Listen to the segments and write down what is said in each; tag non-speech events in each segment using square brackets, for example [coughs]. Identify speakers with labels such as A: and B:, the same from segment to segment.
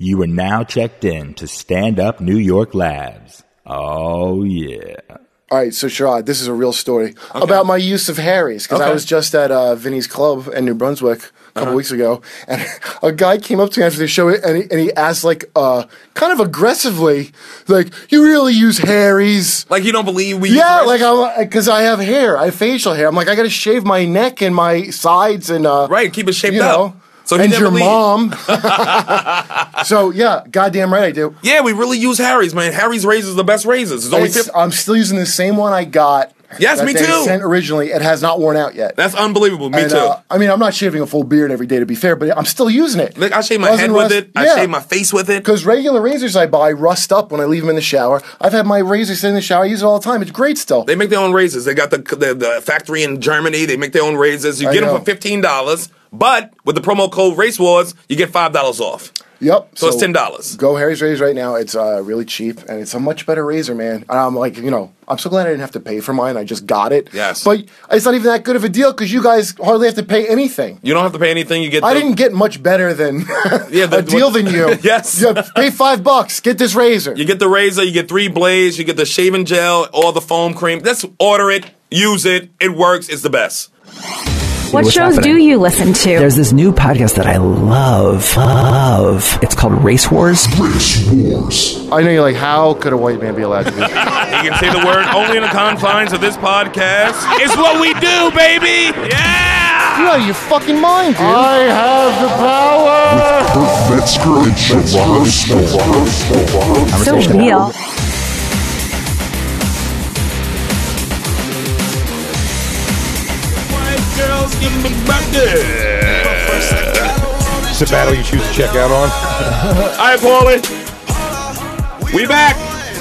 A: You are now checked in to Stand Up New York Labs. Oh, yeah.
B: All right, so Sherrod, this is a real story about my use of Harry's because I
A: Okay.
B: was just at uh, Vinny's Club in New Brunswick a
C: Uh-huh.
B: couple weeks ago, and [laughs] a guy came up to me after the show and he, and he asked, like, uh, kind of aggressively, like, "You really use Harry's?"
C: Like you don't believe we?
B: Yeah, like I'm because I have hair, I have facial hair. I'm like, I got to shave my neck and my sides and uh,
C: right. Keep it shaped
B: you
C: up.
B: know,
C: so he
B: and
C: never
B: your
C: leaves. [laughs]
B: mom. so yeah, goddamn right I do.
C: Yeah, we really use Harry's, man. Harry's razors the best razors. It's only
B: It's-
C: 50.
B: I'm still using the same one I got.
C: Yes,
B: that
C: me
B: they
C: too.
B: Sent originally, it has not worn out yet.
C: That's unbelievable. Me
B: And,
C: too.
B: uh, I mean, I'm not shaving a full beard every day to be fair, but I'm still using it.
C: Like I shave my head with it. I shave my face with it.
B: Because regular razors I buy rust up when I leave them in the shower. I've had my razor sit in the shower. I use it all the time. It's great still.
C: They make their own razors. They got the the, the factory in Germany. They make their own razors. You
B: I
C: get them
B: know.
C: for fifteen dollars, but with the promo code Race Wars, you get five dollars off.
B: yep.
C: So, it's ten dollars.
B: Go Harry's razor right now. It's uh, really cheap and it's a much better razor, man. And I'm like, you know, I'm so glad I didn't have to pay for mine. I just got it.
C: Yes.
B: But it's not even that good of a deal because you guys hardly have to pay anything.
C: You don't have to pay anything. You get.
B: I
C: the-
B: didn't get much better than
C: [laughs] Yeah, the-
B: a deal than you.
C: [laughs] Yes.
B: You pay five bucks, get this razor.
C: You get the razor. You get three blades. You get the shaving gel. All the foam cream. Let's order it. Use it. It works. It's the best. [laughs]
D: What
E: what's
D: shows
E: happening.
D: do you listen to?
E: There's this new podcast that I love, love. It's called Race Wars.
B: I know you're like, how could a white man be allowed to do [laughs] this?
C: You can say the word only in the confines of this podcast. It's what we do, baby. Yeah.
B: You're out of your fucking mind, dude. I have the power.
D: so real.
C: White girls give me buckets.
F: It's a battle you choose to check out on.
C: [laughs] All right, Paulie. We back.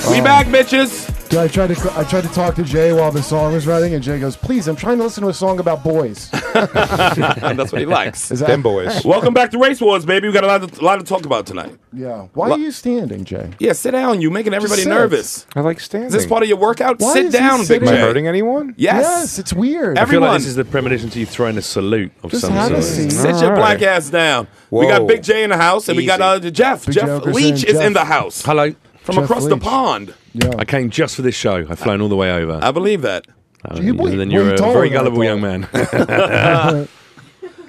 C: We back, [laughs] bitches.
B: Dude, Uh, I tried to I tried to talk to Jay while the song was running, and Jay goes, "Please, I'm trying to listen to a song about
C: [laughs]
B: boys."
C: And that's what he likes.
B: Is that
F: Them boys.
C: Welcome back to Race Wars, baby. We got a lot, to, a lot to talk about tonight.
B: Yeah. Why are you standing, Jay?
C: Yeah, sit down. You making everybody
B: sit.
C: nervous.
F: I like standing.
C: Is this part of your workout?
B: Why
C: sit
B: is he
C: down, Big
B: sitting?
F: Am I
C: J.
F: hurting anyone?
C: Yes.
B: Yes, it's weird.
G: I feel
C: Everyone.
G: like this is the premonition to you throwing a salute of
B: Just
G: some
B: have a seat.
G: sort.
C: Sit your
F: All right.
C: black ass down. We got
F: Whoa.
C: Big J in the house, and we got uh,
G: Easy.
C: Jeff.
B: Big
C: Jeff
B: Joker's
C: Leach
B: in.
C: is in
B: Jeff.
C: the house
G: Hello.
C: from
B: Jeff
C: across the
B: Leach.
C: pond.
B: Yeah.
G: I came just for this show. I've flown all the way over.
C: I believe that.
G: Oh,
B: you- what-
G: and then
B: what you
G: you're a
B: told
G: very
B: him, I
G: gullible
B: thought.
C: Oh,
G: young man.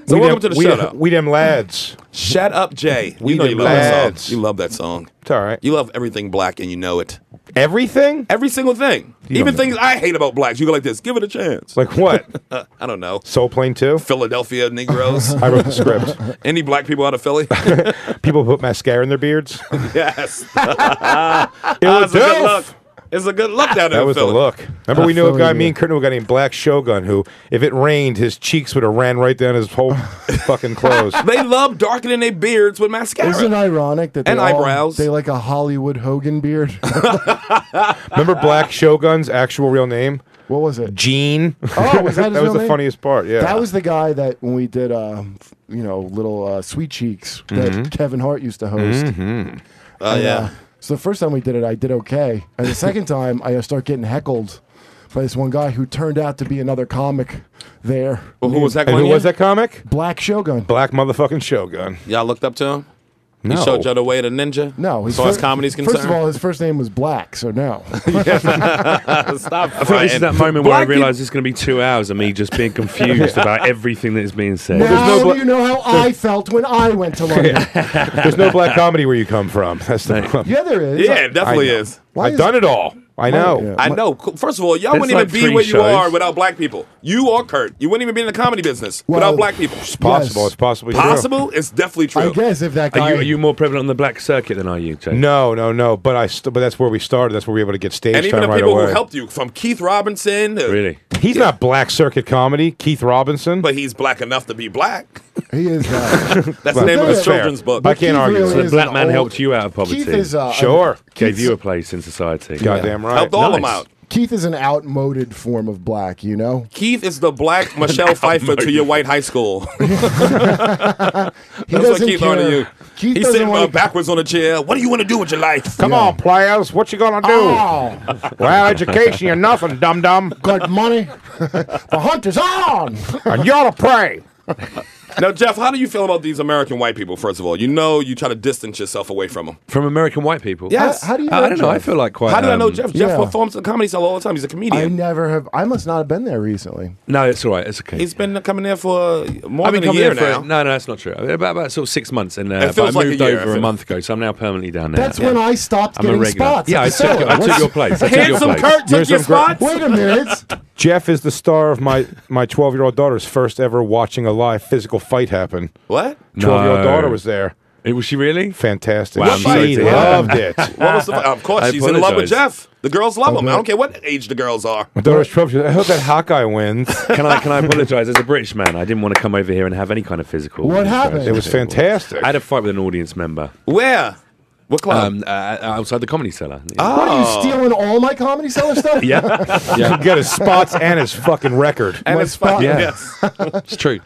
C: So
F: We
C: welcome to
F: them-
C: the
F: we
C: show.
F: them-
C: though.
F: We them lads.
C: Shut up, Jay. We
F: We
C: know
F: the
C: you love that
F: lads.
C: song. You love that song.
F: It's all right.
C: You love everything black, and you know it.
F: Everything?
C: Every single thing,
F: You
C: even
F: don't know.
C: things I hate about blacks. You go like this. Give it a chance. Uh,
F: Like what?
C: [laughs] I don't know.
F: Soul Plane 2?
C: Philadelphia Negroes.
F: [laughs] I wrote the script.
C: Any black people out of
F: [laughs]
C: Philly? [laughs]
F: People put mascara in their beards.
C: yes.
F: Ill
C: It's Ah, a good
F: Dilf.
C: look. It's a good look down there.
F: That
C: in
F: was the
C: Philly.
F: look. Remember, we knew a
B: feel
F: guy,
B: you.
F: me and Kurt knew a guy named Black Shogun, who, if it rained, his cheeks would have ran right down
C: [laughs]
F: his whole fucking clothes.
C: They love darkening their beards with mascara.
B: Isn't it ironic that they
C: And
B: all-
C: eyebrows.
B: they like a Hollywood Hogan
C: [laughs]
B: beard?
F: Remember Black Shogun's actual real name?
B: what was it?
F: Gene.
B: Oh, was that
F: [laughs]
B: his real
F: was the
B: name?
F: funniest part. Yeah.
B: That was the guy that when we did, um, f- you know, little uh, sweet cheeks that
C: Mm-hmm.
B: Kevin Hart used to host.
C: Oh
B: And,
C: yeah.
B: uh, so the first time we did it, I did okay, and the second time, I uh, start getting heckled by this one guy who turned out to be another comic there.
C: Well, who was that?
F: And who
C: one
F: was
C: year?
F: that comic?
B: Black Shogun.
F: Black motherfucking Shogun.
C: Y'all looked up to him.
F: No.
C: He showed y'all the way to ninja.
B: No,
C: as far as
B: fir-
C: comedy's concerned.
B: First of all, his first name was Black, so
C: [laughs]
B: no.
C: stop.
G: I feel like this is that moment where I
C: Black peop-
G: realise it's going to be two hours of me just being confused
C: [laughs]
G: about everything that is being said.
B: now
F: no bla-
B: you know how I felt when I went to
C: [laughs]
B: London.
F: There's no black comedy where you come from. That's the problem.
B: Yeah, there is.
C: Yeah, it definitely
F: I know.
C: is.
B: Why
F: I've
B: is-
F: done it all. I know.
B: yeah.
C: I know. Co- First of all, y'all
G: That's
C: wouldn't
G: like
C: even be
G: three
C: where you
G: shows.
C: are without black people. You or Kurt. You wouldn't even be in the comedy business
B: Well,
C: without black people.
F: It's possible.
B: Yes.
F: It's possibly true.
C: Possible? It's definitely
B: I
C: true.
B: guess if that guy.
G: Are you, are you more prevalent on the black circuit than are you, Jay?
F: No, no, no. But I. St- but that's where we started. That's where we were able to get stage
C: and even
F: time
C: the
F: right
C: people
F: away.
C: who helped you, from Keith Robinson, to-
G: Really?
F: He's not black circuit comedy. Keith Robinson.
C: but he's black enough to be black.
B: He is.
C: [laughs]
B: Uh,
C: That's the name of his
B: that's
C: children's
F: fair.
C: book.
F: But- I can't
B: Keith
F: argue.
B: really
F: So
G: The
B: is
G: black
B: an
G: man
B: old-
G: helped you out of poverty.
B: Keith is. Uh,
F: sure.
G: Gave you a
B: Keith's-
G: place in society.
F: Goddamn right.
C: Helped all of them
G: Nice.
C: out.
B: Keith is an outmoded form of black, you know?
C: Keith is the
G: [laughs]
C: black Michelle Pfeiffer to your white high school.
B: He
C: That's what Keith
B: care.
C: are to you.
B: Keith
C: he's
B: doesn't
C: sitting uh,
B: want to.
C: backwards on a chair. What do you want to do with your life?
F: Come on, players. What you gonna do?
B: Oh,
F: Well, education, you're nothing, dum dum.
G: [laughs]
B: got money. the hunt is on.
F: And you're to pray.
C: Now, Jeff, how do you feel about these American white people? First of all, you know you try to distance yourself away from them.
G: From American white people?
C: Yes.
G: I-
C: How- how
B: do you
G: I,
B: know
G: don't know. I
B: Jeff?
G: feel like quite.
C: How do I know
G: um,
C: Jeff? Jeff
B: yeah.
C: performs at the comedy cell all the time. He's
B: [laughs]
C: a
B: I
C: comedian.
B: never have. I must not have been there recently.
G: No, it's all right. It's okay.
C: He's been coming there for more
G: I've been
C: than a
G: coming
C: year
G: here for
C: now.
G: no, no, that's not true. I mean, about, about sort of six months, and uh, but
C: feels
G: I
C: like a
G: moved
C: year, I
G: over a
C: feel.
G: month ago, so I'm now permanently down there.
B: That's when I stopped
G: I'm a
B: getting
G: regular.
B: spots.
G: yeah,
B: at
G: I
B: the cellar.
G: took, I took
B: What's-
G: your place. I took your
C: Handsome
G: place.
C: Kurt took
F: Here's
C: your
F: some gra-
C: spots.
B: Wait a minute.
G: [laughs]
F: Jeff is the star of my my twelve year old daughter's first ever watching a live physical fight happen.
C: What?
F: Twelve year old
G: No.
F: daughter was there.
G: It- was she really?
F: Fantastic.
G: Wow, I'm sorry
F: she
G: to hear
F: loved it.
G: [laughs]
F: [laughs] My
C: What was the, of course,
G: I
C: she's in love with
G: apologize.
C: Jeff. The girls love him. I don't care what age the girls are.
F: daughter's twelve. She was, I hope that Hawkeye wins.
G: [laughs] Can I can I apologise as a British man? I didn't want to come over here and have any kind of physical.
B: What happened?
F: It was fantastic.
G: I had a fight with an audience member
C: Where? What club?
G: um, uh, outside the comedy cellar.
B: What are
G: Oh.
B: you stealing all my comedy seller
G: [laughs]
B: stuff?
G: Yeah,
F: He
G: [laughs]
F: got his spots and his fucking record.
B: My spot.
G: yeah.
C: Yes. [laughs]
G: it's true.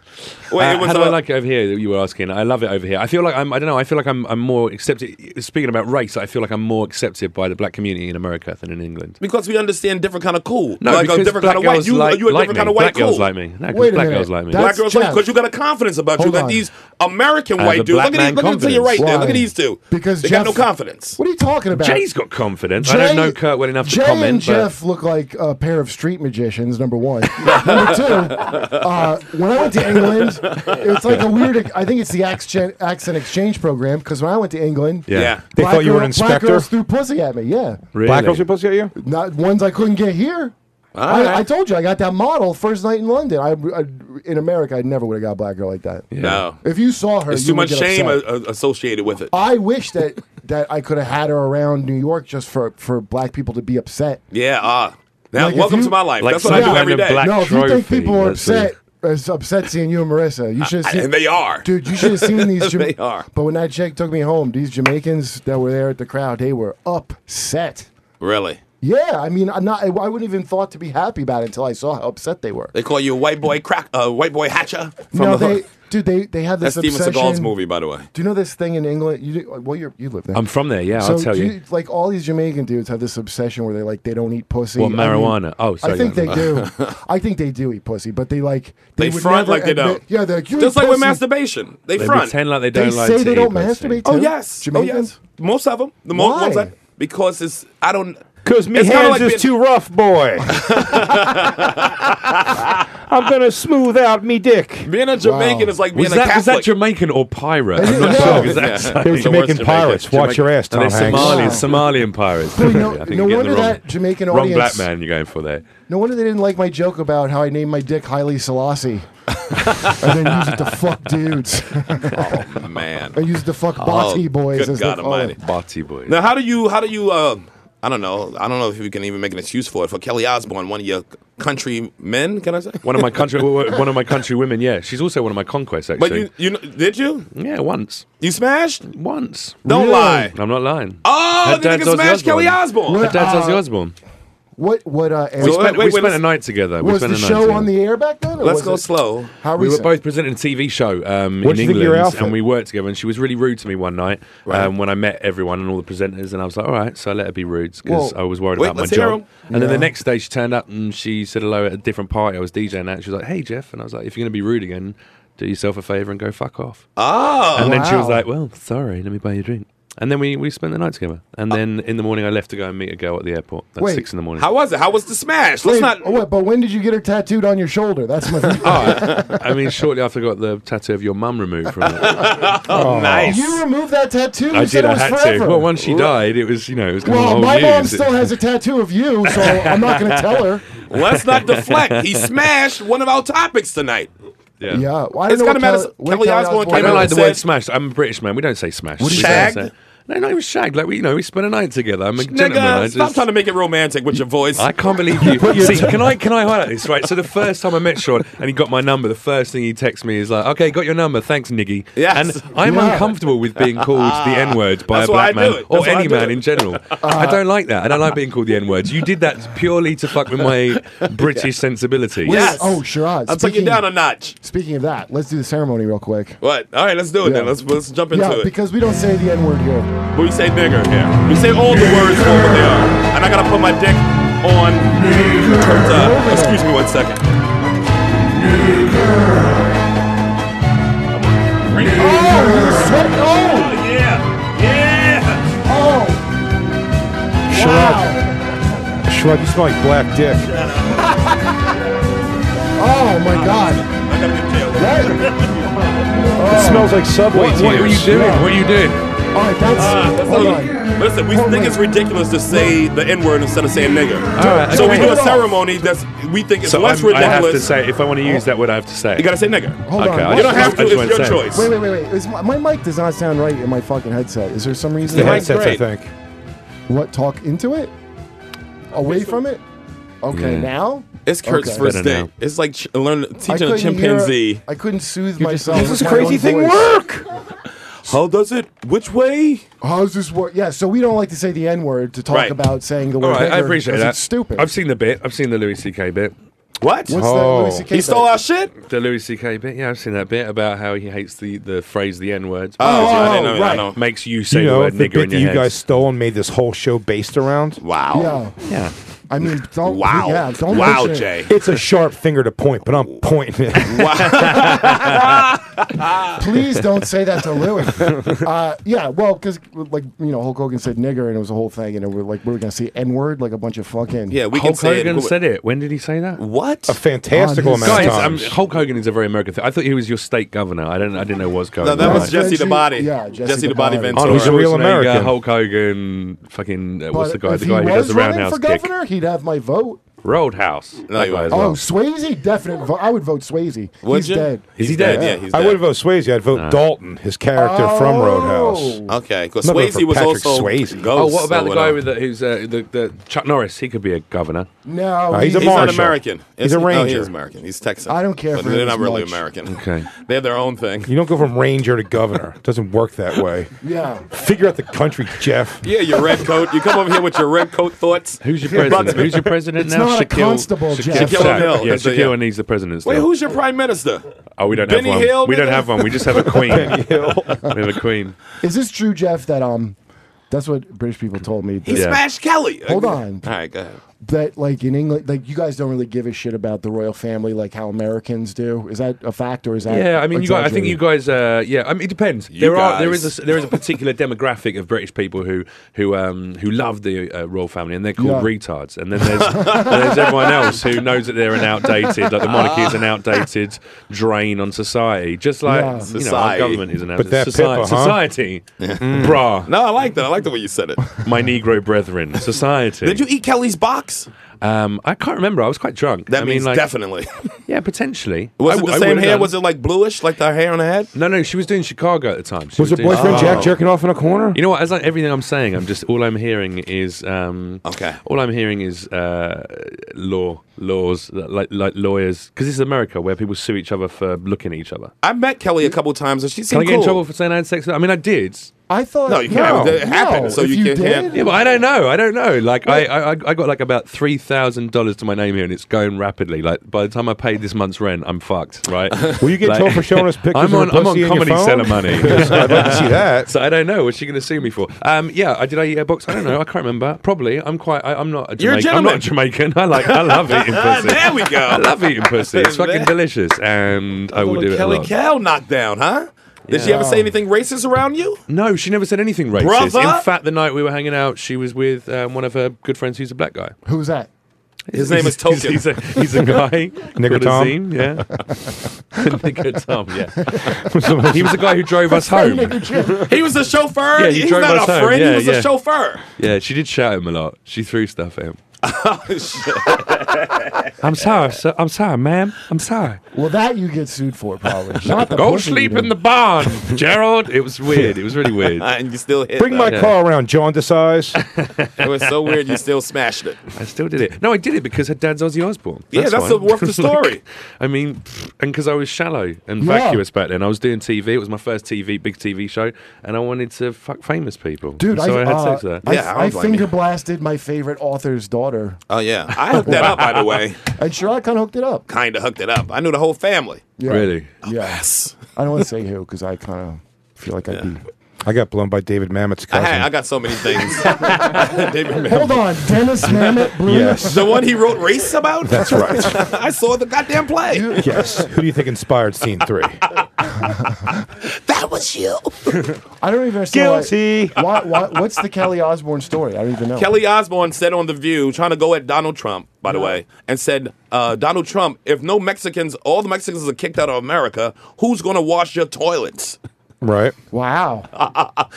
C: Wait,
G: Uh,
C: it was
G: how do I
C: a-
G: like it over here? that You were asking. I love it over here. I feel like I'm. I don't know. I feel like I'm. I'm more accepted. Speaking about race, I feel like I'm more accepted by the black community in America than in England.
C: Because we understand different kind of cool.
G: No,
C: like
G: because
C: a different
G: black
C: kind of white.
G: girls
C: You,
G: like,
C: you a
G: like
C: different
G: me.
C: kind of white
G: black
C: cool.
G: girls like me. No, 'cause
B: Wait a
G: black
B: minute.
G: girls like me.
B: That's-
C: Black girls like
B: Jeff.
C: because you got a confidence about you.
B: Hold
C: You got
B: on.
C: these American
G: As
C: white
G: a
C: dudes.
G: black
C: Look at
G: man
C: these. Look at them to your right there. Look
B: Why?
C: at these two.
B: Because
C: they
B: Jeff-
C: got no confidence.
B: What are you talking about?
G: Jay's got confidence. I
B: Jay-
G: don't know Kurt well enough
B: Jay
G: to comment.
B: and
G: but-
B: Jeff look like a pair of street magicians. Number
G: [laughs]
B: one. number two. Uh, when I went to England, it's like a weird. I think it's the accent accent exchange program. Because when I went to England,
G: Yeah.
C: Yeah.
F: They
B: black
F: thought you were an
B: girl- Black
F: inspector?
B: girls threw pussy at me. Yeah.
G: Really?
F: Black girls were supposed to get you?
B: Not ones I couldn't get here. I, I told you I got that model first night in London. I, I in America I never would have got a black girl like that.
C: No.
B: If you saw her,
C: There's
B: you
C: too
B: would get
C: much shame uh,
B: upset.
C: a- a- associated with it.
B: I wish that that I could have had her around New York just for for black people to be upset.
C: Yeah. Ah. Now,
B: Like, if
C: welcome
B: you-
C: to my life.
G: Like
C: That's what I
B: some
C: do
B: kind
C: every
G: of
C: day.
G: black-
B: no, if you think
G: trophy,
B: people are
G: that's it.
B: upset, it's upset seeing you and Marissa. You should have seen.
C: And they are.
B: Dude, you should have
C: [laughs]
B: seen these. Jama-
C: They are.
B: But when that chick took me home, these Jamaicans that were there at the crowd, they were upset.
C: Really?
B: Yeah, I mean, I'm not. I, I wouldn't even thought to be happy about it until I saw how upset they were.
C: They call you a white boy crack, uh, white boy hatcher from
B: no,
C: the hood.
B: they, dude, they they have
C: That's
B: this
C: Steven
B: obsession.
C: Seagal's movie, by the way.
B: Do you know this thing in England? You do, well, you you live there.
G: I'm from there. Yeah,
B: so
G: I'll tell
B: do
G: you.
B: like all these Jamaican dudes have this obsession where they like they don't eat pussy.
G: What,
B: I mean,
G: marijuana? Oh, sorry,
B: I think
G: yeah.
B: they do. I think they do eat pussy, but they like
C: They
B: would
C: front
B: never
C: like they
B: admit-
C: don't.
B: Yeah, they're like, you
C: Just
B: eat
C: like with
B: pussy."
C: masturbation, they,
G: They
C: front.
G: pretend like they
B: They
G: don't like
B: say
G: to
B: they
G: eat
B: don't
G: pussy.
B: masturbate.
C: oh
B: too?
C: yes,
B: Jamaicans.
C: oh yes. Most of them, the most
B: Why?
C: ones I- because it's I don't
F: Because me
C: It's kinda
F: hands
C: like
F: is
C: being-
F: too rough,
G: [laughs]
F: boy. I'm going to smooth out me dick.
C: being a Jamaican
B: Wow.
C: is like being
G: Was
C: a
G: that, was
C: Catholic.
G: that [laughs] Jamaican or pirate?
B: [laughs]
G: I'm
B: Yeah.
G: not
B: Yeah.
G: sure. 'cause that's-
F: They were Jamaican pirates. Watch your ass,
G: No,
F: Tom
G: they're
F: Hanks.
G: Somalian,
B: Wow.
G: Somalian pirates.
B: Well, you know-
G: I think
B: no
G: you're getting
B: wonder
G: the wrong-
B: that Jamaican
G: wrong
B: audience-
G: black man you're going for there.
B: No wonder they didn't like my joke about how I named my dick Haile Selassie.
C: [laughs]
B: and then use it to fuck dudes. [laughs]
C: Oh, man.
B: I use it to fuck botty boys.
C: Oh,
B: oh.
C: good
B: as
C: God
B: they call it.
C: almighty.
G: Barty boy.
C: Now, how do you? How do you? Uh, I don't know. I don't know if you can even make an excuse for it. For Kelly Osbourne, one of your country men, can I say?
G: One of my country, [laughs] one of my country women. Yeah, she's also one of my conquests.
C: But
G: Actually,
C: you, you kn- did you?
G: yeah, once,
C: You smashed?
G: once.
C: Don't
B: Really?
C: lie.
G: I'm not lying.
C: Oh,
G: Her
C: the
G: dad's
C: nigga
G: Ozzy
C: smashed Kelly Osbourne.
G: Her
B: What?
G: dad's
B: Uh,
G: Ozzy Osbourne.
B: What what uh,
G: We
B: era-
G: spent,
C: wait,
G: we
C: wait,
G: spent a
C: let's-
G: night together. we
B: was
G: spent
B: the
G: a night
B: show
G: together.
B: on the air back then? or
C: Let's
B: was
C: go
B: it-
C: slow.
B: How
G: We were
B: recent?
G: both presenting a TV show um,
F: What'd
G: in
F: you think of your
G: England,
F: outfit?
G: and we worked together. And she was really rude to me one night um, when I met everyone and all the presenters. And I was like, "All right," so I let her be rude because
B: Well,
G: I was worried
C: wait,
G: about my
C: let's hear
G: job.
C: 'em.
G: And then the next day, she turned up and she said hello at a different party. I was DJing at. She was like, "Hey, Jeff," and I was like, "If you're going to be rude again, do yourself a favor and go fuck off."
C: Oh,
G: and then she was
B: wow.
G: like, "Well, sorry, let me buy you a drink." And then we, we spent the night together. And then in the morning, I left to go and meet a girl at the airport at
B: Uh, Wait,
G: six in the morning.
C: how was it? How was the smash? Let's
B: Wait,
C: not.
B: oh, wait, but when did you get her tattooed on your shoulder? That's my.
G: [laughs] Oh, I mean, shortly after I got the tattoo of your mum removed from
B: [laughs]
G: it.
C: [laughs] nice.
B: You removed that tattoo. You
G: I
B: said
G: did.
B: it
G: I
B: was
G: had
B: forever.
G: to. Well, once she died, it was you know it was. kind of
B: Well,
G: all
B: my
G: you.
B: mom
G: Is it-
B: still has a tattoo of you, so I'm not
G: [laughs]
B: going to tell her.
C: Let's not deflect. He smashed one of our topics tonight.
G: Yeah.
B: Yeah, well, I
C: It's
B: don't
C: gotta
B: know
C: matter-
B: what Kelly- what
C: Kelly Osbourne
B: Osbourne
C: came
G: I
C: out
G: don't
B: is.
G: like the
C: Said-
G: word smashed. I'm a British man. We don't say smashed. We don't
C: Shagged?
G: say- No, not even shagged. Like we, you know, we spent a night together. I'm a
C: Nigga,
G: gentleman. I
C: stop
G: just-
C: trying to make it romantic with your voice.
G: I can't believe you. See, can I can I highlight this right? So the first time I met Sean and he got my number, the first thing he texts me is like, "Okay, got your number. Thanks, Niggy."
C: Yes. Ah.
G: And I'm
B: Yeah.
G: uncomfortable with being called the N word by
C: That's
G: a
C: why
G: black
C: I do
G: man
C: it.
G: or
C: That's why I
G: any
C: do
G: man
C: it.
G: in general. I don't like that. I don't like being called the N words. You did that purely to fuck with my British sensibility.
C: Yes.
B: Oh, Sherrod.
C: I'll take you
B: speaking-
C: down a notch.
B: Speaking of that, let's do the ceremony real quick.
C: What? All right, let's do it then.
B: Yeah.
C: Let's let's jump into
B: Yeah,
C: it.
B: because we don't say the N word here.
C: we say nigger. Yeah. We say all the words for what they are. And I gotta put my dick on. Uh, excuse me one second.
G: Oh,
B: Oh. Wow.
F: Shrug, you smell like black dick.
B: Oh my god.
C: I gotta get jailed.
F: It smells like Subway
G: What, what are you
F: tears.
G: doing? What are you doing?
B: All right, that's.
C: Ah, That's
B: hold
C: not-
B: on.
C: Listen, we think it's ridiculous to say the N word instead of saying nigger.
G: right,
C: so we
G: okay.
C: do a ceremony that's we think it's
G: So
C: less
G: I'm- I have to
C: ridiculous.
G: say, if I want to use that word, I have to say. it.
C: you gotta say nigger.
B: Hold
G: Okay,
B: on.
G: I
C: You
B: What-
C: don't have to.
G: I just
C: It's your
G: wanted to say.
C: choice.
B: Wait, wait, wait, wait. Is my, my mic does not sound right in my fucking headset. Is there some reason?
F: The
B: I-
F: headsets, I
C: great.
F: think.
B: What talk into it? Away from it? Okay,
G: Yeah.
B: now
C: It's Kurt's
B: Okay.
C: first
G: Better
C: day.
G: now.
C: It's like ch- learn,
B: I
C: teaching a
B: couldn't
C: chimpanzee.
B: hear- I couldn't soothe myself.
F: Does
B: with my own voice.
F: work?
C: How does it? Which way?
B: How does this work? Yeah, so we don't like to say the N word to talk
C: Right.
B: about saying the word.
G: All right, I
B: nigger
G: appreciate
B: 'cause
G: that.
B: It's stupid.
G: I've seen the bit. I've seen the Louis C.K. bit.
C: What?
B: What's
F: Oh.
B: that Louis C.K.
C: He stole
B: bit?
C: our shit.
G: The Louis C.K. bit. Yeah, I've seen that bit about how he hates the, the phrase the N word.
C: Oh,
B: oh,
C: I didn't know.
B: right.
C: I know.
G: makes you say
F: You know,
G: the word
F: the
G: nigger
F: bit
G: in
F: that
G: your
F: you
G: head.
F: guys stole and made this whole show based around.
C: Wow.
B: Yeah,
G: yeah.
B: I mean, don't.
C: Wow.
B: Yeah, don't.
C: wow,
B: mention it.
C: Jay.
F: It's
G: [laughs]
F: a sharp finger to point, but I'm pointing it.
B: Please don't say that to Louis. uh, yeah, well, because like you know, Hulk Hogan said nigger, and it was a whole thing, and it were like we were gonna say N word, like a bunch of fucking.
C: Yeah, we can
G: Hulk
C: say
G: Hogan
C: it.
G: said it. When did he say that?
C: What?
F: A fantastical
B: On his-
F: amount
G: Guys,
F: of
G: um,
F: times.
G: Hulk Hogan is a very American thing. I thought he was your state governor. I don't. I didn't know was going
C: No, that
B: Right.
C: was Jesse the Body.
B: Yeah, Jesse
C: Jesse
B: the
C: the Body
B: Body.
C: Ventura.
G: Arnold
F: Oh, He's a real
G: Schwarzenegger,
F: American.
G: Hulk Hogan, fucking uh,
B: But
G: what's the guy?
B: if
G: The guy
B: he was
G: who does the
B: running
G: roundhouse
B: for
G: kick.
B: governor, he'd have my vote.
G: Roadhouse. That
C: No, he
G: guy as
C: won't.
B: Oh,
G: well.
B: Swayze, definite vote. I would vote Swayze.
C: Would
B: He's
C: you?
B: dead.
C: He's,
G: Is he
C: dead.
G: dead?
C: Yeah, he's
F: I
C: dead.
F: would vote Swayze. I'd vote
G: Uh.
F: Dalton, his character from Roadhouse.
B: Oh.
C: Okay, because
F: I'm not voting
C: Swayze
F: for
C: was
F: Patrick
C: also
F: Swayze.
G: Oh,
C: Ghost
G: what about
C: or
G: the guy
C: whatever.
G: with the, who's uh, the, the Chuck Norris? He could be a governor.
B: No,
F: Uh, he's a
C: He's not
F: Marshall.
C: American.
F: He's a
C: no, he
F: ranger.
C: is American. He's Texan.
B: I don't care
C: But
B: for
C: they're
B: him
C: not
B: as
C: really
B: much.
C: American.
G: Okay.
C: they have their own thing.
F: You don't go from ranger to governor. It doesn't work that way.
B: Yeah.
F: Figure out the country, Jeff.
C: Yeah, your red coat. You come over here with your red coat thoughts.
G: Who's your president? who's your president
B: It's
G: now?
B: not a constable, Jeff.
C: Shaquille O'Neal.
G: Yeah,
C: That's it,
G: Shaquille
C: yeah.
G: needs the president.
C: Wait,
G: still.
C: who's your prime minister?
G: Oh, we don't
C: Benny
G: have one.
C: Hill,
G: we don't
C: nigga?
G: have one. We just have a queen. We have a queen.
B: Is this true, Jeff? That um, that's what British people told me. That,
C: He
G: Yeah.
C: smashed Kelly.
B: Hold on.
C: All right, go ahead.
B: that, like in England, like you guys don't really give a shit about the royal family, like how Americans do. Is that a fact, or is that?
G: Yeah, I mean, you guys, I think you
B: exaggerated?
G: guys. Uh, yeah, I mean, it depends.
C: You
G: there are there
C: guys.
G: is a, there is a particular demographic of British people who who um, who love the uh, royal family and they're called
B: Yeah.
G: retards. And then there's and there's everyone else who knows that they're an outdated, like the monarchy is an outdated drain on society. Just like
B: Yeah.
G: you know, our
C: Society.
G: government is an
F: But that
G: outdated society.
F: Pippa, huh?
G: society. Brah,
C: No, I like that. I like the way you
G: [laughs]
C: said it.
G: my Negro brethren, society.
C: Did you eat Kelly's box?
G: Um, I can't remember. I was quite drunk.
C: That
G: I
C: means
G: mean, like, [laughs]
C: definitely.
G: Yeah, potentially.
C: Was
G: I
C: it
G: w-
C: the
G: I
C: same
G: would've
C: hair?
G: done-
C: Was it like bluish, like the hair on the head?
G: No, no, she was doing Chicago at the time. She
F: Was your
G: doing
F: boyfriend
G: Chicago.
F: Jack jerking off in a corner?
G: You know what? As like everything I'm saying, I'm just all I'm hearing is um,
C: Okay.
G: All I'm hearing is uh, law, laws, like like lawyers, because this is America where people sue each other for looking at each other.
C: I met Kelly a couple times, and she
G: Can
C: seemed
G: I get in
C: cool.
G: trouble for saying I had sex? with- I mean, I did.
B: I thought
C: No, you can't.
B: No,
C: It happened,
B: no.
C: so
B: If
C: you can't-
B: did,
C: can't-
G: Yeah, but I don't know. I don't know. Like I, I, I got like about three thousand dollars to my name here, and it's going rapidly. Like by the time I paid this month's rent, I'm fucked. Right?
C: [laughs]
F: Will you get
G: like,
F: told for showing us pictures
G: I'm
F: of
G: on,
F: your
G: I'm on
F: pussy in your
G: comedy
F: phone?
G: seller money.
F: [laughs] I'd like
C: [laughs]
F: to see that.
G: So I don't know. What's she going to sue me for? Um, yeah, I did. I eat a box. I don't know. I can't remember. Probably. I'm quite. I, I'm not. A
C: You're a
G: Jamaican. I'm not a Jamaican. I like. I
C: [laughs]
G: love eating
C: Ah,
G: pussy.
C: there we
G: I
C: go.
G: love eating pussy. It's fucking
C: Man.
G: delicious, and I will do it a
C: Kelly
G: lot.
C: Cal knocked down, huh? Did she ever say anything racist around
G: [laughs]
C: you?
G: No, she never said anything racist.
C: Brother?
G: In fact, the night we were hanging out, she was with um, one of her good friends who's a black guy.
B: Who's that?
C: His name is
G: He's-
C: Token.
G: He's, a, he's
C: [laughs]
G: a guy.
F: Nigger Tom?
G: called
F: [laughs]
G: Azim, yeah. [laughs] Nigger Tom, yeah. he was the guy who drove us home.
C: He was the chauffeur.
G: Yeah, he
C: He's
G: drove
C: not
G: us
C: a
G: home.
C: friend.
G: Yeah,
C: he was
G: yeah.
C: a chauffeur. [laughs]
G: Yeah, she did shout him a lot. She threw stuff at him. I'm sorry, sir. I'm sorry, ma'am. I'm sorry.
B: Well, that you get sued for
G: [laughs]
B: probably. Not the
G: Go
B: pussy you
G: sleep
B: did.
G: in the barn, Gerald. It was weird. It was
C: [laughs]
G: really weird. I
C: and you still hit.
F: Bring my
G: Yeah.
F: car around, John DeSize.
C: It was so weird. You still smashed it.
G: still did it. No, I did it because her dad's Ozzy Osbourne.
C: Yeah, that's the
G: why.
C: worth the
G: [laughs]
C: story.
G: I mean, pfft, and because I was shallow and
B: Yeah.
G: vacuous back then, I was doing TV. It was my first TV, big TV show, and I wanted to fuck famous people.
B: Dude,
G: And so I,
B: I,
G: had
B: uh,
G: sex with her.
B: I,
C: Yeah, I
B: I
C: don't blame
B: finger
C: you.
B: blasted my favorite author's daughter.
C: Oh yeah, I hooked that up. By
G: [laughs]
C: the way,
B: And sure, I kind of hooked it up.
C: kind of hooked it up. I knew the whole family.
B: Yeah.
G: Really?
B: Yeah.
C: Yes.
B: I don't want to say who because I kind of feel like I'd be
F: I got blown by David Mamet's
C: I,
F: cousin.
C: had, I got so many
G: [laughs]
C: things. [laughs] David Mamet.
B: Hold on,
C: [laughs]
B: Dennis Mamet Blue.
F: yes.
C: The one he wrote race about?
F: That's right.
C: [laughs] I saw the goddamn play.
F: yes. Who do you think inspired scene three?
C: That was you.
B: I don't even understand. why- Why, why, what's the Kelly Osborne story? I don't even know.
C: Kelly Osborne said on The View, trying to go at Donald Trump, by the way, and said, uh, Donald Trump, if no Mexicans, all the Mexicans are kicked out of America, who's going to wash your toilets?
F: Right.
B: Wow.
C: And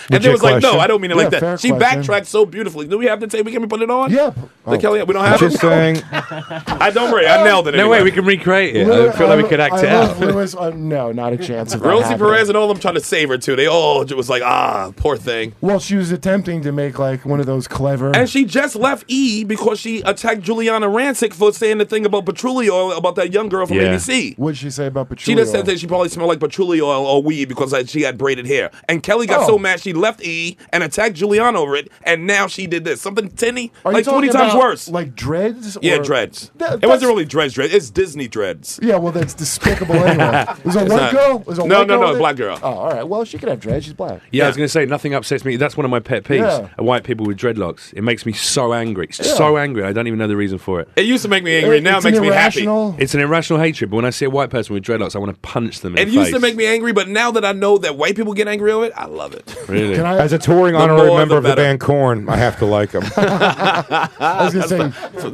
C: they
F: Legit
C: was like, no,
F: question.
C: I don't mean it
B: Yeah,
C: like
B: fair
C: that. She
B: question.
C: backtracked so beautifully. Do we have the tape? We can put it on?
B: Yeah.
C: The Kelly, we don't have
F: Just
C: it.
F: saying.
C: I don't worry. I nailed it.
G: No
C: anyway.
G: way, we can recreate it. I feel like we could act
B: I
G: it
B: love
G: out.
B: Lewis. Uh, no, not a chance. Of that
C: Rosie
B: happening.
C: Perez and all them trying to save her too. They all ju- was like, ah, poor thing.
B: Well, she was attempting to make like one of those clever.
C: And she just left E because she attacked Juliana Rancic for saying the thing about patchouli oil about that young girl from
G: Yeah.
C: ABC.
B: What'd she say about
C: She
B: Petrucci?
C: just said that she probably smelled like patchouli oil or weed because like, she had braided hair. And Kelly got
B: Oh.
C: so mad she left E and attacked Juliana over it. And now she did this. Something tinny,
B: Are you
C: like 20
B: talking
C: times
B: about,
C: worse.
B: Like dreads?
C: yeah,
B: or-
C: dreads.
B: That-
C: it
B: that's-
C: wasn't really dreads, dreads. It's Disney dreads.
B: Yeah, well, that's despicable
C: [laughs]
B: anyway. There's a white
C: not.
B: girl. There's a
C: No,
B: white
C: no,
B: girl
C: no,
B: with it?
C: black girl.
B: Oh, all right. Well, she could have dreads. She's black.
G: Yeah, I was going to say nothing upsets me. That's one of my pet peeves.
B: Yeah.
G: are White people with dreadlocks. It makes me so angry. It's So angry. I don't even know the reason for it.
C: It used to make me angry. now it
B: It's
C: makes
B: an
C: me happy.
B: irrational-
G: It's an irrational hatred. But when I see a white person with dreadlocks, I want to punch them. In
C: It
G: the
C: used to
G: face.
C: make me angry, but now that I know that white people get angry over it, I love it.
G: Really?
B: Can I?
F: As a touring
C: The
F: honorary
C: more,
F: member
C: the
F: of the
C: better.
F: band Corn, I have to
C: [laughs]
F: like him.
B: I was gonna say,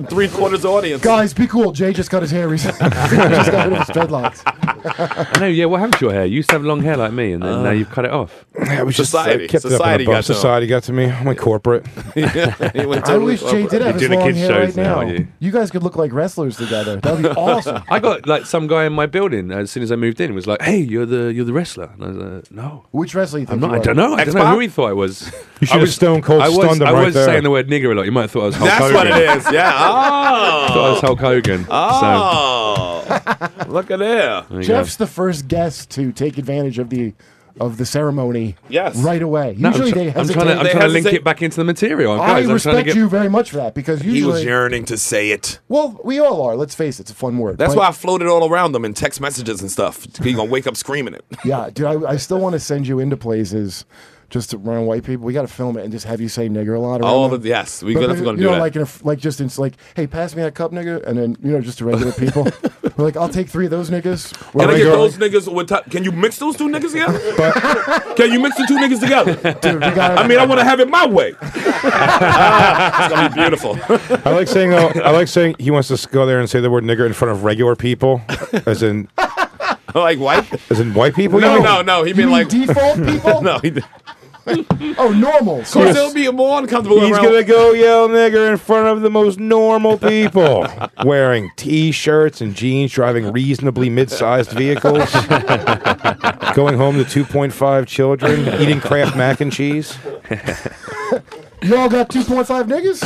C: Three quarters audience.
B: guys, be cool. Jay [laughs] just cut his hair recently. He just got rid of his
C: [laughs]
B: dreadlocks.
G: I know. Yeah. What happened to your hair? You used to have long hair like me, and then now you've cut it off.
F: I was just
C: Society.
F: I kept
C: Society
F: it up in a
C: got
F: bump.
C: to him.
F: Society got to me. I went corporate.
C: [laughs] He went
B: I
C: totally
B: wish Jay
C: over it.
B: did have
G: You're
B: his
G: doing
B: long
G: kids'
B: hair right
G: shows now,
B: now.
G: aren't you?
B: guys could look like wrestlers together.
C: [laughs]
B: That'd be awesome.
G: I got like some guy in my building as soon as I moved in was like, "Hey, you're the you're the wrestler." And I was like, "No,
B: Which wrestler you think?
G: I'm not.
B: you
G: I
B: are?
G: don't know. I don't know
C: X-Pac?
G: who he thought I was."
F: You should
G: I
F: have
G: was
F: Stone Cold
G: I was,
F: stunned him
G: I
F: right
G: was
F: there.
G: saying the word nigger a lot. You might have thought I was Hulk
C: That's
G: Hogan.
C: what it is. [laughs] Ah.
G: I thought I was
C: Yeah. Oh.
G: Hulk Hogan. So,
C: Oh. Look at there.
G: there you go.
B: Jeff's the first guest to take advantage of the of the ceremony.
C: Yes.
B: Right away.
G: No, I'm
B: Usually
G: tr-
B: they
G: I'm
B: hesitate.
G: trying to, I'm
C: They
G: trying to link
C: hesitate.
G: it back into the material. I'm,
B: I
G: guys, I'm trying to
B: respect
G: get.
B: you very much for that because
C: He was
B: usually,
C: yearning to say it.
B: well, we all are. Let's face it, it's a fun word.
C: That's
B: but-
C: why I floated all around them in text messages and stuff. He gonna wake up screaming it.
B: Yeah, dude, I, I still want to send you into places just to run white people. We got to film it and just have you say nigger a lot. around
C: All
B: them.
C: the yes, we
B: But-
C: gonna
B: but,
C: have to go
B: you
C: do
B: know,
C: that.
B: like in a, f- like just in s- like, hey, pass me that cup, nigger, and then you know, just to regular
C: [laughs]
B: people, we're like, I'll take three of those niggas. We're
C: can I get
B: regular-
C: those niggas with? T- can you mix those two
B: [laughs]
C: niggas together? can you mix the two niggas together?
B: Dude, we gotta-
C: [laughs] I mean, I want to have it
B: [laughs]
C: my way. it's gonna be beautiful. [laughs]
F: I like saying though. I like saying he wants to s- go there and say the word nigger in front of regular people, as in
C: like white?
F: as in white people.
C: No, no, no. He
B: you
C: mean
B: mean
C: like
B: default
C: [laughs]
B: people?
C: no. He, of
B: Oh,
C: [laughs]
B: normal. So
C: course, it'll be more uncomfortable.
F: He's
C: around-
F: gonna go yell nigger in front of the most normal people, wearing t-shirts and jeans, driving reasonably mid-sized vehicles, going home to 2.5 children, eating Kraft mac and cheese.
B: y'all got two point five niggas.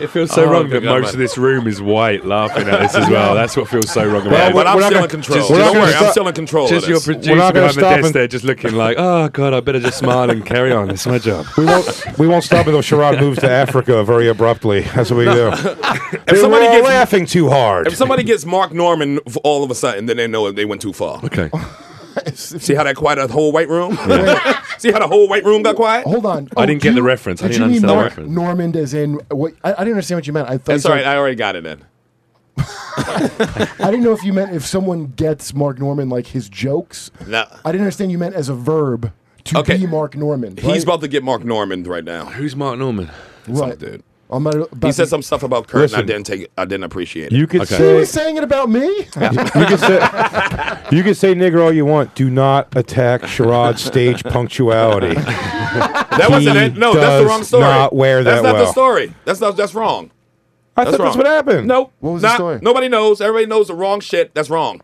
G: It feels so
C: Oh,
G: wrong
C: good
G: that
C: God,
G: most
C: man.
G: of this room is white laughing at this as well. That's what feels so wrong
C: Yeah,
G: about
C: but
G: it.
C: I'm
F: we're not
C: still
F: gonna-
C: in control.
F: just-
G: we're not
C: Don't
G: gonna
C: worry, I'm
F: stop-
C: still in control.
G: Just
C: of
G: your
C: this.
G: producer
F: not gonna
G: behind the
F: stop
G: desk
F: and-
G: there just looking like, oh, God, I better just smile and carry on. It's my job.
F: We won't, we won't stop until Sharad moves to Africa very abruptly. That's what we do. if
C: somebody
F: somebody
C: gets-
F: laughing too hard.
C: If somebody gets Mark Norman f- all of a sudden, then they know they went too far. [laughs]
G: Okay.
C: See how that quieted the whole white room? [laughs] See how the whole white room got quiet?
B: Hold on. Oh,
G: I didn't
B: do
G: get the
B: you-
G: reference. I
B: did
G: didn't
B: you mean
G: understand the
B: Mark
G: reference.
B: Normand as in what? I, I didn't understand what you meant. I thought you
C: That's
B: said-
C: all right. I already got it in.
B: I didn't know if you meant if someone gets Mark Norman like his jokes.
C: No.
B: I didn't understand you meant as a verb to
C: Okay.
B: be Mark Norman. right?
C: He's about to get Mark Norman right now.
G: [laughs] Who's Mark Norman?
B: right.
C: dude.
B: I'm about,
C: He
B: about
C: said
B: to-
C: some stuff about Kurt, and I
F: Listen.
C: didn't take. I didn't appreciate it.
F: you could
G: Okay.
B: He
F: say
B: was saying it about me.
F: you could say you could say nigger all you want. Do not attack Sharad's stage punctuality.
C: that wasn't it. No, that's the
F: does
C: wrong story.
F: not wear
C: that's
F: that
C: not the
F: well.
C: story. That's not. That's wrong.
F: I
C: That's
F: thought that's
C: wrong.
F: what happened.
C: Nope.
B: What was the
C: not,
B: story?
C: Nobody knows. Everybody knows the wrong shit. That's wrong.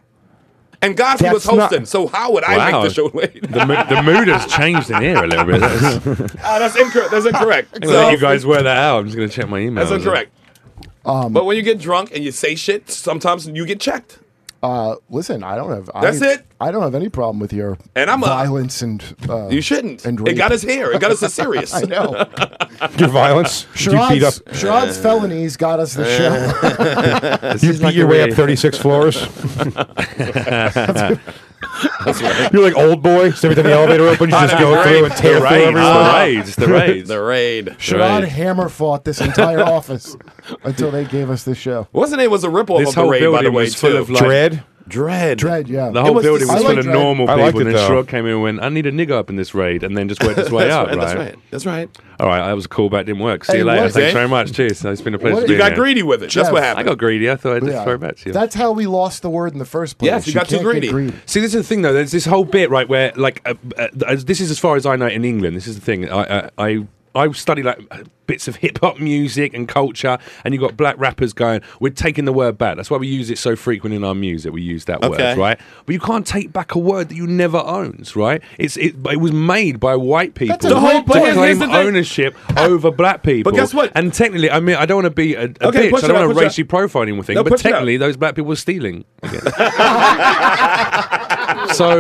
C: And Godfrey was
F: That's not-
C: hosting, so how would I
G: Wow.
C: make the show late?
G: [laughs] The, mo- the mood has changed in here a little bit. That's, I'm
C: Ah, that's incorrect. That's
G: [laughs]
C: incorrect.
G: gonna [laughs] let you guys wear that out. I'm just going to check my email.
C: That's incorrect.
B: Um,
C: but when you get drunk and you say shit, sometimes you get checked.
B: [laughs] Uh, listen, I don't have. I,
C: That's it?
B: I don't have any problem with your
C: And I'm a-
B: violence and uh,
C: You shouldn't.
B: And
C: it
B: rape.
C: got us here. It got us to serious.
B: [laughs] I
C: [laughs]
B: know. [laughs]
F: Your violence. you beat up.
B: Sherrod's, Sherrod's felonies got us the show.
G: This
F: You
G: is
F: beat
G: like a
F: your way up
G: really-
F: 36 floors.
C: That's right.
F: [laughs] You're like old boy. So every time the elevator opens, you just
C: That'd be
F: go
C: great.
F: through and tear
G: the
F: through
G: raids,
F: everyone.
G: the raids, [laughs] the raids,
C: The raid.
G: [laughs] Right.
B: Sherrod Hammer fought this entire [laughs] office until they gave us this show.
C: What's the name? Was a ripoff
G: This
C: of the
G: whole
C: raid, by the
G: building
C: way,
G: was full
C: too.
G: of like-
F: Dread.
C: Dread.
B: Dread, yeah.
G: The whole
H: was
G: building
H: the-
G: was
H: I
G: full
H: like
G: of
H: Dread.
G: normal
F: I
G: people,
F: liked
G: and
F: it,
G: then
F: though.
G: Shrug came in and went, "I need a nigger up in this raid," and then just worked his way
C: That's
G: up.
C: right,
G: right,
C: that's right. That's right.
G: All right, that was a callback. Didn't work. See
B: Hey,
G: you later.
B: what-
G: Thanks
C: See?
G: very much. Cheers. It's been a pleasure.
B: What-
G: to be
C: You got
G: here.
C: greedy with it. That's
B: Jeff,
C: what
G: I
C: happened.
G: got greedy. I thought I'd just
B: Yeah.
G: throw it back to you.
B: That's how we lost the word in the first place.
C: Yes, you got too
B: can't get
C: greedy.
B: greedy.
G: See, this is the thing, though. There's this whole bit, right, where like uh, uh, uh, this is as far as I know in England. This is the thing. I uh, I I, I study like bits of hip hop music and culture, and you've got black rappers going. We're taking the word back. That's why we use it so frequent in our music. We use that
C: Okay.
G: word, right? But you can't take back a word that you never owns, right? It's it. but It was made by white people.
B: a The whole great point.
G: to
B: point.
C: Here's
G: claim
C: the thing.
G: ownership over black people.
C: guess what?
G: And technically, I mean, I don't want to be a, a
C: Okay,
G: bitch.
C: push
G: I
C: it out,
G: don't want
C: push
G: to
C: it
G: racially profile anyone.
C: No,
G: but
C: push it out.
G: technically, those black people were stealing.
C: [laughs]
G: again. So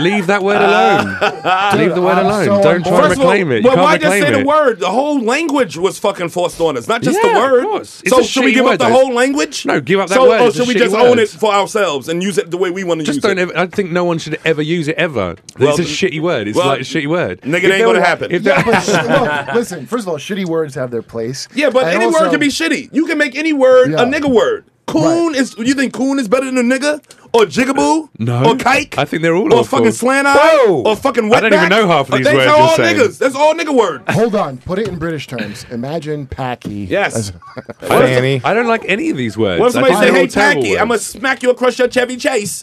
G: leave that word alone.
C: Uh,
G: leave the word
B: I'm
G: alone.
B: so on
G: Don't try
B: board.
G: to
C: First of all,
G: reclaim it. You
C: well,
G: can't
C: why just
G: reclaim
C: say
G: it.
C: the word? The whole language was fucking forced on us, not just
G: Yeah,
C: the
G: of
C: word.
G: course. It's
C: So
G: a
C: should we
G: shitty
C: give up
G: word,
C: the
G: though.
C: whole language?
G: No, give up that
C: so,
G: word.
C: Or
G: It's a
C: should we
G: shitty
C: just
G: word.
C: own it for ourselves and use it the way we want to
G: Just
C: use
G: don't
C: it?
G: ever. I think no one should ever use it ever.
C: Well,
G: it's a shitty word. It's
C: well,
G: like a shitty word.
C: nigga, it
G: If
C: ain't
G: there
C: gonna
G: were-
C: happen.
G: If there,
B: Yeah, but
C: [laughs]
B: sh- look, listen, first of all, shitty words have their place.
C: yeah, but
B: And
C: any
B: also-
C: word can be shitty. You can make any word
B: Yeah.
C: a nigga word. Coon is. You think coon is better than a nigga or jigaboo?
G: [laughs] No.
C: Or kike?
G: I think they're all
C: Or
G: awful.
C: fucking slant eye?
G: Whoa.
C: Or fucking wetback?
G: I don't even know half of
C: Uh,
G: these
C: they
G: words
C: They're
G: you're
C: all
G: saying.
C: niggas. That's all nigga word.
B: Hold on, put it in British terms. Imagine Packy.
C: Yes.
F: Fanny.
G: I don't like any of these words.
C: What if somebody
G: I
C: say,
G: think
C: "Hey,
G: they're all terrible
C: Packy, I'm gonna
G: words.
C: smack you across your Chevy Chase"?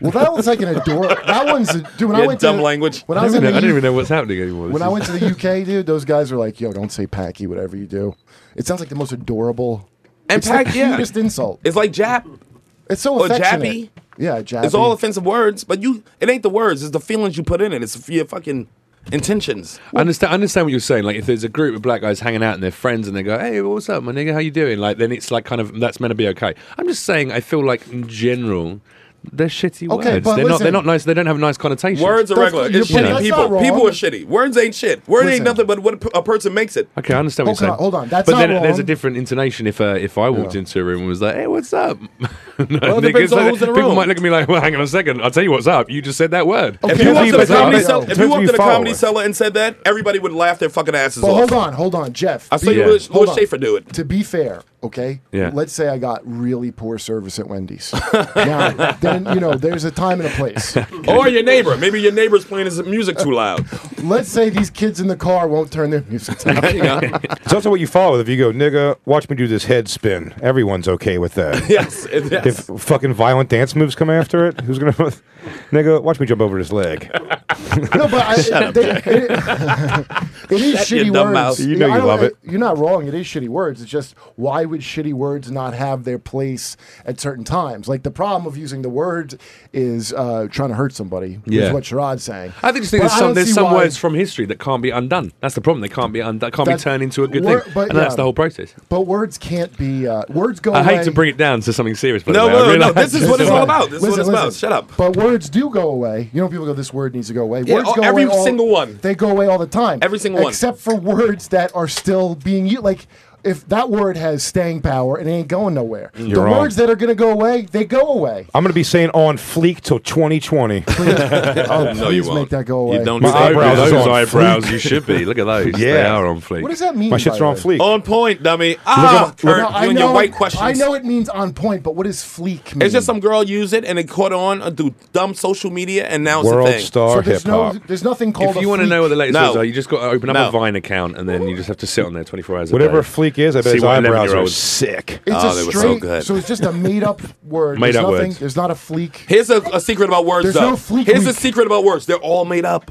B: Well, that was like an adorable. That one's a, dude. When I
C: Yeah,
B: went
C: dumb
B: to
C: language.
B: When
G: I
B: I
G: don't
B: was in
G: even know- I
B: the
G: don't
B: U-
G: even know what's happening anymore.
B: when
G: This
B: I
G: is-
B: went to the UK, dude, those guys were like, "Yo, don't say Packy, whatever you do." It sounds like the most adorable.
C: And
B: it's
C: pack,
B: the
C: yeah.
B: cutest insult.
C: It's like Jap.
B: It's so
C: Or
B: affectionate.
C: jappy.
B: Yeah, jappy.
C: It's all offensive words, but you it ain't the words, it's the feelings you put in it. It's your fucking intentions.
G: I understand. I understand what you're saying. Like, if there's a group of black guys hanging out and they're friends, and they go, "Hey, what's up, my nigga? How you doing?" Like, then it's like kind of that's meant to be okay. I'm just saying. I feel like in general, they're shitty
B: Okay,
G: words.
B: but
G: They're not. They're
B: listen.
G: not nice. They don't have nice connotations.
C: Words are
B: That's-
C: regular.
B: you're
C: It's
B: putting-
C: shitty
B: that's
C: people.
B: not wrong.
C: People are shitty. Words ain't shit. Words
B: Listen.
C: ain't nothing but what a person makes it.
G: Okay, I understand what
B: Hold
G: you're
B: on,
G: saying.
B: hold on, that's
G: but
B: not
G: then there's
B: wrong.
G: a different intonation. If uh, if I walked into a room and was like, "Hey, what's up?" [laughs] No,
C: Well, it depends
G: niggas, uh,
C: on who's in the
G: people
C: room.
G: might look at me like, "Well, hang on a second. I'll tell you what's up. You just said that word."
B: Okay.
C: If you
B: Depends
C: walked to
B: who
C: the
B: you
C: comedy
B: follow.
C: cellar, if you
F: Depends who
C: walked
F: you
C: to the
F: follow.
C: comedy cellar and said that, everybody would laugh their fucking asses
B: But
C: off.
B: hold on, hold on, Jeff.
C: I
B: Be-
C: saw
G: Yeah.
C: Louis,
B: Hold
C: Louis
B: on. [laughs]
C: Schaefer do it.
B: To be fair, okay.
G: Yeah.
B: Let's say I got really poor service at Wendy's. [laughs] now, then you know, there's a time and a
G: [laughs]
B: place.
C: Or your neighbor. [laughs] Maybe your neighbor's playing his music
B: [laughs]
C: too loud.
B: Let's say these kids in the car won't turn their music down.
C: You know?
F: It's also what you follow. If you go, nigga, watch me do this head spin. Everyone's okay with
C: [laughs]
F: that.
C: yes, it- yes.
F: If fucking violent dance moves come after it, who's gonna? [laughs] Nigga, watch me jump over this leg.
B: [laughs] No, but I, they- it- it is
C: your
B: shitty
C: dumb
B: words.
C: mouth.
F: You know
B: I
F: you
B: don't-
F: love it.
B: You're not wrong. It is shitty words. It's just why would shitty words not have their place at certain times? Like the problem of using the word is uh, trying to hurt somebody.
G: Yeah.
B: is what Sharad's saying.
G: I think just think
B: But
G: there's
B: I
G: some
B: don't
G: there's
B: see
G: some
B: why-
G: words from history that can't be undone. That's the problem. They can't be undone. Can't
B: That-
G: be turned into a good
B: wor-
G: thing.
B: but
G: and that's
B: yeah.
G: the whole process.
B: But words can't be uh, words go.
G: I
B: away.
G: hate to bring it down to something serious, but
C: No,
G: I
C: no, no,
G: realise-
C: this is what it's all about. This is what it's about. Shut up.
B: But words do go away. You know, people go, "This word needs to go away."
C: Yeah,
B: words
C: all-
B: go
C: every
B: away all-
C: single one.
B: They go away all the time.
C: Every single one.
B: except for words that are still being used. Like if that word has staying power, it ain't going nowhere. the
F: wrong.
B: words that are going to go away, they go
C: [laughs]
B: away.
F: I'm gonna be saying on fleek till 2020.
B: oh,
C: no, you
B: please
C: won't.
B: make that go away.
C: You don't
F: My
C: do that.
F: eyebrows
G: those
F: is on
G: eyebrows,
F: fleek.
G: you should be. Look at those.
F: Yeah.
G: They are on fleek.
B: What does that mean?
F: My
B: by
F: shits
B: the
F: are on
B: way?
F: fleek.
C: On point, dummy. Ah, Kurt,
B: No, I
C: you and your
B: know-
C: white questions.
B: I know it means on point, but what does fleek mean?
C: It's just some girl used it and it caught on uh, through dumb social media and now it's a
F: World
C: thing.
B: So
F: star hip
B: there's no,
F: hop.
B: there's nothing called.
G: If you want
B: to
G: to know what the latest
C: No.
G: ones are, you just got to open up
C: No.
G: a Vine account and then you just have to sit on there 24 hours.
F: Whatever
G: a
F: a
G: day.
F: fleek is, I bet
G: See
F: his
G: what
F: eyebrows are
G: 11-year-olds
F: sick.
B: It's
C: Oh,
B: a
C: they were so
B: straight,
C: good.
B: it's just a made
G: [laughs]
B: up word.
G: Made
B: there's
G: up
B: nothing,
G: words.
B: There's not a
G: [laughs]
B: fleek.
C: Here's a, a secret about words,
B: There's
C: though.
B: no fleek
C: Here's the
B: week.
C: secret about words. They're all made up.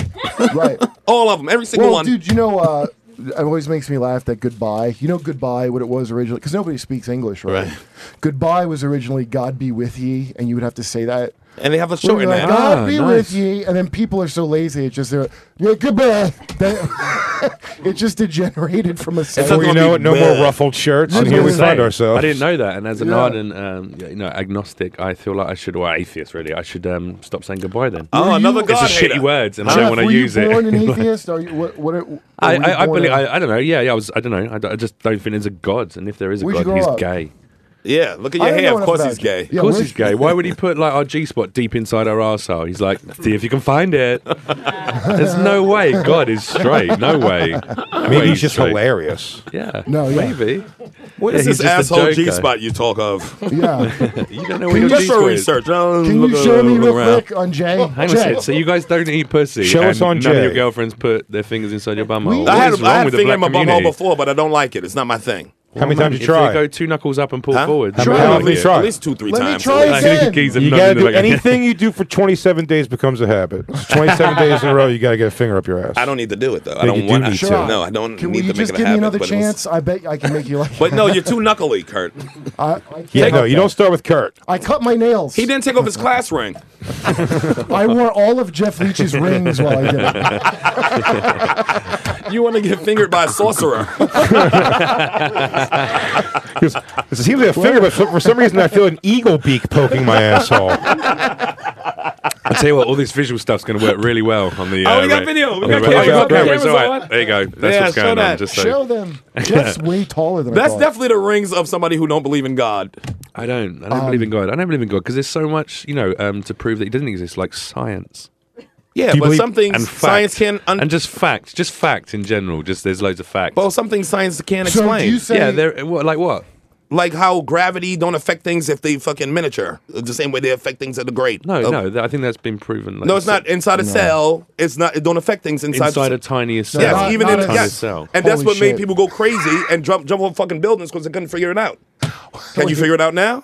B: right.
C: All of them. Every single
B: Well,
C: one.
B: dude, you know, uh, it always makes me laugh that goodbye, you know, goodbye, what it was originally, because nobody speaks English, right?
C: Right.
B: Goodbye was originally God be with ye, and you would have to say that.
C: And they have a
B: We
C: short
B: were
C: in
B: like,
C: there.
B: God
G: Ah,
B: be
G: nice.
B: with ye, and then people are so lazy, it's just, they're, yeah, goodbye. They- [laughs] it just degenerated from a
C: not
F: Well,
B: sentence.
F: you
C: gonna
F: know
C: be
F: it, no
C: bad.
F: more ruffled shirts.
B: I'm
F: And here we
B: gonna
F: find
G: Same.
F: ourselves.
G: I didn't know that, and as an
B: Yeah.
G: ardent, um, you know, agnostic, I feel like I should, well, atheist really, I should um, stop saying goodbye then.
C: Oh,
B: Were
C: another
B: you-
C: God
G: it's a
C: hater.
G: shitty words, and I
B: Jeff,
G: don't want
B: were
G: to use
B: you
G: it. [laughs]
B: born an atheist? Are you, what, what, are-
G: I,
B: were you
G: I, I
B: born
G: believe,
B: a-
G: I, I don't know. Yeah, yeah, I was. I don't know. I, d- I just don't think there's a god, and if there is a
B: Where'd you
G: god,
B: grow
G: he's
B: up?
G: gay.
C: Yeah, look at
B: I
C: your
B: don't
C: hair.
B: know
C: Of
B: enough
C: course
B: about
C: he's
B: it.
C: gay.
B: Yeah,
G: Of course
B: where's-
G: he's gay. Why would he put like our G spot deep inside our arsehole? He's like, see if you can find it. There's no way God is straight. No way. No way
F: Maybe he's just
G: straight.
F: hilarious.
G: Yeah.
B: No, yeah.
G: Maybe. What
C: It's this asshole G spot you talk of.
G: [laughs]
B: Yeah.
G: You don't know where your
C: Just
G: G spot
C: for
G: is.
C: research.
B: Can you show me real quick on Jay?
G: Hang on a
B: Jay.
G: second. So you guys don't eat pussy.
F: Show
G: and
F: us on
G: None of your
F: Jay.
G: girlfriends put their fingers inside your bumhole.
C: I
G: What
C: had,
G: is
C: I
G: wrong
C: had a
G: with the
C: finger in
G: black
C: my bumhole
G: community?
C: before, but I don't like it. It's not my thing.
F: How many times
G: If
F: you
G: you
F: try?
G: go two knuckles up and pull
C: Huh?
G: forward,
F: How
G: you
F: many
G: don't
F: times
G: like
F: you
G: it.
F: try?
C: At least two, three
B: Let me
C: times.
B: try
C: Like,
B: again.
G: Geese have
F: You
G: none
F: gotta
G: in the
F: do
G: back.
F: anything you do for 27 days becomes a habit. It's 27 days in a row, you gotta get a finger up your ass.
C: I don't need to do it though. I
F: No,
C: don't
F: you do
C: want
F: need
C: to.
F: to.
C: No, I don't
B: Can
C: need
B: will you
C: to make
B: just
C: it a
B: give me
C: habit,
B: another
C: but it was-
B: chance? I bet I can make you like.
C: [laughs] But no, you're too knuckly, Kurt.
B: I, I can't.
F: Yeah, no, you don't start with Kurt.
B: I cut my nails.
C: He didn't take off his class ring. [laughs]
B: I wore all of Jeff Leach's rings while I did it.
C: You want to get fingered by a sorcerer?
F: It seems like a finger, but for for some reason I feel an eagle beak poking my asshole.
G: I tell you what, all this visual stuff's going to work really well on the.
C: Oh,
G: Uh,
C: we got
G: ra-
C: video. We got
G: on the ra-
C: video.
G: oh,
C: Got
G: you
C: cameras
G: cameras, all
C: on.
G: right. There you go. That's
C: Yeah,
G: what's
C: show
G: going
C: that.
G: on. Just
B: Show
G: so.
B: them. Jeff's way taller than
C: That's
B: I thought.
C: definitely the rings of somebody who don't believe in God.
G: I don't. I don't believe
C: Um,
G: in God. I don't believe in God because there's so much, you know, um, to prove that He doesn't exist, like science
C: Yeah,
F: Do you
C: but
F: believe-
C: some things
G: and fact,
C: science can un-
G: and just fact, just fact in general. Just there's loads of facts.
C: well, some things science can't
B: So do
C: explain.
B: you say-
G: yeah, there. What, like what?
C: like how gravity don't affect things if they fucking miniature the same way they affect things at the grade.
G: No,
C: Uh,
G: no. That, I think that's been proven. Like,
C: no, it's not inside a cell. It's not. It don't affect things inside.
G: inside
C: the
G: a tiniest cell.
C: Yes,
B: not-
C: even
B: not
C: in
B: a-
G: tiniest
C: yes.
G: cell.
C: and that's
B: Holy
C: what made
B: shit.
C: people go crazy and jump jump off fucking buildings because they couldn't figure it out. Can you figure it out now?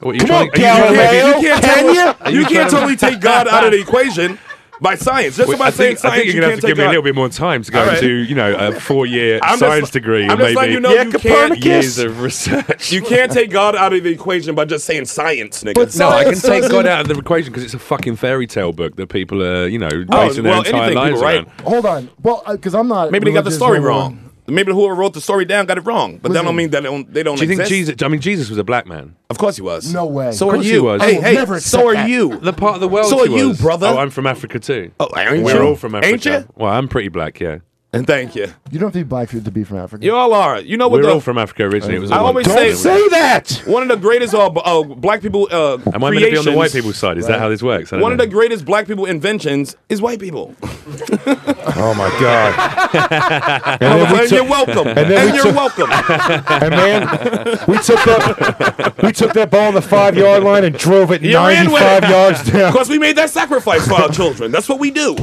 G: What, you trying- are you trying to make it-
F: Galileo.
C: You can't,
F: Can
C: totally-
F: you?
C: you
G: you
C: can't
G: trying to-
C: totally take God out of the equation by science. Just
G: Wait,
C: by
G: I
C: saying
G: think, I
C: science,
G: think
C: you
G: you're
C: can't
G: gonna have to
C: take
G: give me a
C: God.
G: little bit more time to go
C: All right.
G: into you know a four-year
C: [laughs] I'm just
G: science
C: let-
G: degree
C: I'm
G: and
C: just
G: maybe
C: letting you know
F: Yeah,
C: you can't.
F: Copernicus.
G: years of research.
C: [laughs] You can't take God out of the equation by just saying science, nigga.
B: But
G: No, I can
B: Science
G: take
C: [laughs]
G: God
B: doesn't-
G: out of the equation because it's a fucking fairy tale book that people are, you know, basing their
C: well,
G: entire
C: anything
G: lives
C: people write.
G: around.
B: Hold on. Well, because I'm not.
C: Maybe they got the
B: religious
C: story
B: or-
C: wrong. Maybe whoever wrote the story down got it wrong. But that
B: Listen.
C: don't mean that they don't, they don't
G: Do you think
C: exist.
G: Jesus? I mean, Jesus was a black man.
C: Of course he was.
B: No way.
C: So
G: Of
C: are
G: course he
C: you.
G: was. I
C: Hey,
B: will
C: hey.
B: never accept
C: so are
B: that.
C: you.
G: The part of the world.
C: So
G: he
C: are you,
G: was.
C: brother.
G: Oh, I'm from Africa too.
C: Oh, aren't
G: We're
C: you?
G: all from Africa.
C: Ain't you?
G: Well, I'm pretty black, yeah.
C: And thank you.
B: You don't have to be black for- to be from Africa.
C: You all are. You know what?
G: We're
C: Oh, the,
G: all from Africa originally. It was
C: I
G: all
C: always
G: one
C: say-
G: continent.
F: Say that!
C: One of the greatest uh, b- uh, black people. Uh,
G: Am I meant to be on the white
C: creations-
G: people's side? Is that how this works? I don't
C: One of
G: know.
C: the greatest black people inventions is white people.
F: Oh my god!
C: [laughs]
F: and, then we
C: and you're
F: took,
C: welcome. And,
F: then we
C: you're
F: took-
C: welcome.
F: and man, we took that we took that ball on the five yard line and drove it
C: You ran with it.
F: ninety-five yards
C: [laughs]
F: down.
C: Because we made that sacrifice for our children. That's what we do. [laughs]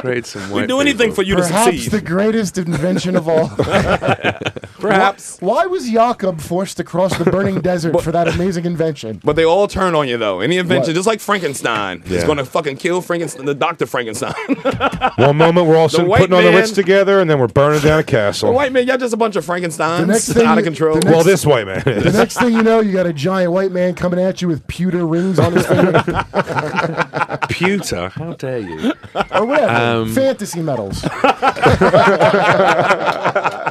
G: Create some
C: We
G: white
C: do anything
G: people.
C: for you to
B: Perhaps
C: succeed.
B: the greatest invention of
C: [laughs]
B: all.
C: Perhaps.
B: Why was Jakob forced to cross the burning desert for that amazing invention?
C: But they all turn on you though. Any invention,
B: What?
C: just like Frankenstein, is
G: Yeah.
C: going to fucking kill Frankenstein, the Doctor
B: [laughs]
C: Frankenstein.
F: One moment we're all sitting,
C: white
F: putting all the
C: man-
F: wits together, and then we're burning down a castle.
C: White man, y'all just a bunch of
B: The next
C: Frankenstein's
B: thing
C: out of
B: you-
C: control.
B: the
F: well, this white man.
B: The
F: Is.
B: [laughs] next thing you know, you got a giant white man coming at you with pewter rings on his finger
G: Pewter? How dare you?
B: or whatever.
G: Um,
B: Fantasy medals.
G: It's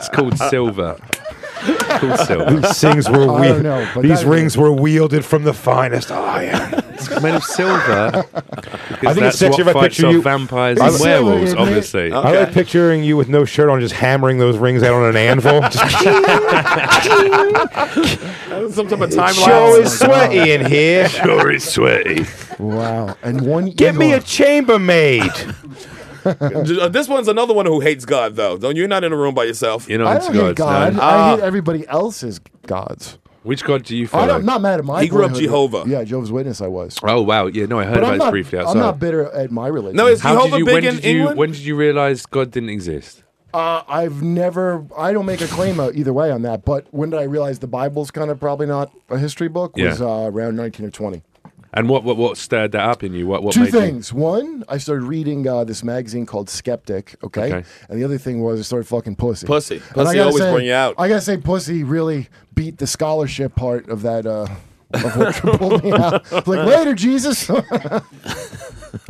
G: called silver. It's called silver.
F: These things were
B: I
F: we-
B: don't know, but
F: These
B: that-
F: rings were wielded from the finest Oh, iron.
G: It's made of silver. Because
F: I think it's
G: that's
F: sexy if I
G: what fights
F: picture
G: off
F: you-
G: vampires
B: It's
G: and
B: silver,
G: werewolves,
B: isn't it?
G: obviously.
F: I like picturing you with no shirt on, just hammering those rings out on an
G: [laughs]
F: anvil. Just, [laughs]
C: Some type of time
F: sure
C: lapse.
F: is sweaty in
G: [laughs]
F: here.
G: Sure is sweaty.
B: wow. And one
F: Get me
B: eagle.
F: a chambermaid.
C: [laughs] Uh, This one's another one who hates God though. Don't you're not in a room by yourself.
G: You know,
B: I
G: it's
B: don't hate
G: God's
B: God.
G: name.
B: I hate everybody else's gods.
G: Which God do you
B: Ah. I
G: follow?
B: don't, I'm not mad at my.
C: He grew up
B: boyhood.
C: Jehovah.
B: Yeah, Jehovah's Witness. I was.
G: Oh wow, yeah, no, I heard
B: But
G: about
B: I'm
G: this
B: not,
G: briefly
B: I'm
G: outside.
B: not bitter at my religion.
C: No, it's
G: How
C: Jehovah
G: did you?
C: big
G: When
C: in
G: did you?
C: England.
G: When did you realize God didn't exist?
B: uh, I've never. I don't make a claim uh, either way on that. But when did I realize the Bible's kind of probably not a history book? Was
G: Yeah.
B: uh, around 19 or 20.
G: And what what what stirred that up in you? What what
B: Two
G: made
B: things. One, I started reading uh, this magazine called Skeptic. Okay?
G: Okay.
B: and the other thing was I started fucking pussy.
C: Pussy.
B: And I
C: Pussy
B: gotta
C: always
B: say-
C: bring you out.
B: I gotta say, pussy really beat the scholarship part of that. Uh, of what pulled me
C: [laughs]
B: out. Like later, Jesus. [laughs]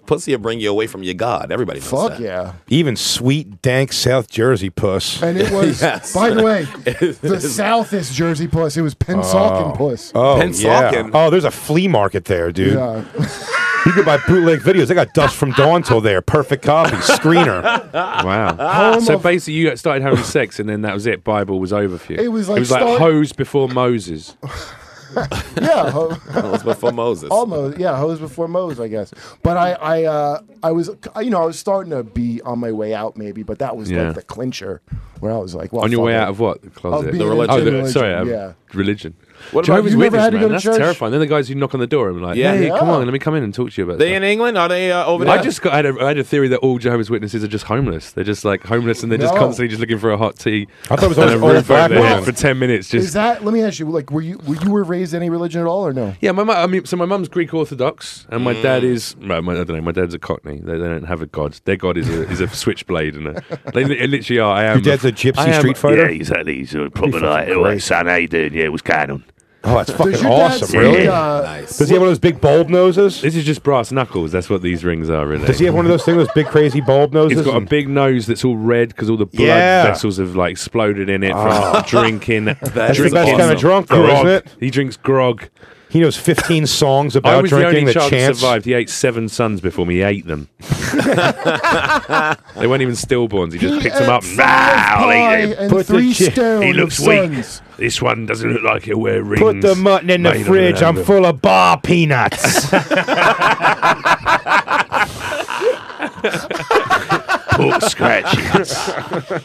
C: Pussy will bring you away from your God. Everybody knows
B: Fuck
C: that.
B: yeah.
F: Even sweet, dank South Jersey puss.
B: And it was,
C: Yes.
B: by the
C: [laughs]
B: way, the South is Jersey puss. It was Pensalkin puss.
F: Oh,
C: Pensalkin.
F: yeah. Oh, there's a flea market there, dude.
B: Yeah.
F: You could buy bootleg videos. They got Dust from Dawn till there. Perfect copy.
G: [laughs]
F: Screener.
B: [laughs]
G: Wow. so basically, you started having sex, and then that was it. Bible was over for you.
B: It was like
G: it was like
B: start-
G: hose before Moses.
B: yeah, ho-
C: [laughs] That was before Moses.
B: almost. Yeah, hose before Mose, I guess. But I, I, uh, I was, you know, I was starting to be on my way out, maybe. But that was
G: Yeah.
B: like the clincher, where I was like, well,
G: On your
B: fuck
G: way
B: it.
G: out of what? The closet.
B: being
G: the
B: in
G: religion.
B: a
G: Oh, the-
B: religion,
G: sorry. um,
B: yeah.
G: Religion.
C: What about-
G: Jehovah's
B: you never
G: Witness,
B: had to go
G: man,
B: to
G: That's
B: church?
G: terrifying. Then the guys who knock on the door and like,
C: Yeah.
G: hey,
B: Yeah.
G: come on, let me come in and talk to you about
C: they
G: that.
C: in England? Are they uh, over
G: I
C: there?
G: just got. I had, a, I had a theory that all Jehovah's Witnesses are just homeless. They're just like homeless, and they're just
B: No.
G: constantly just looking for a hot tea.
F: I thought it was
G: and a
F: always old
G: roof
F: black
G: over their head
F: women.
G: for ten minutes. Just
B: Is that? Let me ask you. Like, were you, were you were raised any religion at all, or no?
G: Yeah, my mu- I mean, so my mum's Greek Orthodox, and my dad is well, my, I don't know. My dad's a Cockney. They, they don't have a god. Their god is a, [laughs] is a switchblade, and a, they li- literally are. I am.
F: dad's a gypsy
G: I am-
F: street fighter?
G: Yeah, exactly. He's a proper
F: like, "Oh, great.
G: son, how you doing? Yeah, it was canon.
F: Oh, that's
B: Does
F: fucking
B: your dad
F: awesome.
B: say,
F: Really?
B: uh,
F: Does he have one of those big bulb noses?
G: This is just brass knuckles. That's what these rings are, really.
F: Does he have one of those things, those big crazy bulb noses?
G: He's got a
F: and-
G: big nose that's all red because all the blood
F: Yeah. Ah.
G: vessels have like exploded in it from drinking.
C: That's the
G: drinking
C: best kind
F: of drunk, though, isn't
G: grog.
F: it?
G: He drinks grog.
F: He knows 15 songs
G: I
F: about
G: was the
F: drinking
G: only
F: the,
G: child that
F: chance.
G: survived. He ate seven sons before me. He ate them. they weren't even stillborns. He just
B: He
G: picked them up.
B: ate
G: and,
B: some
G: "Ah, I'll
B: pie
G: eat him.
B: and
F: Put the
B: three
F: chi-
B: stones.
G: He looks weak. This one doesn't look like he'll wear rings.
F: Put the mutton in the
G: Made of
F: fridge. I'm
G: leather."
F: full of bar [laughs] peanuts.
G: Pork scratches.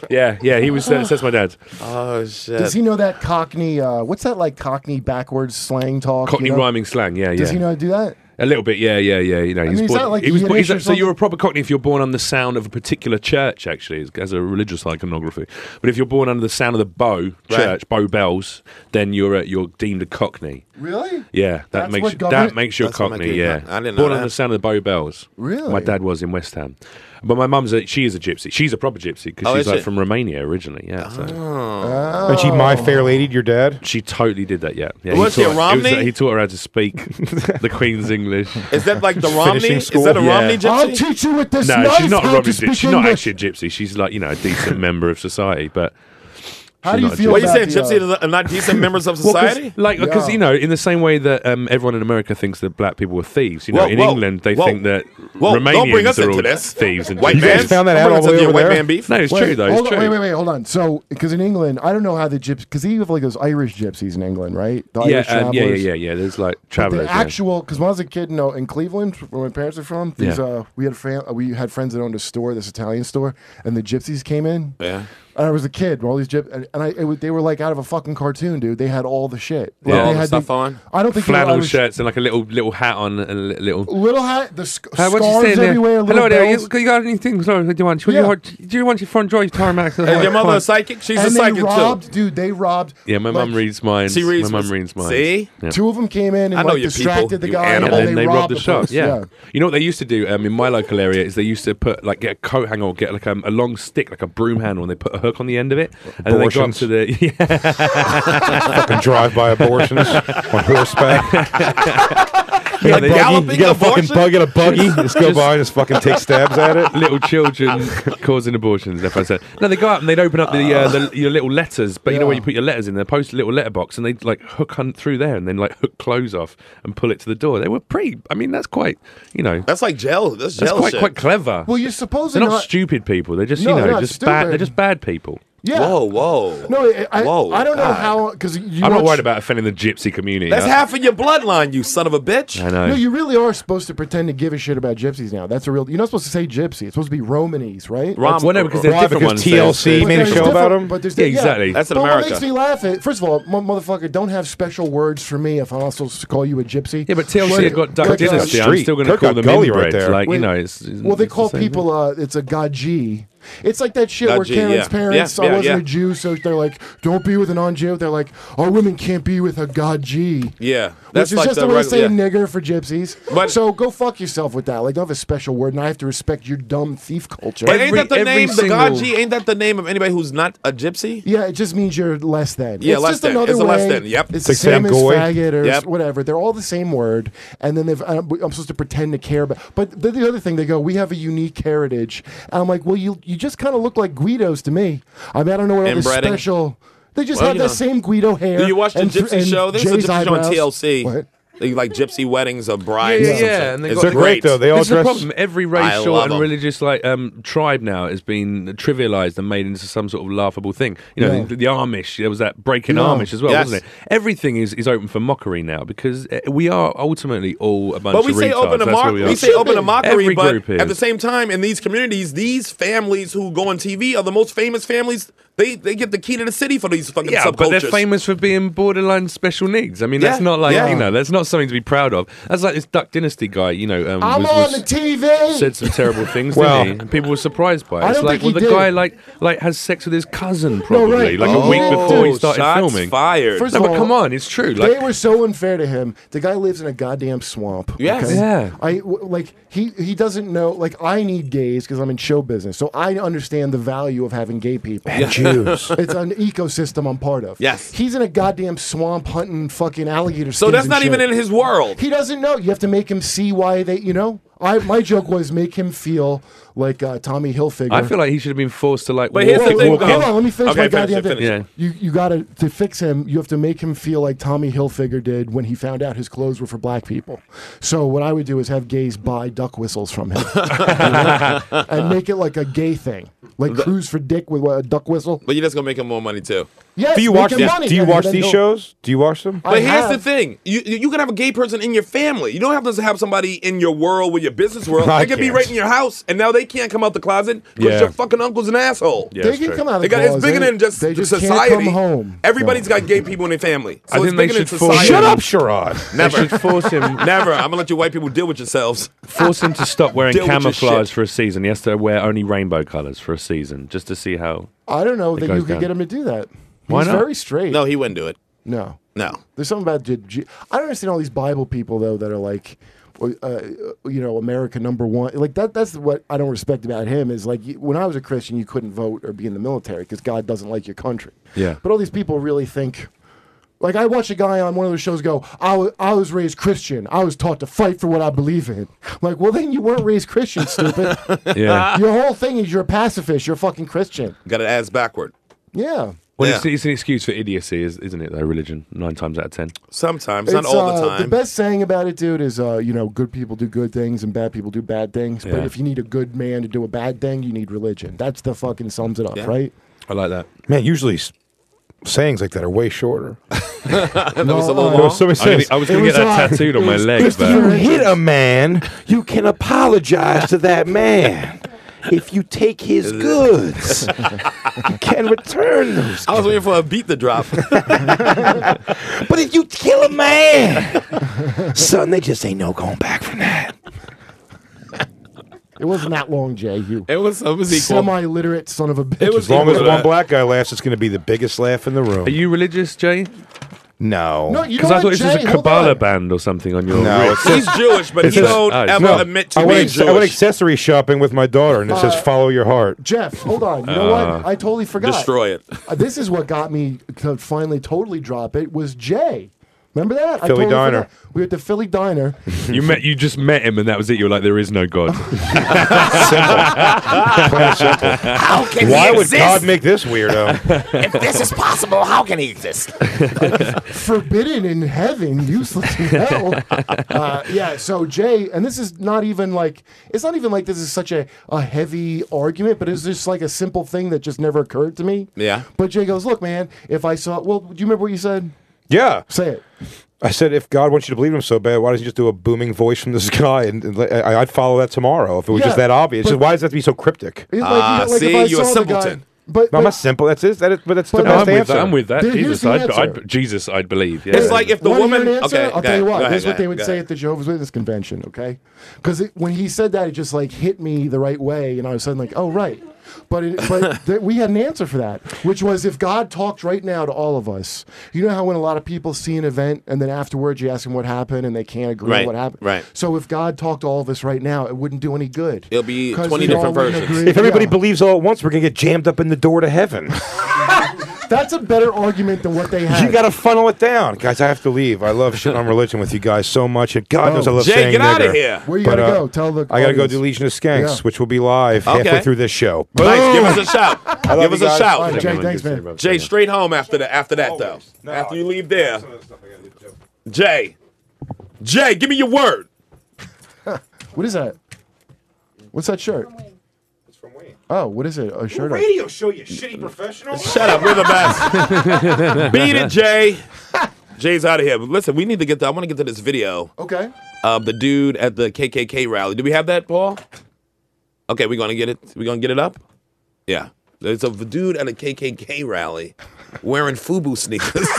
F: [laughs]
G: yeah, yeah. He was. Uh, says my dad.
C: oh shit!
B: Does he know that Cockney? Uh, what's that like Cockney backwards slang talk? you
G: Cockney
B: know?
G: rhyming slang. Yeah, yeah.
B: Does he know how to do that?
G: A little bit, yeah, yeah, yeah. You know, he's
B: mean, is
G: born,
B: that like
G: he was born,
B: Yiddish
G: he's
B: or
G: a- so you're a
B: something?
G: proper Cockney if you're born under the sound of a particular church, actually, as, as a religious iconography. But if you're born under the sound of the bow church, bow bells, then you're a, you're deemed a Cockney.
B: Really?
G: Yeah, that
B: That's
G: makes
B: what
G: you, that
B: government-
G: makes you a
C: That's what
G: Cockney.
C: makes you a
G: Yeah,
C: Cockney. I didn't know
G: born
C: that.
G: under the sound of the bow bells.
B: Really?
G: my dad was in West Ham, but my mum's a, she is a gypsy. She's a proper gypsy because
C: Oh, is
G: she's like
C: she? Ah.
G: from Romania originally. Yeah, so
F: and she, my fair lady, your dad.
G: she totally did that. Yeah, yeah.
C: Was
G: he
C: it
G: taught, was,
C: Romney?
G: uh, he taught her how to speak [laughs] the Queen's English.
C: Is that like the [laughs] Romney?
F: finishing
C: Is
F: school?
C: that a
G: Yeah.
C: Romney
B: I'll
C: gypsy?
B: teach you with this
G: No,
B: knife
G: she's not a
B: how
G: Romney
B: to speak
G: gypsy. She's not
B: English.
G: actually a gypsy. She's like, you know, a
B: [laughs]
G: decent member of society. But
B: How do you
G: not a
B: feel?
G: gypsy.
C: What are you
B: about
C: saying?
B: the, uh,
C: Gypsy are not
B: [laughs]
C: decent members of
G: Well, 'cause-
C: society?
G: like, because
B: Yeah.
G: you know, in the same way that um, everyone in America thinks that black people are thieves, you know,
C: Whoa,
G: in
C: whoa,
G: England they
C: whoa.
G: think that
C: Whoa,
G: Romanians
C: don't bring us
G: are
C: into
G: all
C: this.
G: thieves and
C: White
G: gypsies.
C: man
F: guys found that out
C: Don't bring us
F: all the way
C: into your
F: over
C: white
F: there?
C: man beef.
G: No, it's
B: Wait,
G: true though. It's
B: Hold
G: true.
B: on, wait, wait, wait, hold on. So, because in England, I don't know how the gyps because they have like those Irish gypsies in England, right? The
G: Yeah,
B: Irish
G: um, yeah, yeah,
B: travelers.
G: yeah, yeah. There's like
B: But
G: travelers.
B: The
G: yeah.
B: actual, because when I was a kid, no, in Cleveland, where my parents are from, these
G: Yeah.
B: uh, we had fam- uh, we had friends that owned a store, this Italian store, and the gypsies came in.
C: Yeah.
B: And I was a kid, when all these gyp, and, and I, it, was- they were like out of a fucking cartoon, dude. They had all the shit. Like,
G: Yeah.
B: they
G: All
C: the
B: had
C: stuff on?
B: I don't think they were
G: flannel
B: Irish-
G: shirts and like a little little hat on and a li- little.
B: little hat, the sc-
G: Hi, what you
B: scarves
G: saying there?
B: everywhere. Little
G: Hello there. You,
B: bells.
G: you got anything? Sorry, do you want? Do you
B: Yeah.
G: want? Do you want your front drive tarmac?
C: Is your mother a psychic? She's a
B: and they
C: psychic
B: robbed,
C: too.
B: dude. They robbed.
G: Yeah, my
B: like,
G: mum reads mine.
C: She reads.
G: My mum reads mine.
C: See,
G: Yeah.
B: Two of them came in and
C: I know
B: like
C: you people,
B: distracted the
C: you
B: guy,
C: animal.
B: and
G: and then
B: they,
G: they robbed the, shop.
B: place.
G: Yeah. you know what they used to do um, in my local area is they used to put like get a coat hanger or get like um, a long stick, like a broom handle, and they put a hook on the end of it, and then they go up
F: Abortions.
G: to the [laughs] yeah,
F: [laughs] Fucking drive-by abortions [laughs] on horseback. You got a buggy-
C: galloping
F: you got a fucking
C: abortion?
F: bug in a buggy. Just go by and just fucking take stabs at it. [laughs]
G: little children causing abortions. Left, right, centre. No, they go up and they'd open up the, uh, the your little letters, but you know where you put your letters in, they post a little letterbox, and they'd like hook hunt through there, and then like hook clothes off and pull it to the door. They were pretty. I mean, that's quite you know
C: that's like jail. That's
G: that's
C: jail
G: quite
C: shit.
G: quite clever.
B: Well, you're supposed
G: they're
B: to
G: not,
B: not.
G: stupid people. They're just
B: No,
G: you
B: they're
G: know
B: not
G: just bad. They're
B: stupid.
G: just bad people.
B: yeah.
C: Whoa, whoa,
B: No, I, I,
C: whoa!
B: I don't know
C: God.
B: how because you.
G: I'm
B: are
G: not worried
B: s-
G: about offending the gypsy community.
C: That's
G: I-
C: half of your bloodline, you son of a bitch.
G: I know.
B: No, you really are supposed to pretend to give a shit about gypsies now. That's a real. You're not supposed to say gypsy. It's supposed to be Romanies, right?
C: Rom-
G: Well, no, because they're
F: Why?
G: different
F: Because
G: ones.
F: TLC
G: They're-
B: But
F: made a
B: there's
F: show
B: different-
F: about 'em?
B: But there's
G: Yeah,
B: yeah.
G: exactly.
C: That's
B: but
C: America.
B: What makes me laugh at first of all, mo- motherfucker, don't have special words for me if I'm also supposed to call you a gypsy.
G: Yeah, but TLC
B: Like-
G: have got Duck
B: like, uh,
G: Dynasty. I'm
F: street.
G: still going to
F: Kirk got
G: call them
F: gully
G: inbreeds.
F: right there.
G: Like,
B: Wait.
G: you know, it's, it's-
B: Well, they
G: it's
B: call
G: the same
B: people.
G: thing.
B: Uh, it's a gaji. It's like that shit where
C: Gaji,
B: Karen's
C: yeah.
B: parents.
C: Yeah,
B: I
C: yeah,
B: wasn't
C: yeah.
B: a Jew, so they're like, "Don't be with a non-Jew." They're like, "Our women can't be with a gaji."
C: Yeah, that's
B: Which is
C: like
B: just
C: the
B: a way to
C: regular.
B: say
C: yeah.
B: nigger for gypsies.
C: But-
B: so go fuck yourself with that. Like, don't have a special word, and I have to respect your dumb thief culture.
C: But ain't
G: Every-
C: that the
G: every
C: name? The
G: single-
C: Gaji ain't that the name of anybody who's not a gypsy?
B: yeah, it just means you're less than.
C: Yeah,
B: it's
C: less
B: just
C: than.
B: Another
C: It's a
B: way.
C: less than. Yep.
B: It's
F: Like
B: the same
F: Sam
B: as
F: Goy.
B: faggot or
C: Yep.
B: whatever. They're all the same word, and then they've, I'm, I'm supposed to pretend to care about. But the, the other thing, they go, "We have a unique heritage." And I'm like, "Well, you you just kind of look like Guidos to me." I mean, I don't know what all this
C: Inbreeding.
B: special. They just
C: Well,
B: have
C: you
B: that
C: know.
B: same Guido hair.
C: Do you watch the
B: and thr-
C: Gypsy
B: and
C: show? There's a
B: Jay's
C: Gypsy show on
B: eyebrows.
C: TLC.
B: What?
C: They like gypsy weddings of brides.
G: Yeah, yeah,
C: or some
G: yeah,
C: shit.
G: and they
C: It's
G: got- They're
F: great, though. They all
G: this is the
F: dress-
G: problem. Every racial
C: love
G: and
C: 'em.
G: religious like um, tribe now has been trivialized and made into some sort of laughable thing. You know,
B: Yeah.
G: the, the Amish. There was that breaking
B: Yeah.
G: Amish as well,
C: Yes.
G: wasn't it? Everything is, is open for mockery now because uh, we are ultimately all a bunch
C: But we
G: of
C: say
G: retards.
C: open to
G: That's what
C: mock-
G: we
C: we,
G: are.
C: say open to mockery,
G: Every
C: but
G: group is.
C: at the same time, in these communities, these families who go on TV are the most famous families. They they get the key to the city for these fucking
G: Yeah,
C: subcultures.
G: but they're famous for being borderline special needs. I mean, that's
C: Yeah,
G: not like
C: yeah.
G: you know, that's not something to be proud of. That's like this Duck Dynasty guy. You know, um,
B: I'm
G: was-
B: on
G: was-
B: the TV.
G: said some
C: [laughs]
G: terrible things,
F: Well-
G: didn't he? And people were surprised by it.
B: I
G: It's
B: don't
G: like,
B: think
G: well,
B: he
G: the guy
B: did.
G: like like has sex with his cousin probably
B: right.
G: like
B: Oh,
G: a week before he started
C: shots
G: filming.
C: Fired.
B: First
G: No,
B: of
G: but
B: all,
G: come on, it's true.
B: they
G: Like,
B: were so unfair to him. The guy lives in a goddamn swamp.
C: Yes.
G: Yeah.
B: I w- like he he doesn't know. Like I need gays because I'm in show business, so I understand the value of having gay people. [laughs]
F: Jews.
B: It's an ecosystem I'm part of.
C: Yes.
B: He's in a goddamn swamp hunting fucking alligator.
C: so
B: skins
C: that's
B: and
C: not even
B: shit.
C: in his world.
B: He doesn't know. You have to make him see why they. You know. I my joke was make him feel like uh, Tommy Hilfiger.
G: I feel like he should have been forced to like.
C: But here's
G: walk-
C: the thing,
G: walk
C: though.
G: in.
B: Hold on, let me finish
C: Okay,
B: my
C: finish it,
B: goddamn thing.
G: finish it.
B: You you gotta to fix him. You have to make him feel like Tommy Hilfiger did when he found out his clothes were for black people. So what I would do is have gays buy duck whistles from him, You know? and make it like a gay thing, like cruise for dick with what, a duck whistle.
C: But you're just gonna make him more money too.
B: Yes,
F: Do you
B: make
F: watch?
B: him
F: these-
B: money,
F: Do you
B: and
F: watch
B: then
F: these
B: he'll-
F: shows? Do you watch them?
B: I
C: But here's the
B: have.
C: thing: you you you can have a gay person in your family. You don't have to have somebody in your world with your business
G: [laughs]
C: world.
F: I
C: They could be
F: can't.
C: right in your house, and now they can't come out the closet because
G: Yeah.
C: your fucking uncle's an asshole.
G: Yeah,
B: They
G: that's
B: can
G: true.
B: come out of
C: They
B: the
C: got, it's
B: closet.
C: bigger than just,
B: they just
C: society.
B: Can't come home.
C: Everybody's got gay people in their family. So
G: I
C: it's
G: think they
C: bigger than
G: should force
C: society.
G: him-
F: Shut up, Sherrod.
G: They should force him.
C: [laughs] Never. I'm gonna let you white people deal with yourselves.
G: Force him to stop wearing
C: Deal with your
G: camouflage
C: shit.
G: for a season. He has to wear only rainbow colors for a season, just to
C: [laughs]
G: see how.
B: I don't know that
G: goes
B: you could
G: down.
B: get him to do that.
G: Why
B: He's
G: not?
B: very straight.
C: No, he wouldn't do it.
B: no.
C: No.
B: There's something about Je- Je- I don't understand all these Bible people though that are like, uh, uh, you know, America number one. Like that. That's what I don't respect about him is like you- when I was a Christian, you couldn't vote or be in the military because God doesn't like your country.
G: Yeah.
B: But all these people really think. Like I watch a guy on one of those shows go, I wa- I was raised Christian. I was taught to fight for what I believe in. I'm like, well, then you weren't raised Christian, stupid.
G: Yeah.
B: Your whole thing is you're a pacifist. You're a fucking Christian.
C: Got an ass backward.
B: Yeah.
G: Well,
C: Yeah.
G: it's, it's an excuse for idiocy, is- isn't it? Though religion, nine times out of ten.
C: Sometimes, not all the
B: uh,
C: time.
B: best saying about it, dude, is uh, you know, good people do good things and bad people do bad things.
G: Yeah.
B: But if you need a good man to do a bad thing, you need religion. That's the fucking sums it up,
C: Yeah.
B: right?
G: I like that.
F: Man, usually s- sayings like that are way shorter.
C: that was a little
F: There was
C: long.
F: so many
G: I, gonna-
F: sayings.
G: I was going to
B: was
G: get that
B: hard.
G: tattooed on my leg,
F: If you
G: but
F: hit a man, you can apologize to that man. If you take [laughs] his goods, you can return those.
C: I was waiting for a beat to drop.
F: But if you kill a man, son, they just ain't no going back from that.
B: It wasn't that long, Jay. You
C: it was it was equal.
B: semi-literate son of a bitch.
C: It was
F: As long as
C: equal.
F: one black guy laughs, it's going to be the biggest laugh in the room.
G: are you religious, Jay?
F: no.
B: no, you know
G: Because I
B: what,
G: thought this
B: Jay?
G: was a
B: Hold
G: Kabbalah
B: on.
G: band or something on your
F: No,
G: wrist. [laughs]
C: [laughs]
F: it's
C: He's Jewish, but he
G: It's-
C: don't
G: oh, it's-
C: ever
G: no.
C: admit to
F: I
C: being
F: went,
C: Jewish.
F: I went accessory shopping with my daughter, and it says "Follow your heart." [laughs]
B: Jeff, hold on. You know what? I totally forgot.
C: Uh, Destroy it.
B: Uh, this is what got me to finally totally drop it was Jay. Remember that? I
F: Philly
B: totally
F: Diner.
B: forgot. We were at the Philly Diner.
G: You met, you just met him, and that was it. You were like, "There is
B: [laughs]
G: no God."
F: Why would God make this weirdo?
B: forbidden in heaven, useless in
C: [laughs]
B: hell. uh, yeah. So Jay, and this is not even like it's not even like this is such a, a heavy argument, but it's just like a simple thing that just never occurred to me.
C: Yeah.
B: But Jay goes, look, man, if I saw, well, do you remember what you said?
F: yeah,
B: Say it.
F: I said if God wants you to believe in him so bad, why doesn't he just do a booming voice from the [laughs] sky? And, and let- I, I'd follow that tomorrow if it was
B: Yeah,
F: just that obvious.
B: but-
F: Just why does it have to be so cryptic? Uh,
B: It's like,
C: Ah,
B: you know, like
C: see,
B: if I
C: you're a
B: saw the guy-
C: simpleton.
B: but,
F: No, I'm
B: but-
F: not simple. That's it. That is, but that's the
B: But
G: No,
F: best
G: I'm with
F: answer.
G: that. I'm with that.
B: Dude, here's
G: Jesus,
B: the
G: I'd,
B: answer.
G: I'd, Jesus, I'd believe. Yeah.
C: It's like if the
B: Wanna hear
C: woman.
B: an answer?
C: Okay,
B: I'll
C: go
B: tell you
C: ahead,
B: what.
C: go
B: This is
C: ahead,
B: what they would
C: go
B: say
C: ahead.
B: at the Jehovah's Witness convention, okay? Because when he said that, it just like hit me the right way, and I was suddenly like, oh right. But it,
C: [laughs]
B: but th- we had an answer for that, which was if God talked right now to all of us. You know how when a lot of people see an event and then afterwards you ask them what happened and they can't agree
C: Right,
B: on what happened.
C: right.
B: So if God talked to all of us right now, it wouldn't do any good.
C: It'll be
B: 'Cause
C: 20
B: we all
C: different
B: wouldn't
C: versions.
B: agree-
F: If everybody
B: yeah.
F: believes all at once, we're gonna get jammed up in the door to heaven.
B: that's a better argument than what they had.
F: you gotta funnel it down, guys. I have to leave. I love [laughs] shit on religion with you guys so much, and God knows I love
C: Jay,
F: saying
C: get outta
F: nigger.
C: here.
B: Where you
F: But,
B: gotta
F: uh,
B: go? Tell the
F: I gotta go
B: audience.
F: do Legion of Skanks,
B: Yeah.
F: which will be live
C: Okay.
F: halfway through this show.
C: Nice, give us a shout.
F: love
C: Give
F: you
C: us a
F: guys.
B: All
C: shout.
B: right, Jay, thanks, man.
C: Jay, straight home after that. After that, though. After you leave there, Jay. Jay, give me your word.
B: What is that? What's that shirt? It's from Wayne. Oh, what is it? A shirt? on-
F: Radio show, you shitty professional.
C: Shut up. We're the best. [laughs] Beat it, Jay. Jay's out of here. But listen, we need to get to, I want to get to this video
B: Okay.
C: of the dude at the KKK rally. Do we have that, Paul? Okay, we're going to get it. We're going to get it up? Yeah. There's a dude at a KKK rally wearing FUBU sneakers. [laughs]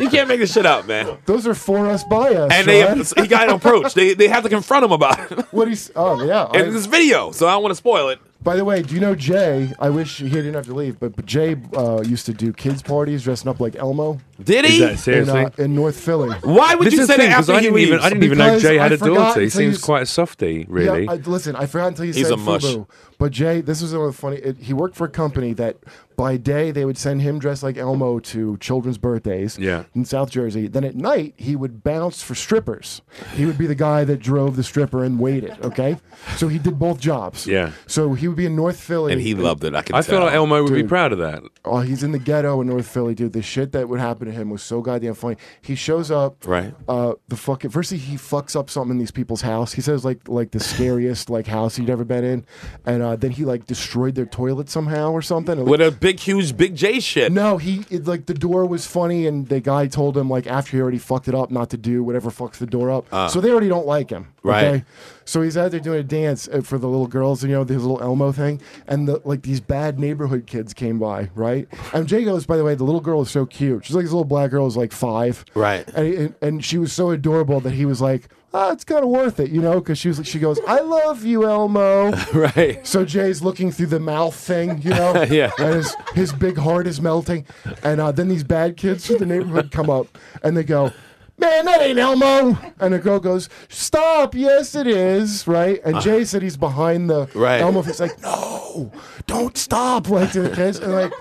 C: you can't make this shit up, man.
B: Those are for us by us.
C: And
B: Sean.
C: they he got approached. They they have to confront him about it [laughs]
B: what he's oh yeah. I-
C: in this video. So I don't want to spoil it.
B: by the way, do you know Jay? I wish he didn't have to leave, but, but Jay uh, used to do kids parties dressing up like Elmo
C: Did
G: Is
C: he?
G: that
B: in,
G: seriously?
B: uh, in North Philly.
C: Why would
G: this
C: you
G: is
C: say
G: the thing,
C: that
G: 'cause
C: after
G: I
C: he
G: didn't
C: leaves?
G: even I didn't even know
B: Because
G: Jay
B: I
G: had a
B: forgot
G: daughter. He
B: until you
G: seems
B: s-
G: quite a softy, really.
B: Yeah, I, listen, I forgot until you
C: He's
B: said
C: a mush.
B: FUBU. But Jay, this was one of the funny. It, he worked for a company that by day they would send him dressed like Elmo to children's birthdays
G: Yeah.
B: in South Jersey. Then at night he would bounce for strippers. He would be the guy that drove the stripper and waited. Okay, so he did both jobs.
G: Yeah.
B: So he would be in North Philly.
C: And he loved it. I can
G: I
C: tell.
G: feel like Elmo would be proud of that.
B: Oh, he's in the ghetto in North Philly, dude. The shit that would happen to him was so goddamn funny. He shows up,
C: Right.
B: Uh, the fucking first he fucks up something in these people's house. He says like like the scariest like house he'd ever been in, and uh, then he like destroyed their toilet somehow or something. And, like,
C: with a big, huge, big
B: [laughs]
C: J shit.
B: no, he it, like the door was funny, and the guy told him like after he already fucked it up, not to do whatever fucks the door up. so they already don't like him,
C: Ah. Right.
B: So he's out there doing a dance uh, for the little girls, you know, his little Elmo thing, and the, like these bad neighborhood kids came by, right? And Jay goes, by the way, the little girl is so cute. She's like this little black girl is like five,
C: Right.
B: And he- and, and she was so adorable that he was like. Ah, it's kind of worth it, you know, because she was like, she goes, "I love you,
C: [laughs]
B: Elmo."
C: Right.
B: So Jay's looking through the mouth thing, you know?
C: [laughs] Yeah.
B: And his, his big heart is melting. And uh, then these bad kids from the neighborhood come up and they go, Man, that ain't Elmo. And the girl goes, Stop. Yes, it is. Right. And Jay said he's behind the
C: Uh-huh. Right.
B: Elmo. He's like, No, don't stop. Like to the kids. And like,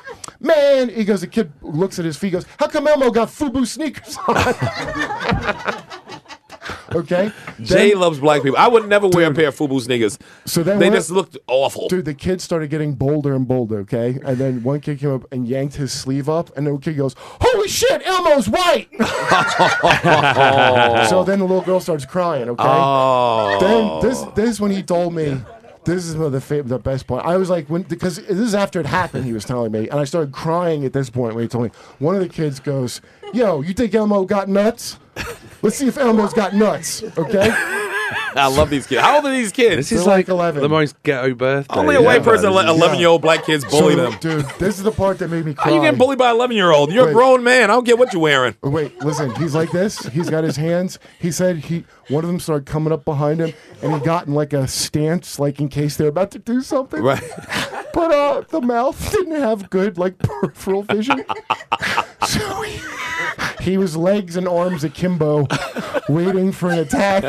B: Man, he goes, the kid looks at his feet, goes, How come Elmo got FUBU sneakers on? [laughs] okay.
C: Jay
B: Then-
C: loves black people. I would never wear a pair of FUBU sneakers.
B: So then
C: they
B: what-
C: just looked awful.
B: Dude, the kid started getting bolder and bolder, okay? And then one kid came up and yanked his sleeve up, and the kid goes, Holy shit, Elmo's white! [laughs] So then the little girl starts crying, okay?
C: oh.
B: Then this this is when he told me, this is one of the fa- the best part. I was like, when because this is after it happened, he was telling me, and I started crying at this point when he told me. One of the kids goes, "Yo, you think Elmo got nuts? Let's see if Elmo's got nuts." Okay,
C: I love these kids. How old are these kids?
G: This is
B: They're like
G: like,
B: 11.
G: the most ghetto birthday.
C: Only a
G: yeah.
C: white person let
B: Yeah.
C: 11 year old black kids bully
B: So,
C: them.
B: dude. This is the part that made me cry.
C: How you getting bullied by an 11 year old? You're a
B: Wait.
C: grown man. I don't get what you're wearing.
B: Oh, Wait, listen. He's like this. He's got his hands. He said he one of them started coming up behind him, and he got in like a stance, like in case they're about to do something.
C: Right.
B: But uh, the mouth didn't have good like peripheral vision, [laughs] so he, he was legs and arms akimbo, waiting for an attack.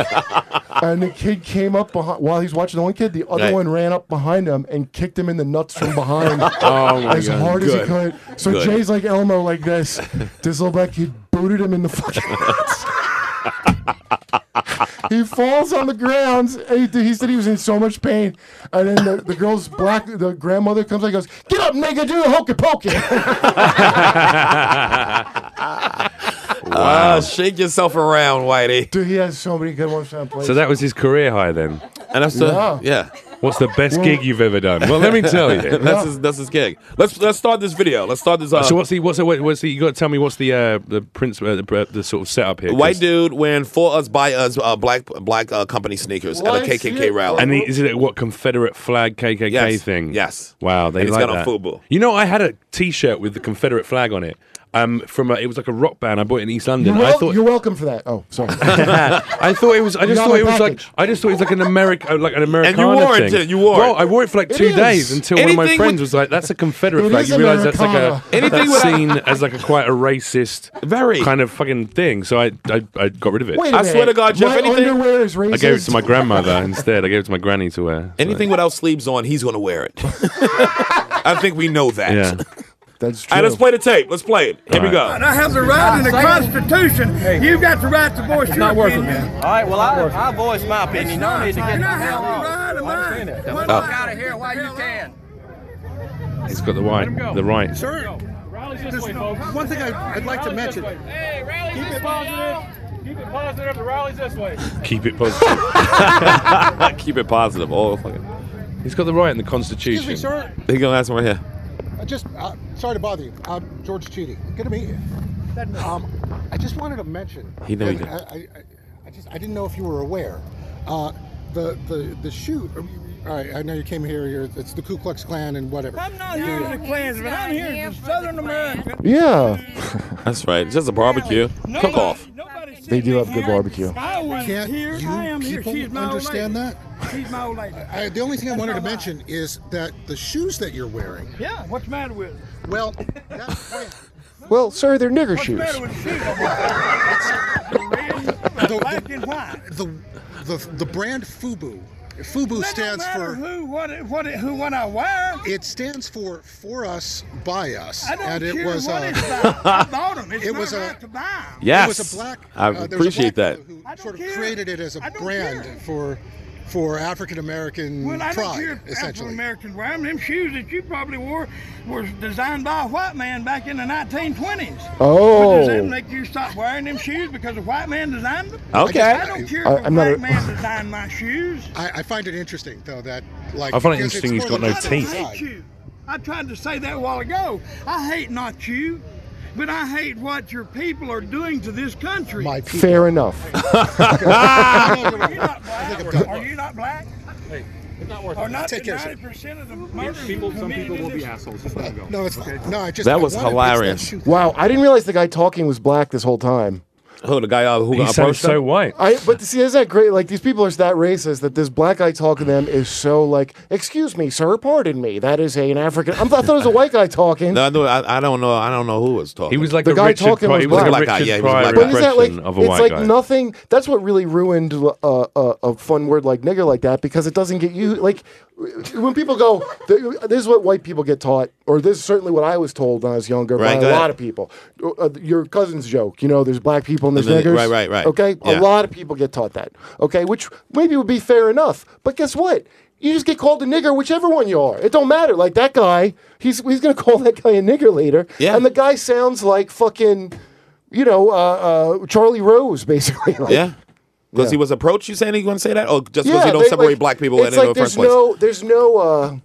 B: And the kid came up behind while he's watching the one kid. The other
C: Right.
B: one ran up behind him and kicked him in the nuts from behind
G: Oh my
B: as
G: God.
B: hard as he
C: Good.
B: could. So
C: Good.
B: Jay's like Elmo, like this. This little black kid booted him in the fucking nuts. he falls on the ground. He, he said he was in so much pain. And then the, the girl's black, the grandmother comes and goes, Get up, nigga, do the hokey pokey. [laughs]
C: Uh, shake yourself around, Whitey.
B: Dude, he has so many good ones on play.
G: So that was his career high then.
C: And that's the,
B: Yeah.
C: yeah.
G: What's the best gig you've ever done? Well, let me tell
B: [laughs]
G: you.
C: That's his, that's his gig. Let's let's start this video. Let's start this. Uh,
G: So what's the what's the what's the you got to tell me what's the uh, the prince uh, the, the sort of setup here? 'cause-
C: white dude wearing for us by us uh, black black uh, company sneakers
B: Why is
C: at a KKK
B: it-
C: rally.
G: And he, is it what Confederate flag KKK
C: Oh. Yes,
G: thing?
C: yes.
G: Wow, they
C: And he's
G: like
C: got on
G: that.
C: FUBU.
G: You know, I had a T-shirt with the Confederate flag on it. Um, from a, it was like a rock band I bought in East London.
B: you're, wel-
G: I thought
B: you're welcome for that. Oh, sorry.
G: [laughs] I thought it was. I just
B: got
G: thought
B: my
G: it was like.
B: package.
G: I just thought it was like an American, like an American.
C: wore it,
G: thing.
C: too. You wore
G: Well,
C: it.
G: I wore it for like two
B: is.
G: days until one of my
C: Anything
G: friends
C: with-
G: was like, "That's a Confederate
B: It
G: flag."
B: is
G: You realise that's like a
B: Americana.
C: Anything
G: that's
C: with-
G: seen as like a quite a racist,
C: Very.
G: kind of fucking thing. So I I, I got rid of it.
B: Wait a
C: I swear
B: minute.
C: to God, Jeff,
B: my
C: anything-
B: underwear is racist.
G: I gave it to my grandmother instead. I gave it to my granny to wear. So-
C: Anything without sleeves on, he's gonna wear
I: [laughs]
C: it. I think we know [laughs] that.
G: Yeah.
B: That's true.
C: All right, let's play the tape. Let's play it. Here we go.
I: I have the right in the Constitution. You've got the right to voice your opinion.
J: All right, well, I, I voice my opinion. You don't need to get
I: And I
J: the hell on.
I: have the right to mine.
C: Oh.
J: out of here while you can.
G: He's got the right. The right.
I: Sir, there's no- one thing I- I'd like to mention. Keep it positive.
K: Keep it positive. The rally's this way.
G: Keep it positive. Keep it positive. Oh, He's got the right in the Constitution.
L: Excuse me, sir.
G: He's gonna ask one here.
L: I just, uh, sorry to bother you. I'm George Cheaty. Good to meet you. Um, I just wanted to mention.
G: He
L: that
G: know he did.
L: I, I, I- I just, I didn't know if you were aware. Uh, the the the shoot. um, All right, I know you came here. You're, it's the Ku Klux Klan and whatever. I'm not
K: Here in the clans, but I'm here in Southern America.
B: Yeah.
C: That's right. It's just a barbecue. Cook off.
B: They do have good barbecue.
K: I was
L: Can't
K: here.
L: you
K: I am here.
L: people
K: She's my
L: understand
K: old
L: that?
K: lady. She's my old lady.
L: I, the only thing I wanted to mention is that the shoes that you're wearing.
K: Yeah, what's the matter with it?
L: Well,
B: Well, sir, they're nigger shoes.
K: [laughs]
L: the, black and white. The, the, the brand FUBU. FUBU
K: That don't
L: stands
K: matter
L: for.
K: who, what, it- what, it- who, what I wear.
L: It stands for for us, by us,
K: I don't
L: and
K: care
L: it was
K: what
L: uh,
K: it's about. I bought
L: [laughs]
K: 'em. It's
L: it
K: my
L: was a
K: right to buy 'em.
L: It
C: Yes.
L: was a black.
C: I
L: uh, there was a
C: appreciate
L: black
C: that.
L: fellow Who sort of created it as a brand
K: care.
L: for for African American
K: Well, I don't
L: pride,
K: care if
L: essentially.
K: African-Americans wear them. Them shoes that you probably wore were designed by a white man back in the 1920s. But does that
B: Oh.
K: make you stop wearing them shoes because a white man designed them?
B: Okay.
K: I don't care
B: I-
K: if a
B: I'm not
K: black
B: a-
K: man designed my shoes.
L: I, I find it interesting though that like
G: I find it
L: because
G: interesting
L: it's
G: he's
L: more
G: got no
L: than-
G: teeth.
K: I hate you. I tried to say that a while ago. I hate not you, but I hate what your people are doing to this country. My
B: Fair enough.
K: Are you not black? Hey, it's not worth
L: it.
K: Are not
L: Take care, sir.
K: 90% of the murders people, some people will be assholes. Just let them go.
L: No, it's fine. No, I just
C: That was hilarious.
B: Wow, I didn't realize the guy talking was black this whole time.
C: Who the guy uh, who
G: He
C: got
G: sounds
C: approached?
G: so
C: him?
G: white.
B: I but see, isn't that great? Like these people are that racist that this black guy talking to them is so like, excuse me, sir, pardon me. That is a, an African. I'm, I thought it was a white guy talking.
C: No, I, know, I, I don't know. I don't know who was talking.
G: He was like
B: The
G: a
B: guy
G: Richard
B: talking
G: Pryor.
B: was
G: He was like a
B: black.
C: Black
G: Richard
C: guy, yeah, he was
G: Pryor
C: black
B: But is that like?
G: impression of a
B: It's
G: white
B: like
G: guy.
B: nothing. That's what really ruined uh, uh, a fun word like nigger like that because it doesn't get you like when people go. th- This is what white people get taught, or this is certainly what I was told when I was younger
C: Right,
B: by
C: go
B: a
C: ahead.
B: lot of people. Uh, your cousin's joke, you know, there's black people and there's
C: And then-
B: niggers.
C: right, right, right.
B: Okay, a
C: Yeah.
B: lot of people get taught that. Okay, which maybe would be fair enough, but guess what? You just get called a nigger, whichever one you are. It don't matter. Like that guy, he's he's gonna call that guy a nigger later.
C: Yeah.
B: And the guy sounds like fucking, you know, uh, uh, Charlie Rose, basically. [laughs] Like,
C: yeah. Because
B: Yeah.
C: he was approached, you saying you going to say that? Or just because
B: yeah,
C: you don't
B: they-
C: separate
B: like,
C: black people in,
B: it's
C: in
B: like
C: the
B: there's
C: first place?
B: no, there's no, uh,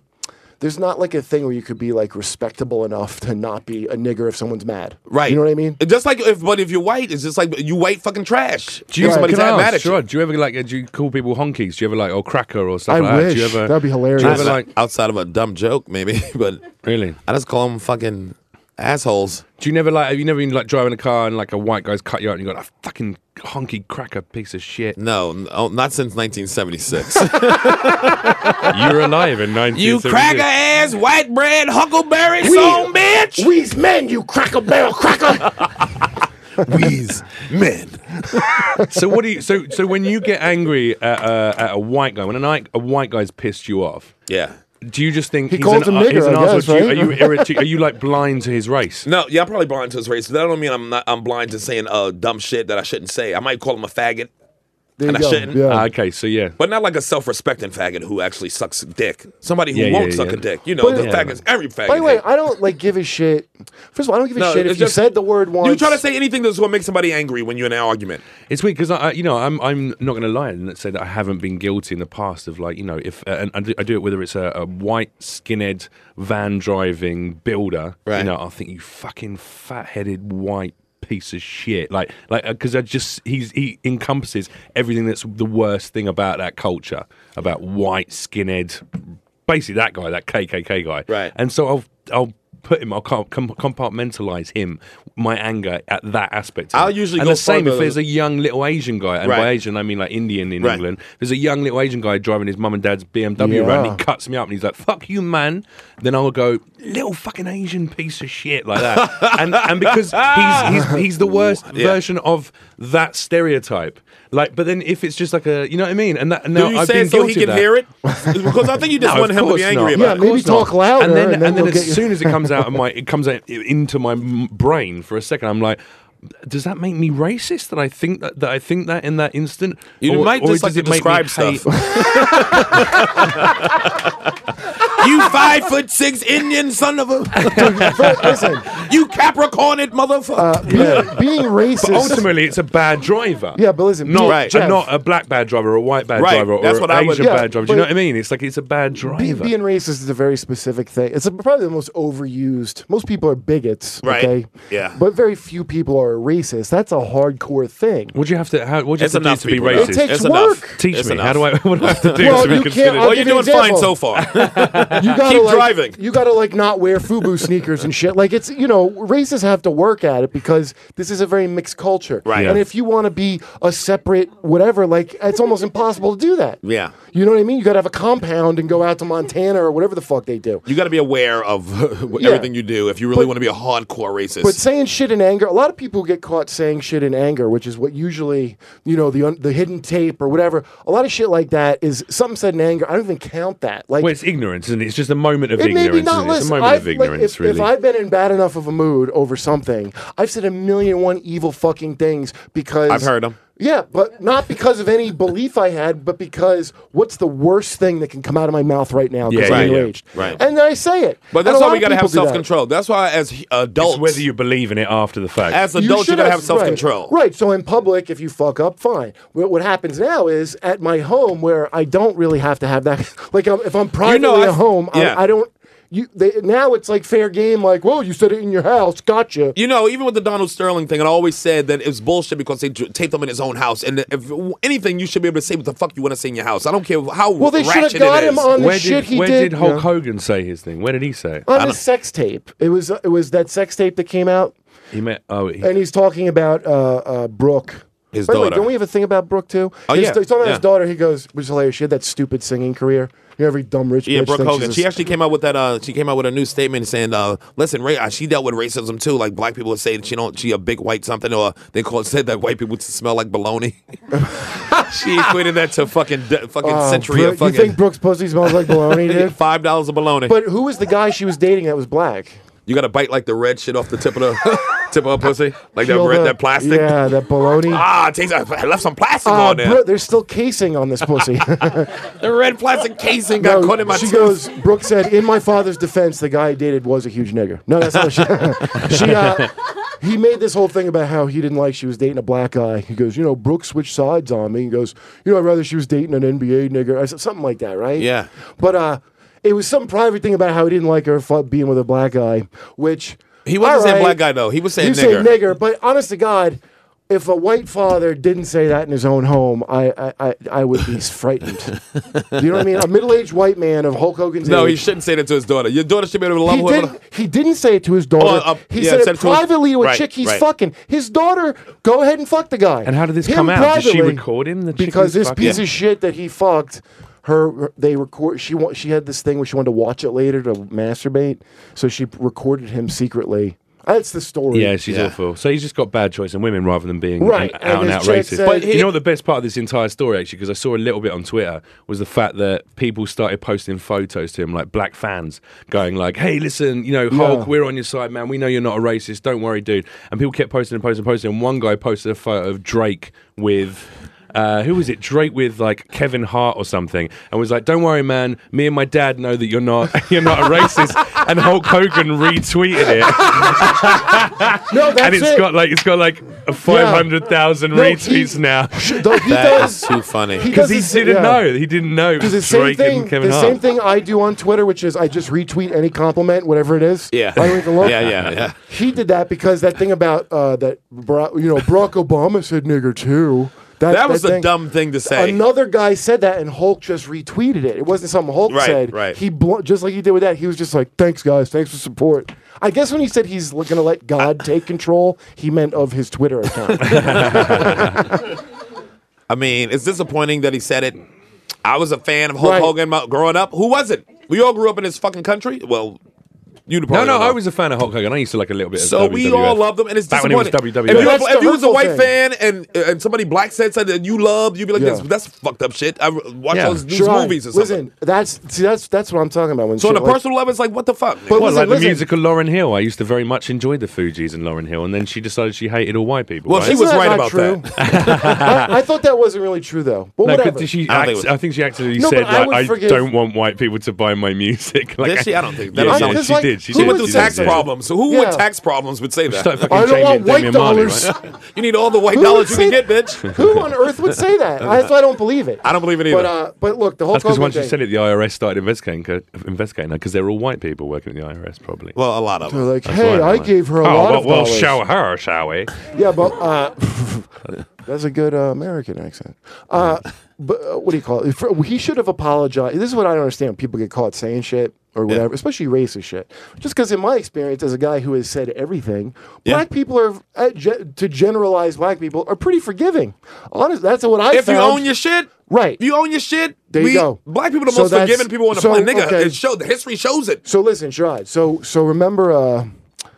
B: there's not like a thing where you could be like respectable enough to not be a nigger if someone's mad.
C: Right.
B: You know what I mean?
C: Just like if, but if you're white, it's just like you white fucking trash.
G: Do you,
C: If somebody's
G: can I
C: mad
G: ask,
C: at you.
G: Sherrod, do you ever like? uh, Do you call people honkies? Do you ever like, oh cracker or stuff
B: I
G: like that? Do
B: wish.
G: you ever?
B: That'd be hilarious.
G: Do you
C: That's
G: ever
C: not-
G: like?
C: outside of a dumb joke, maybe, [laughs] but
G: Really?
C: I just call them fucking assholes.
G: Do you never like? Have you never been like driving a car and like a white guy's cut you out and you got a fucking honky cracker piece of shit?
C: No, no not since 1976.
G: [laughs] You're alive [laughs] in 19.
C: you cracker ass, white bread, huckleberry, song bitch.
B: We's men, you cracker barrel cracker.
C: Wheeze, men.
G: So what do you? So so when you get angry at, uh, at a white guy, when a, night, a white guy's pissed you off,
C: Yeah.
G: do you just think
B: He
G: he's
B: calls
G: an,
B: him
G: uh, he's
B: nigger,
G: an
B: I
G: arsehole?
B: guess,
G: Do you-
B: right?
G: Are you irritated? Are you like blind to his
B: [laughs]
G: race?
C: No, yeah, I'm probably blind to his race. That don't mean I'm not. I'm blind to saying uh, dumb shit that I shouldn't say. I might call him a faggot,
B: There
C: and
B: you
C: I
B: go.
C: shouldn't.
B: Yeah.
G: Ah, okay, so yeah.
C: But not like a self-respecting faggot who actually sucks dick. Somebody who
G: Yeah,
C: won't
G: yeah,
C: suck
G: yeah.
C: a dick. You know,
B: But-
C: the
B: Yeah.
C: faggots. Every faggot.
B: By the way,
C: hates-
B: I don't like give a shit. First of all, I don't give a
C: No,
B: shit if
C: it's
B: you
C: just-
B: said the word once.
C: You try to say anything that's going to make somebody angry when you're in an argument.
G: It's weird because I, I, you know, I'm I'm not going to lie and say that I haven't been guilty in the past of like, you know, if uh, and I do, I do it whether it's a, a white skinhead van driving builder, you
C: Right.
G: know, I think you fucking fat headed white piece of shit, like like because I just he's he encompasses everything that's the worst thing about that culture, about white skinhead, basically that guy, that KKK guy,
C: Right.
G: And so I'll I'll. Put him. I'll com- com- compartmentalize him. My anger at that aspect. of
C: I'll
G: it.
C: usually
G: and
C: go
G: the same if
C: further-
G: there's a a young little Asian guy, and by
C: Right.
G: Asian I mean like Indian in
C: Right.
G: England. There's a young little Asian guy driving his mum and dad's BMW around. And he
B: Yeah.
G: cuts me up and he's like, "Fuck you, man." Then I will go, "Little fucking Asian piece of shit," like
C: [laughs]
G: that. and and because he's he's, he's the worst
C: Yeah.
G: version of that stereotype. Like, but then if it's just like a, you know what I mean? And that now
C: Do you
G: I've
C: say
G: been
C: it so
G: guilty
C: he
G: of
C: can
G: that.
C: hear
B: [laughs]
C: it? Because I think you just
G: No,
C: want
G: of
C: him to be
G: course
C: angry
B: Yeah,
G: not.
C: about
G: Of
C: it.
B: maybe
G: course not.
B: talk louder,
G: And then,
B: and then
G: and then
B: you'll
G: as
B: get your-
G: soon
B: [laughs]
G: as it comes out of my, it comes out into my m- brain for a second. I'm like, does that make me racist? That I think that, that I think that in that instant,
C: You might just
B: [laughs]
C: like to
G: does it make me
C: describe stuff.
G: hate-
C: [laughs] You five foot six Indian son of a. [laughs] you Capricorned
B: Uh,
C: motherfucker. [laughs]
B: being [laughs] racist.
G: But ultimately, it's a bad driver.
B: Yeah, but listen,
G: not,
B: being-
G: right.
B: Jeff.
G: not a black bad driver, or a white bad
B: Right,
G: driver, or
B: that's
G: an
B: what I would-
G: Asian
B: Yeah,
G: bad driver. Do you
B: but-
G: know what I mean? It's like it's a bad
B: Be-
G: driver.
B: being racist is a very specific thing. It's a, probably the most overused. Most people are bigots,
G: Right.
B: okay?
G: Yeah.
B: But very few people are racist. That's a hardcore thing.
G: what do you have to? How, what do you
B: It's
G: have to do
B: enough
G: to be
B: people, though.
G: racist?
B: It takes It's enough. work.
G: Teach
B: It's
G: me.
B: enough.
G: How do I? [laughs] What do I have to do
B: Well,
G: to be
B: you can't-
G: considered?
B: I'll Well, give you're you an doing fine example. so
C: far.
B: [laughs]
C: [laughs]
B: You gotta
C: Keep
B: like,
C: driving.
B: You gotta like not wear FUBU
C: [laughs]
B: sneakers and shit. Like it's you know racists have to work at it because this is a very mixed culture.
C: Right.
B: And
C: Yeah.
B: if you want to be a separate whatever, like it's almost impossible to do that.
C: Yeah.
B: You know what I mean? You gotta have a compound and go out to Montana or whatever the fuck they do.
C: You got to be aware of [laughs]
B: Yeah.
C: everything you do if you really want to be a hardcore racist.
B: But saying shit in anger, a lot of people get caught saying shit in anger, which is what usually, you know, the un- the hidden tape or whatever. A lot of shit like that is something said in anger. I don't even count that. Like
G: well, it's ignorance, isn't it? It's just a moment of
B: It may
G: ignorance.
B: be not
G: isn't it? It's a
B: listen,
G: moment
B: I've-
G: of
B: like,
G: ignorance,
B: if,
G: really.
B: if I've been in bad enough of a mood over something, I've said a million and one evil fucking things because
C: I've heard 'em.
B: Yeah, but not because of any belief I had, but because what's the worst thing that can come out of my mouth right now?
C: Yeah,
B: Because
C: right,
B: I'm
C: yeah,
B: enraged.
C: right.
B: And then I say it.
C: But
B: And
C: that's
B: a
C: why
B: lot
C: we
B: of
C: got to have
B: people do that.
C: self control. That's why, as he- adults,
G: It's whether you believe in it after the fact.
C: As adults, you
B: should
C: gotta have self-control.
B: Right, right. So in public, if you fuck up, fine. What, what happens now is at my home where I don't really have to have that. [laughs] Like um, if I'm privately
C: I-
B: at home,
C: yeah.
B: I, I don't. You they, now it's like fair game. Like, whoa, you said it in your house. Gotcha.
C: You know, even with the Donald Sterling thing, and I always said that it was bullshit because they dr- taped him in his own house. And if anything, you should be able to say what the fuck you want to say in your house. I don't care how
B: Well, they should have
C: ratchet
B: got
C: it is.
B: him on the
G: where
B: shit
G: did,
B: he
G: where
B: did.
G: Hulk
B: Yeah.
G: Hogan say his thing? Where did he say it? I
B: On
G: don't-
B: his sex tape, it was it was that sex tape that came out,
G: He meant. Oh, he,
B: and he's talking about uh, uh, Brooke.
G: His
B: By the way,
G: daughter.
B: don't we have a thing about Brooke too?
C: Oh,
B: His-
C: yeah,
B: he's talking about
C: yeah.
B: his daughter. He goes, which is hilarious. She had that stupid singing career. You know, every dumb rich
C: Yeah,
B: bitch
C: Brooke
B: thinks she's
C: Hogan.
B: a
C: She actually came out with that. Uh, she came out with a new statement saying, uh, "Listen, Ray, uh, she dealt with racism too. Like black people would say that she don't, she a big white something, or they call [laughs] said that white people smell like bologna." [laughs] she equated that to fucking de- fucking
B: Oh,
C: century
B: Brooke-
C: of fucking
B: You think Brooks pussy smells
C: [laughs]
B: like bologna, dude?
C: five dollars of bologna.
B: But who was the guy she was dating that was black?
C: you got to bite like the red shit off the tip of the [laughs] tip of a pussy, like that
B: Kill
C: red,
B: the-
C: that plastic.
B: Yeah, that bologna.
C: Ah, it tastes, I left some plastic
B: Ah,
C: on there.
B: Brooke, there's still casing on this pussy. [laughs]
C: the red plastic casing got
B: No,
C: caught in my
B: she
C: tooth.
B: goes, Brooke said, in my father's defense, the guy I dated was a huge nigger. No, that's not what she. [laughs] she uh, he made this whole thing about how he didn't like she was dating a black guy. He goes, you know, Brooke switched sides on me. He goes, you know, I'd rather she was dating an NBA nigger. I said, something like that, right?
C: Yeah.
B: But uh, it was some private thing about how he didn't like her fu- being with a black guy, which.
C: He wasn't
B: all
C: saying
B: right,
C: black guy, though. He was saying
B: you
C: nigger.
B: Say nigger. But honest to God, if a white father didn't say that in his own home, I I, I, I would be [laughs] frightened. Do you know what I mean? A middle-aged white man of Hulk Hogan's
C: No, he
B: age.
C: shouldn't say that to his daughter. Your daughter should be able to love
B: He,
C: whoever.
B: did, he didn't say it to his daughter.
C: Oh, uh,
B: he
C: yeah,
B: said it
C: said it to his-
B: privately to a
C: right,
B: chick he's
C: right.
B: fucking. His daughter, go ahead and fuck the guy.
G: And how did this
B: Him
G: come out? Did she
B: privately,
G: record him, the chick
B: because
G: he's
B: this piece
G: fucking?
B: of shit that he fucked. Her, her- they record. She wa- she had this thing where she wanted to watch it later to masturbate, so she recorded him secretly. That's the story.
G: Yeah, she's awful. So he's just got bad choice in women rather than being
B: Right,
G: an
B: and
G: out and
B: this
G: out
B: chick
G: racist.
B: said-
G: but
B: But
G: you
B: he-
G: know the best part of this entire story actually, because I saw a little bit on Twitter, was the fact that people started posting photos to him, like black fans, going like, "Hey, listen, you know Hulk,
M: Yeah.
G: we're on your side, man. We know you're not a racist. Don't worry, dude." And people kept posting and posting and posting. And one guy posted a photo of Drake with. Uh, who was it? Drake with like Kevin Hart or something, and was like, "Don't worry, man. Me and my dad know that you're not [laughs] you're not a racist." and Hulk Hogan retweeted it.
B: No, that's
G: and it's
B: it.
G: got like it's got like five hundred thousand
B: No, he- [laughs]
G: retweets now.
B: though he That does- is
C: too funny.
B: he
G: Because he,
B: does this-
G: didn't
B: yeah.
G: know. He didn't know. it
B: Because
G: was
B: the same
G: Drake
B: thing,
G: and Kevin
B: the
G: Hart.
B: same thing I do on Twitter, which is I just retweet any compliment, whatever it is.
G: Yeah.
B: I don't even look.
G: Yeah, yeah, yeah.
B: He did that because that thing about uh, that, Barack- you know, Barack Obama said nigger too.
C: That was a dumb thing to say.
B: Another guy said that, and Hulk just retweeted it. It wasn't something Hulk
C: Right,
B: said.
C: right.
B: He bl- just like he did with that. He was just like, "Thanks, guys. Thanks for support." I guess when he said he's going to let God take control, he meant of his Twitter
C: [laughs]
B: account.
C: I mean, it's disappointing that he said it. I was a fan of Hulk
B: Right.
C: Hogan mo- growing up. Who wasn't? We all grew up in this fucking country. Well, You
G: No,
C: probably
G: no,
C: don't know.
G: I was a fan of Hulk Hogan. I used to like a little bit. of
C: So we
G: WWF.
C: all love them, and it's
G: back when he was
C: disappointing.
G: WWF.
C: If you, if you was a white fan and and somebody black said something that you loved, you'd be like,
B: Yeah.
C: "This that's fucked up shit." I watch those these
B: Sure.
C: movies or something.
B: Listen, that's see, that's that's what I'm talking about. When
C: So on
B: shit
C: a
B: like-
C: personal level, it's like, "What the fuck?" nigga?
G: But what, like the musical Lauren Hill? I used to very much enjoy the Fugees and Lauren Hill, and then she decided she hated all white people.
B: Well,
G: right?
B: she Isn't was that right not about true? [laughs] I, I thought that wasn't really true though. But
G: No, 'cause
B: whatever.
G: she
B: I
G: act-
B: don't
G: I,
B: think it
G: think she actually
B: No,
G: said,
B: but I
G: like,
B: would
G: I,
B: forgive-
G: don't want white people to buy my music. [laughs] Like,
C: Did she? I don't think.
G: Yeah,
C: That
G: yeah,
C: don't
G: she did. She
C: who
G: did.
C: with
G: she
C: the
G: did,
C: tax
G: yeah.
C: problems? Who with
B: Yeah.
C: tax problems would say that? [laughs]
G: Start fucking I don't changing want it, white Damian Marley, dollars.
C: you need all the white
B: Who
C: dollars you
B: would say-
C: can get, bitch.
B: Who on earth would say that? I, I don't believe it.
C: I don't believe it either.
B: But uh, but look, the whole
G: That's because
B: Hogan
G: once
B: thing.
G: you said it, the IRS started investigating her- investigating her because they're all white people working at the IRS, probably.
C: [laughs] Well, a lot of
B: They're them. like, "Hey, I gave her a lot
G: Oh, well,
B: of
G: We'll
B: dollars."
G: show her, shall we?
B: yeah, but uh, [laughs] that's a good uh, American accent. Uh, but uh, what do you call it? For- he should have apologized. This is what I don't understand. when People get caught saying shit or whatever, especially racist shit. Just because, in my experience, as a guy who has said everything, black people are uh, ge- to generalize black people are pretty forgiving. Honest, that's what I.
C: if you
B: found.
C: own your shit,
B: right?
C: You own your shit.
B: There you
C: we,
B: go.
C: Black people are the
B: So
C: most
B: that's-
C: forgiving people on the
B: so,
C: planet, nigga.
B: okay.
C: It showed the history shows it.
B: So listen, Sherrod. So so remember, uh,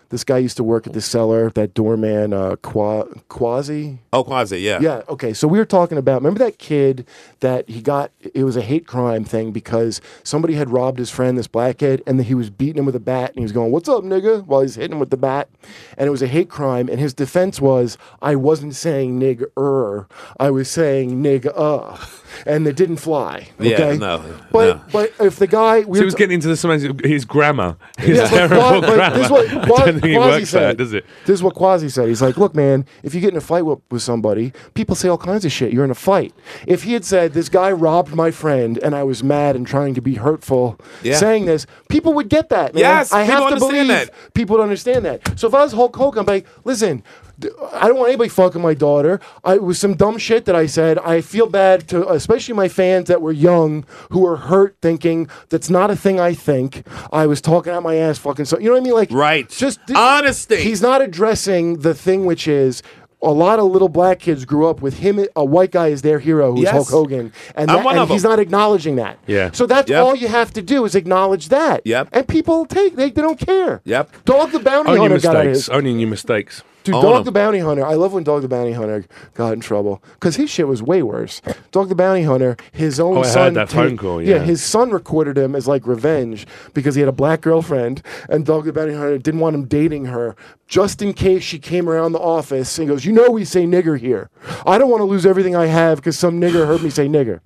B: this guy used to work at the cellar. That doorman, uh, Qua- Quasi.
C: Oh, Quasi, yeah,
B: Yeah. Okay. So we were talking about. Remember that kid that he got? It was a hate crime thing because somebody had robbed his friend, this black kid, and then he was beating him with a bat, and he was going, "What's up, nigga?" While he's hitting him with the bat, and it was a hate crime. And his defense was, "I wasn't saying nigger, I was saying nigga," and it didn't fly. Okay?
G: Yeah, no,
B: But but if the guy we
G: So he
B: were
G: was
B: t-
G: getting into the semantics. His grammar,
B: [laughs]
G: his
B: Yeah, but
G: terrible
B: Qua- but
G: grammar.
B: this is what Qua-
G: [laughs] I don't think it
B: Quasi
G: works
B: said.
G: that, does it?
B: This is what Quasi said. He's like, look, man, if you get in a fight with, with somebody, people say all kinds of shit. You're in a fight. If he had said, this guy robbed my friend and I was mad and trying to be hurtful
C: Yeah.
B: saying this, people would get that. Man.
C: Yes,
B: I have
C: people
B: to believe
C: understand that.
B: people would understand that. So if I was Hulk Hogan, I'm like, listen, d- I don't want anybody fucking my daughter. I, it was some dumb shit that I said. I feel bad to, especially my fans that were young who were hurt, thinking that's not a thing. I think I was talking out my ass, fucking. So you know what I mean? Like, right? Just honesty. He's not addressing the thing, which is. A lot of little black kids grew up with him. A white guy is their hero, who's
C: Yes.
B: Hulk Hogan, and,
C: I'm
B: that-
C: one
B: and
C: of 'em.
B: he's not acknowledging that.
C: Yeah.
B: So that's
C: Yep.
B: all you have to do is acknowledge that.
C: Yep.
B: And people take they, they don't care.
C: Yep.
B: Dog the bounty
G: Own your
B: hunter got out of
G: mistakes.
B: his.
G: Owning your mistakes.
B: Dude,
G: Own
B: Dog
G: 'em.
B: the Bounty Hunter. I love when Dog the Bounty Hunter got in trouble because his shit was way worse. Dog the Bounty Hunter, his own
G: Oh, I heard
B: son.
G: that phone call, yeah.
B: his son recorded him as like revenge because he had a black girlfriend, and Dog the Bounty Hunter didn't want him dating her just in case she came around the office and goes, "You know we say nigger here. I don't want to lose everything I have because some nigger heard me say nigger."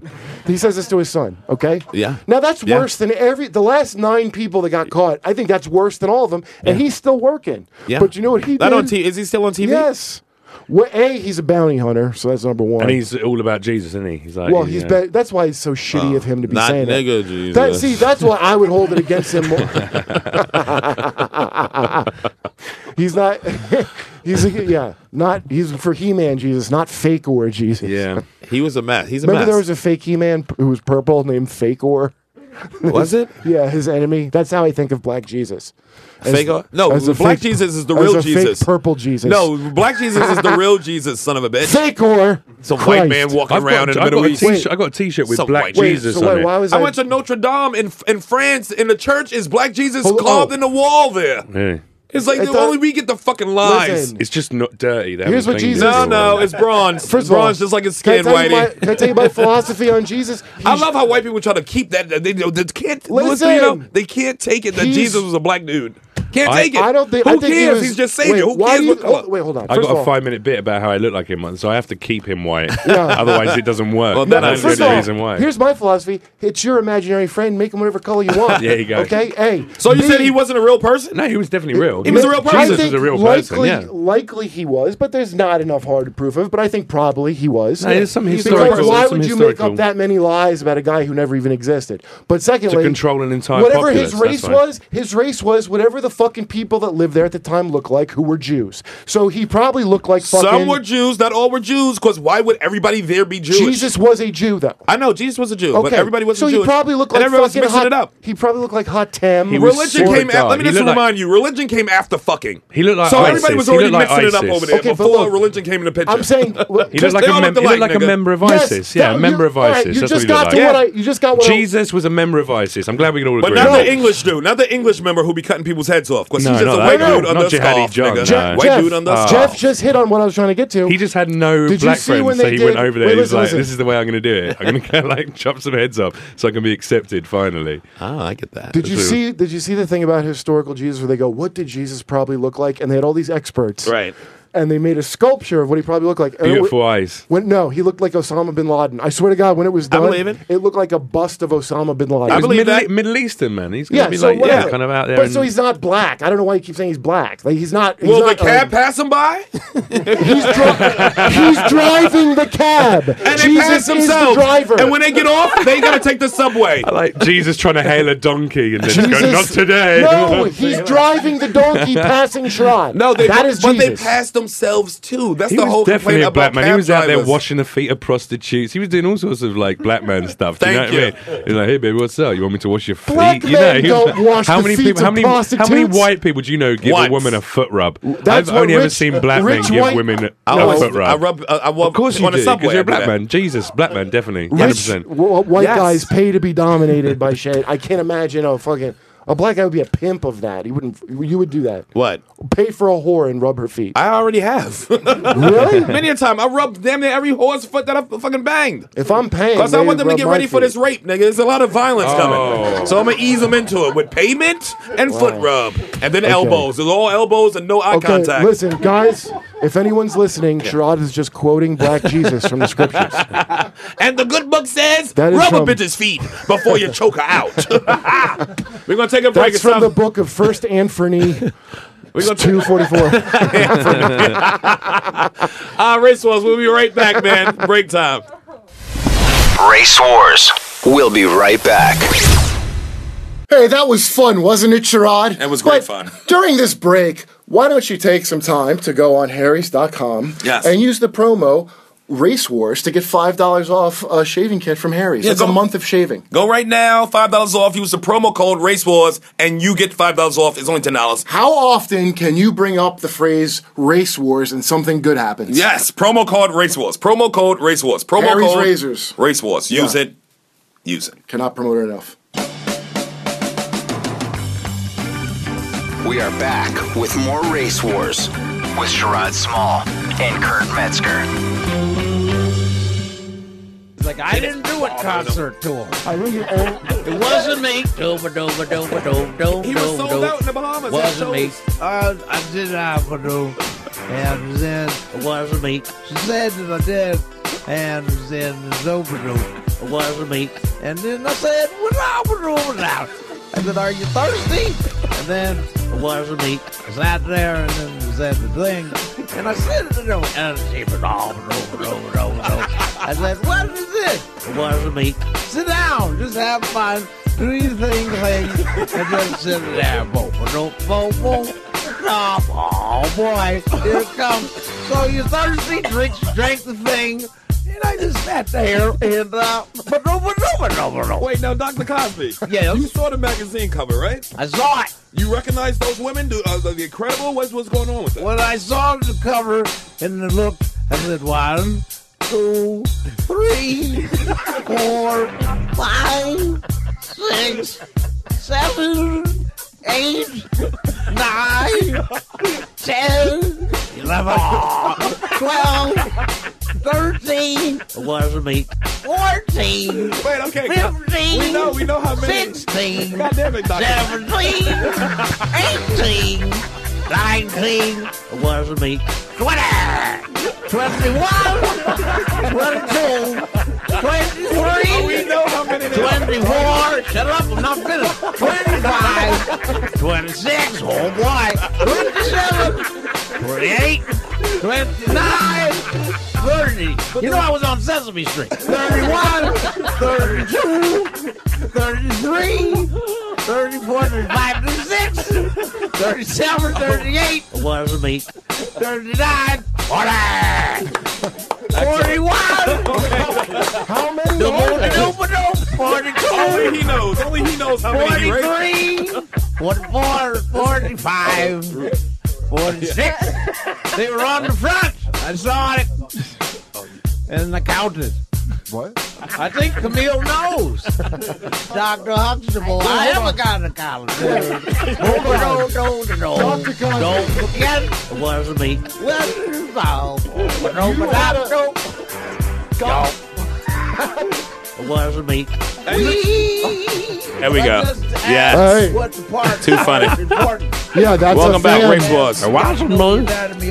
B: He says this to his son. Okay.
C: Yeah.
B: Now that's
C: Yeah.
B: worse than every the last nine people that got caught. I think that's worse than all of them, and he's still working.
C: Yeah.
B: But you know what he
C: That
B: did?
C: on T- is he still on TV?
B: Yes. Well, a he's a bounty hunter, so that's number one.
G: And he's all about Jesus, isn't he? He's like,
B: well,
G: you
B: he's
G: know.
B: be- that's why it's so shitty of him to be
C: not
B: saying that.
C: nigga Jesus.
B: That- see, that's why I would hold it against him
C: [laughs]
B: more. he's not. [laughs] he's a, yeah, not. He's for He-Man Jesus, not fake or Jesus.
C: Yeah, he was a mess. He's a
B: Remember
C: mess.
B: there was a fake He-Man p- who was purple named Fake Or. [laughs]
C: Was it?
B: yeah, his enemy. That's how I think of Black Jesus.
C: Fake Or? No,
B: as a
C: Black
B: fake-
C: Jesus is the
B: as
C: real
B: a fake
C: Jesus.
B: purple Jesus.
C: No, Black Jesus is the real Jesus, son of a bitch.
B: [laughs] Fake or
C: Some white man
B: Christ.
C: walking
G: I've
C: around
G: got-
C: in the
G: I've
C: Middle
G: got a
C: East.
G: t-shirt- I've got a t-shirt with
C: Some
G: black
C: white-
G: Jesus
B: so wait,
G: on it.
B: why was
C: I,
B: I-
C: went to Notre Dame in in France in the church. Is Black Jesus
B: Hold-
C: carved
B: oh.
C: in the wall there?
G: Yeah.
C: It's like
B: I
C: the
B: thought-
C: only we get the fucking lies.
B: Listen.
G: It's just not dirty. They
B: Here's
G: haven't
B: what
G: cleaned
B: Jesus-
G: it
C: No,
G: all.
C: no, it's bronze.
B: First of all,
C: bronze, just like his
B: can I
C: skin,
B: tell you
C: whitey.
B: my- Can I tell you my philosophy on Jesus?
C: [laughs] I love how white people try to keep that. They, they they can't listen.
B: Listen.
C: You know, they can't take it that
B: He's-
C: Jesus was a black dude. Can't take it.
B: I don't think.
C: Who
B: I think
C: cares?
B: He was,
C: He's just saying
B: wait,
C: it. Who
B: why
C: cares
B: do you-
C: what color?
B: oh, wait, hold on.
G: I
B: First
G: got
B: of
G: a
B: all,
G: five minute bit about how I look like him, so I have to keep him white.
B: Yeah.
G: Otherwise, it doesn't work.
C: Well, then I understand.
G: That's the
B: First of
C: good
B: all,
G: only reason why.
B: here's my philosophy. It's your imaginary friend. Make him whatever color you
G: [laughs]
B: want.
G: There you go.
B: Okay. Hey.
C: so you
B: B,
C: said he wasn't a real person?
G: no, he was definitely real.
C: He was a real
B: I
C: person.
G: Jesus was
B: think
G: a real person.
B: likely,
G: Yeah.
B: likely he was, but there's not enough hard proof of. it, But I think probably he was.
G: No, there's some
B: because
G: historical-
B: why
G: some
B: would you make
G: historical-
B: up that many lies about a guy who never even existed? But secondly,
G: control an entire
B: whatever his
G: populace,
B: race
G: that's why.
B: was, his race was whatever the fucking people that lived there at the time looked like who were Jews. So he probably looked like fucking.
C: Some were Jews, not all were Jews, because why would everybody there be Jewish?
B: Jesus was a Jew though.
C: I know Jesus was a Jew, but
B: Okay,
C: everybody wasn't
B: so he
C: Jewish.
B: probably looked
C: and
B: like
C: everyone was
B: fucking
C: mixing
B: hot-
C: it up.
B: He probably looked like Hot Tam.
C: religion came after. Let me just remind you, religion came after fucking.
N: He looked like
C: so
N: ISIS.
C: everybody was
N: He
C: already
N: looked like
C: mixing it up
N: ISIS.
C: over there
N: Okay, but
C: before
N: look-
C: religion came in the picture.
B: I'm
G: [laughs]
N: He
B: saying
N: looked like, a, mem- he looked like a member of
B: Yes,
N: ISIS. yeah, a
B: that-
N: member
B: you-
N: of
B: all right,
N: ISIS.
B: you
N: That's
B: just
N: what he
B: got
N: looked
B: to
N: like.
B: what I- you just got what I-
N: Jesus was a member of ISIS. I'm glad we can all agree.
C: But
N: on
C: not
N: that.
C: the English dude, not the English member who be cutting people's heads off. Because
N: No,
C: he's just
N: not
C: a
N: that
C: white
N: guy.
C: dude under
N: Not Jihadi
C: scarf,
N: John,
C: nigga.
N: no.
C: White
B: Jeff,
C: dude under
N: Ah.
C: scarf.
B: Jeff just hit on what I was trying to get to.
N: He just had no
B: Did you
N: black
B: see when
N: friends,
B: they
N: so he
B: did-
N: went over there.
B: Wait,
N: he was
B: listen,
N: like,
B: listen.
N: "This is the way I'm going to do it. I'm [laughs] going to like chop some heads off so I can be accepted finally."
C: Oh, I get that.
B: Did you see? Did you see the thing about historical Jesus where they go, "What did Jesus probably look like?" And they had all these experts,
C: Right.
B: And they made a sculpture of what he probably looked like. And it
N: Beautiful
B: wa-
N: eyes.
B: When no, he looked like Osama bin Laden. I swear to God, when it was
C: I
B: done,
C: believe it.
B: looked like a bust of Osama bin Laden.
C: I
N: He's
C: believe
N: Middle, E-
C: that.
N: Middle Eastern man. He's going to
B: yeah,
N: be
B: so
N: like,
B: whatever.
N: yeah, kind of out there.
B: But
N: and-
B: so he's not black. I don't know why you keep saying he's black. Like he's not. He's
C: Will the
B: not,
C: cab
B: uh,
C: pass him by?
B: he's, dri-
C: [laughs]
B: he's driving the cab.
C: And they pass
B: Jesus is the
C: themselves.
B: driver.
C: And when they get off, they gotta take the subway.
N: I [laughs] like Jesus trying to hail a donkey and then just go,
B: Jesus-
N: "Not today." [laughs]
C: [laughs]
B: No, he's driving the donkey passing shrine.
C: No, they
B: that is
C: but
B: Jesus.
C: they pass themselves too. That's
N: He
C: the
N: was
C: whole
N: definitely
C: complaint
N: a black
C: about
N: man. He
C: cab
N: was out there
C: drivers.
N: washing the feet of prostitutes. He was doing all sorts of like black man stuff. Do you know
C: Thank
N: what I mean? He's like, hey baby, what's up? You want me to wash your feet?
B: Black
N: you know,
B: men
N: he was
B: don't
N: like-
B: wash the feet
N: people,
B: of
N: how many, how many
B: prostitutes.
N: white people do you know give
C: Once.
N: a woman a foot rub?
B: That's
N: I've
B: what
N: only ever
B: rich-
N: seen black men
B: rich
N: give
B: white-
N: women a,
C: I,
N: a
C: was-
N: foot rub.
C: I rub. I, I rub.
N: of course you
C: on
N: do,
C: a subway.
N: because you're a
C: I do
N: black
C: that.
N: man. Jesus, black man, definitely.
B: Rich
N: 100%.
B: w- white
C: Yes.
B: guys pay to be dominated by shit. I can't imagine a fucking a black guy would be a pimp of that. He wouldn't. You would do that.
C: What?
B: Pay for a whore and rub her feet.
C: I already have.
B: really?
C: Many a time I rubbed damn near every horse foot that I fucking banged.
B: If I'm paying,
C: Because I
B: they
C: want them to
B: rub
C: get
B: my
C: ready for
B: feet.
C: this rape, nigga. There's a lot of violence coming. So I'm going to ease them into it with payment and foot rub. And then elbows. It's all elbows and no eye
B: Okay,
C: contact.
B: listen, guys. If anyone's listening, Sherrod is just quoting
C: [laughs]
B: Black Jesus from the scriptures.
C: And the good book says,
B: That
C: rub
B: is
C: a
B: from-
C: bitch's feet before you choke her out.
B: [laughs]
C: We're going to take a break.
B: That's
C: It's
B: from
C: time-
B: the book of First Anthony,
C: We're going to
B: two forty
C: [laughs]
B: four.
C: uh, Race Wars. We'll be right back, man. [laughs] break time.
L: Race Wars. We'll be right back.
O: Hey, that was fun, wasn't it, Sherrod?
C: That was great
O: But
C: fun.
O: During this break, why don't you take some time to go on Harry's.com
C: Yes.
O: and use the promo Race Wars to get $5 off a shaving kit from Harry's. It's
C: go-
O: a month of shaving.
C: Go right now. $5 off. Use the promo code Race Wars, and you get $5 off. It's only $10.
O: How often can you bring up the phrase Race Wars and something good happens?
C: Yes, promo code Race Wars. Promo code Race Wars. Promo
O: Harry's
C: code
O: Razors.
C: Race Wars. Use
O: Yeah.
C: it. Use it.
O: Cannot promote it enough.
L: We are back with more Race Wars with Sherrod Small and Kurt Metzger.
G: Like I didn't do a concert tour. It wasn't me. Doba doba doba doba doba.
C: He was sold out in the Bahamas.
G: Wasn't
C: That
G: me.
C: shows-
G: Uh, I did Alpha do, and then it wasn't me. She said that I did, and then it's overdue. It wasn't me. And then I said when Alpha do was out. And then are you thirsty? And then it wasn't me. I sat there and then it said the thing, and I said it to her, and she was all over over over. I said, what is this? It wasn't me. Sit down, just have fun. Do your thing, thing, and just sit there. Bo, bo, bo, bo. Oh, oh boy, here it comes. So you thirsty, drink, drank the thing, and I just sat there and uh, ba, do, ba, do, ba, do, ba, do.
C: Wait, now, Dr. Cosby.
G: Yes.
C: You saw the magazine cover, right?
G: I saw it.
C: You recognize those women? Do, uh, the incredible? What's, what's going on with that?
G: When I saw the cover and it looked, I said, one, two, three, four, five, six, seven, eight, nine, ten, eleven, twelve, thirteen, it wasn't me, fourteen,
C: Wait, okay.
G: fifteen,
C: We know, we know how many.
G: sixteen,
C: God damn it, Dr.
G: 17, 18, 19, it wasn't me, 20, 21, 22, 23,
C: Oh, We know how many. there are.
G: 24, shut up, I'm not finished, 25, 26, oh boy, 27, 28, 29, 30. You know I was on Sesame Street. 31, 32, 33, 34, 35, 36,
P: 37, 38,
Q: It wasn't me.
P: 39, 41.
B: How many?
P: The more than 42.
C: Only he knows. Only he knows how many. he raised.
P: 43, 44, 45, 46. They were on the front. I saw it. And I counted.
B: What?
P: I think Camille knows. Dr. Huxtable. I am a gynecologist. No, no, no, no.
R: Dr. Cosby.
P: Don't forget. It wasn't me. Well, involved. No, but I don't. It wasn't me.
C: There we go. Yes.
B: All
P: What's the part?
C: Too funny.
P: Important.
B: Yeah, that's
C: Welcome
B: a
C: back,
B: fan.
C: Race Wars.
P: Out of me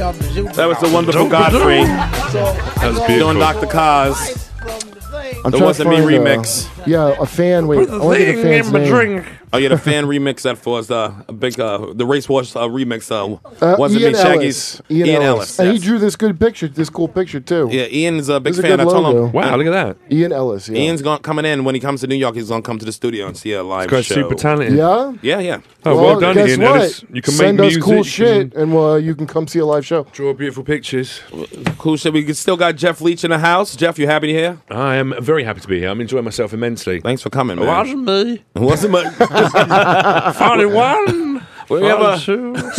P: on the Zoom
C: That was the
P: call.
C: wonderful Godfrey.
P: That
B: was beautiful.
C: Doing Dr. Cos.
B: I'm
C: the
B: trying to
C: wasn't me
B: find, uh,
C: remix.
B: yeah, a fan. Wait, I want to get a fan's name.
C: Oh yeah, the fan remix that for us, uh, a big uh, the race wars uh, remix. Uh,
B: Uh,
C: wasn't
B: Ian
C: me, Shaggy's
B: Ellis. Ian, Ellis. And
C: yes.
B: he drew this good picture, this cool picture too.
C: Yeah, Ian's a big
B: This is a
C: fan.
B: good
C: I told
B: logo.
C: him.
B: Wow,
C: look at that.
B: Ian Ellis. Yeah.
C: Ian's going coming in when he comes to New York. He's gonna come to the studio and see a live
F: guy's
C: show.
F: super talented.
B: Yeah?
C: Yeah, yeah.
F: Oh, well, done,
B: guess
F: Ian
B: what?
F: Ellis. You can make
B: Send us
F: music,
B: cool
F: you
B: shit, and uh, you can come see a live
C: [laughs]
B: show.
F: Draw beautiful pictures.
C: Cool shit. We still got Jeff Leach in the house. Jeff, you happy to hear?
F: I am very happy to be here. I'm enjoying myself immensely.
C: Thanks for coming,
F: It wasn't me.
C: It
B: [laughs]
C: wasn't much.
F: Forty-one.
C: We have a-
B: So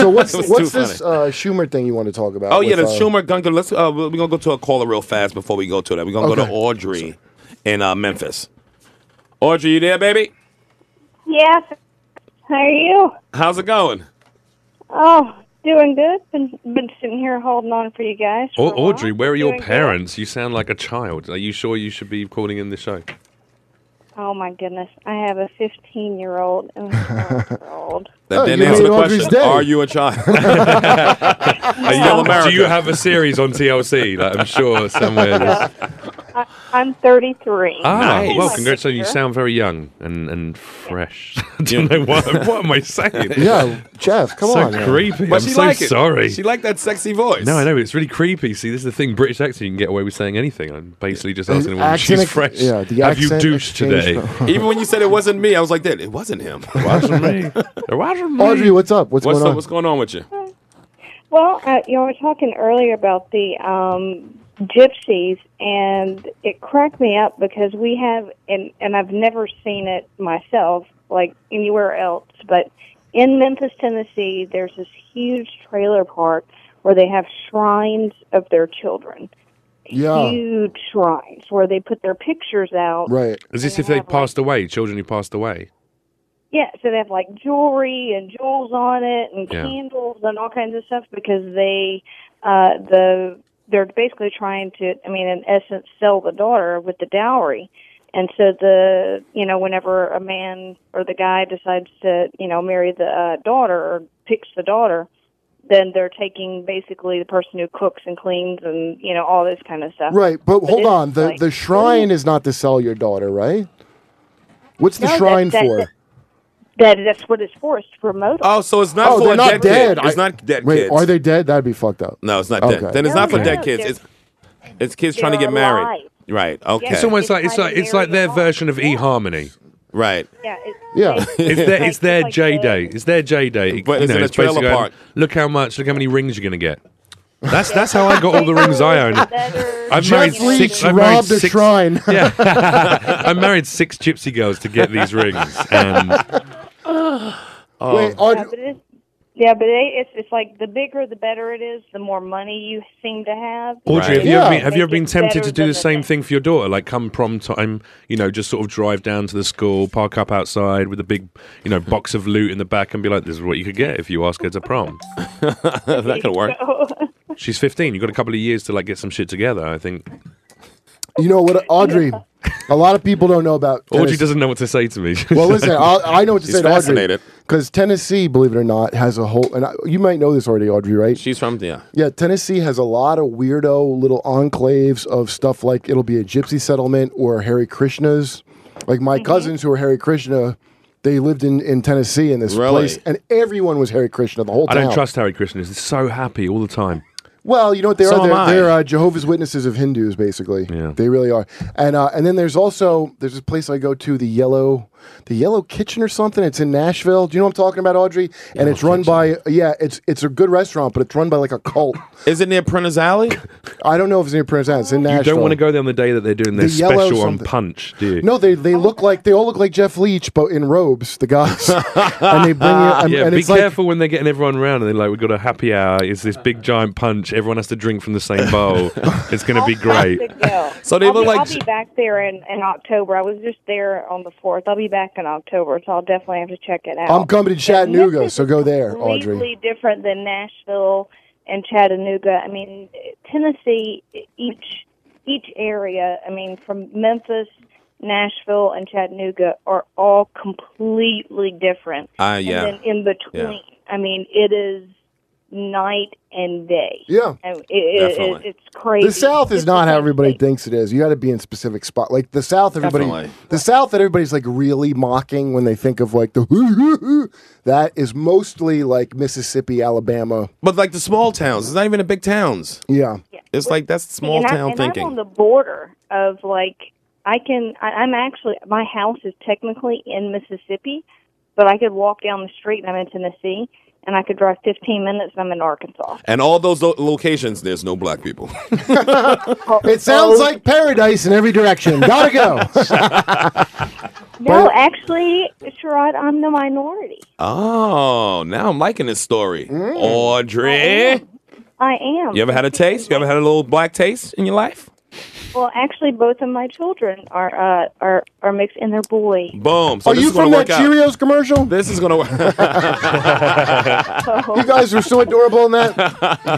B: what's
C: It was
B: what's
C: too
B: this
C: funny.
B: uh, Schumer thing you want to talk about?
C: Oh yeah, the
B: with, uh,
C: Schumer Gunker. Let's uh, we're gonna go to a caller real fast before we go to that. We're gonna go
B: Okay.
C: to Audrey in uh, Memphis. Audrey, you there, baby?
G: Yes. How are you?
C: How's it going?
G: Oh, doing good. Been been sitting here holding on for you guys.
F: Au- Audrey, where are your
G: Doing good.
F: parents? You sound like a child. Are you sure you should be calling in the show?
G: Oh my goodness, I have a 15 year old and a 12 year
B: [laughs]
G: old.
C: That
F: Oh,
C: didn't
F: you
C: answer
F: made
C: the
F: Audrey's
C: question.
F: day.
C: Are you a child?
F: Are you-
C: Still America.
F: do you have a series on TLC? Like, I'm sure somewhere. there's-
G: I, I'm 33.
F: Ah,
G: Oh,
F: well,
G: my
F: congratulations. You
G: sister.
F: sound very young and, and fresh. [laughs] I don't know what, what am I saying?
B: [laughs] [laughs] Yeah, Jeff, come
F: so
B: on. man.
F: creepy.
C: But
F: I'm
C: she
F: so
C: like it.
F: sorry.
C: She liked that sexy voice.
F: No, I know it's really creepy. See, this is the thing. British accent, you can get away with saying anything. I'm basically just
B: The
F: asking a woman,
B: accent
F: she's
B: ex-
F: fresh.
B: yeah, the
F: Have you
B: accent
F: douched
B: exchange
F: today?
B: from-
C: [laughs] Even when you said it wasn't me, I was like, that it wasn't him.
F: wasn't me. It wasn't
B: [laughs]
F: me.
B: Audrey, what's up? What's,
C: What's
B: going
C: up?
B: on?
C: What's going on with you?
G: Well, uh, you were talking earlier about the um, gypsies, and it cracked me up because we have, and, and I've never seen it myself, like anywhere else, but in Memphis, Tennessee, there's this huge trailer park where they have shrines of their children.
F: Yeah.
G: Huge shrines where they put their pictures out.
F: Is this if they passed away, children who passed away?
G: Yeah, so they have like jewelry and jewels on it and
F: Yeah.
G: candles and all kinds of stuff because they uh the they're basically trying to I mean in essence sell the daughter with the dowry. And so the you know whenever a man or the guy decides to you know marry the uh, daughter or picks the daughter, then they're taking basically the person who cooks and cleans and you know all this kind of stuff.
B: Right, but hold
G: it's
B: on. The
G: like-
B: the shrine is not to sell your daughter, right? What's the
G: No, that-
B: shrine
G: that-
B: for?
G: That that's what it's for. It's to promote.
C: Oh, so it's not
B: oh,
C: for
B: they're
C: a
B: not
C: dead,
B: dead.
C: kid. It's
B: I-
C: not dead
B: Wait,
C: kids.
B: are they dead? That'd be fucked up.
C: No, it's not
B: Okay.
C: dead. Then it's
G: No,
C: not for
G: no,
C: dead kids.
G: they're-
C: It's it's kids trying to
G: they're
C: get married.
G: alive.
C: Right. Okay.
F: It's almost like it's like it's like their version of eHarmony.
C: Right. [laughs]
G: Yeah. It's,
B: Yeah.
F: It's their it's their J Day. It's their J Day.
C: But it's in a trailer park.
F: Look how much. Look how many rings you're gonna get. That's that's how I got all the rings I own. [laughs] I've married
B: Jeff Leach
F: six. I married
B: robbed the
F: six.
B: shrine.
F: Yeah, [laughs] I married six gypsy girls to get these rings, and oh,
B: Wait,
G: Yeah,
B: Audrey,
G: but, it's, yeah, but they, it's it's like the bigger, the better it is, the more money you seem to have.
F: Audrey, have you
G: Yeah.
F: ever been, have you ever been
G: Make it
F: tempted to
G: better
F: do the
G: than
F: same thing for your daughter? Like come prom time, you know, just sort of drive down to the school, park up outside with a big, you know, box of loot in the back, and be like, "This is what you could get if you ask her to prom."
C: that could
G: [laughs]
C: work.
F: She's fifteen. You've got a couple of years to like get some shit together. I think
B: you know what, Audrey? A lot of people don't know about.
F: Audrey
B: Tennessee.
F: doesn't know what to say to me. [laughs]
B: Well, listen, I'll, I know what to
F: She's
B: say to Audrey
F: fascinated.
B: because Tennessee, believe it or not, has a whole. And I, you might know this already, Audrey, right?
C: She's from yeah.
B: Yeah, Tennessee has a lot of weirdo little enclaves of stuff like it'll be a gypsy settlement or Harry Krishna's. Like my cousins who are Harry Krishna, they lived in, in Tennessee in this
F: Really?
B: place, and everyone was Harry Krishna the whole
F: I
B: time.
F: don't trust Harry Krishnas. He's so happy all the time.
B: Well, you know what they
C: So
B: are?
C: am
B: They're,
C: I.
B: they're uh, Jehovah's Witnesses of Hindus, basically. Yeah. They really are. And uh, and then there's also there's this place I go to, the Yellow, the Yellow Kitchen or something. It's in Nashville. Do you know what I'm talking about, Audrey? and it's run by yeah, it's it's a good restaurant, but it's run by like a cult.
C: Is it near Printers
F: [laughs]
C: Alley?
B: I don't know if it's near Printers Alley. It's in
F: You
B: Nashville.
F: don't want to go there on the day that they're doing their
B: The yellow
F: special on
B: something.
F: Punch, do you?
B: No, they they look like they all look like Jeff Leach, but in robes. The
F: [laughs]
B: guys, and they bring you. And,
F: yeah,
B: and
F: be
B: it's like,
F: careful when they're getting everyone around and they're like, we've got a happy hour. It's this big giant punch. Everyone has to drink from the same bowl. it's going to be great.
C: [laughs] So they
G: I'll
C: look
G: be,
C: like-
G: I'll be back there in, in October. I was just there on the fourth. I'll be back in October, so I'll definitely have to check it out.
B: I'm coming to Chattanooga, so go there,
G: [laughs] completely
B: Audrey.
G: different than Nashville and Chattanooga. I mean, Tennessee, each each area. I mean, from Memphis, Nashville, and Chattanooga are all completely different.
C: Ah, yeah.
G: And then in between, I mean, it is night and day.
B: Yeah.
G: I mean, it, it,
B: Definitely.
G: it's crazy.
B: The South is not how everybody thinks it is. You got to be in specific spot. Like the South, everybody,
G: Definitely.
B: the South that everybody's like really mocking when they think of like the [laughs] that is mostly like Mississippi, Alabama.
C: But like the small towns, it's not even the big towns.
B: Yeah.
C: It's like that's small
G: and I,
C: town
G: and
C: thinking.
G: I'm on the border of like I can. I, I'm actually my house is technically in Mississippi, but I could walk down the street and I'm in Tennessee, and I could drive 15 minutes and I'm in Arkansas.
C: and all those lo- locations, there's no black people. [laughs]
B: It sounds like paradise in every direction. Gotta go.
G: No, actually, Sherrod, I'm the minority.
C: oh, now I'm liking this story. Audrey,
G: Mm. I am.
C: you ever had a taste? You ever had a little black taste in your life?
G: Well, actually, both of my children are uh, are are mixed, and they're boys.
C: [laughs] Boom. So
B: Are
C: this
B: you
C: is gonna
B: from that
C: work out.
B: Cheerios
C: [laughs]
B: commercial?
C: This is gonna work.
B: You guys were so adorable in that.
C: [laughs]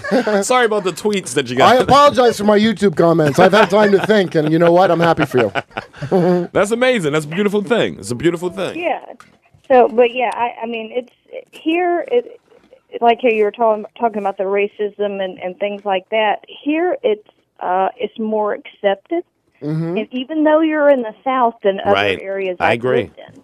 C: Sorry about the tweets that you
B: I
C: got.
B: apologize for my YouTube comments. I've had time to think, and you know what? I'm happy for you.
C: That's amazing. That's a beautiful thing. It's a beautiful thing.
G: Yeah. So, but yeah, I, I mean, it's here. It, like how you were talking talking about the racism and, and things like that. Here, it's uh, it's more accepted, and even though you're in the South than other
B: Mm-hmm. Right.
G: areas,
B: I
G: I've
B: agree.
G: lived in.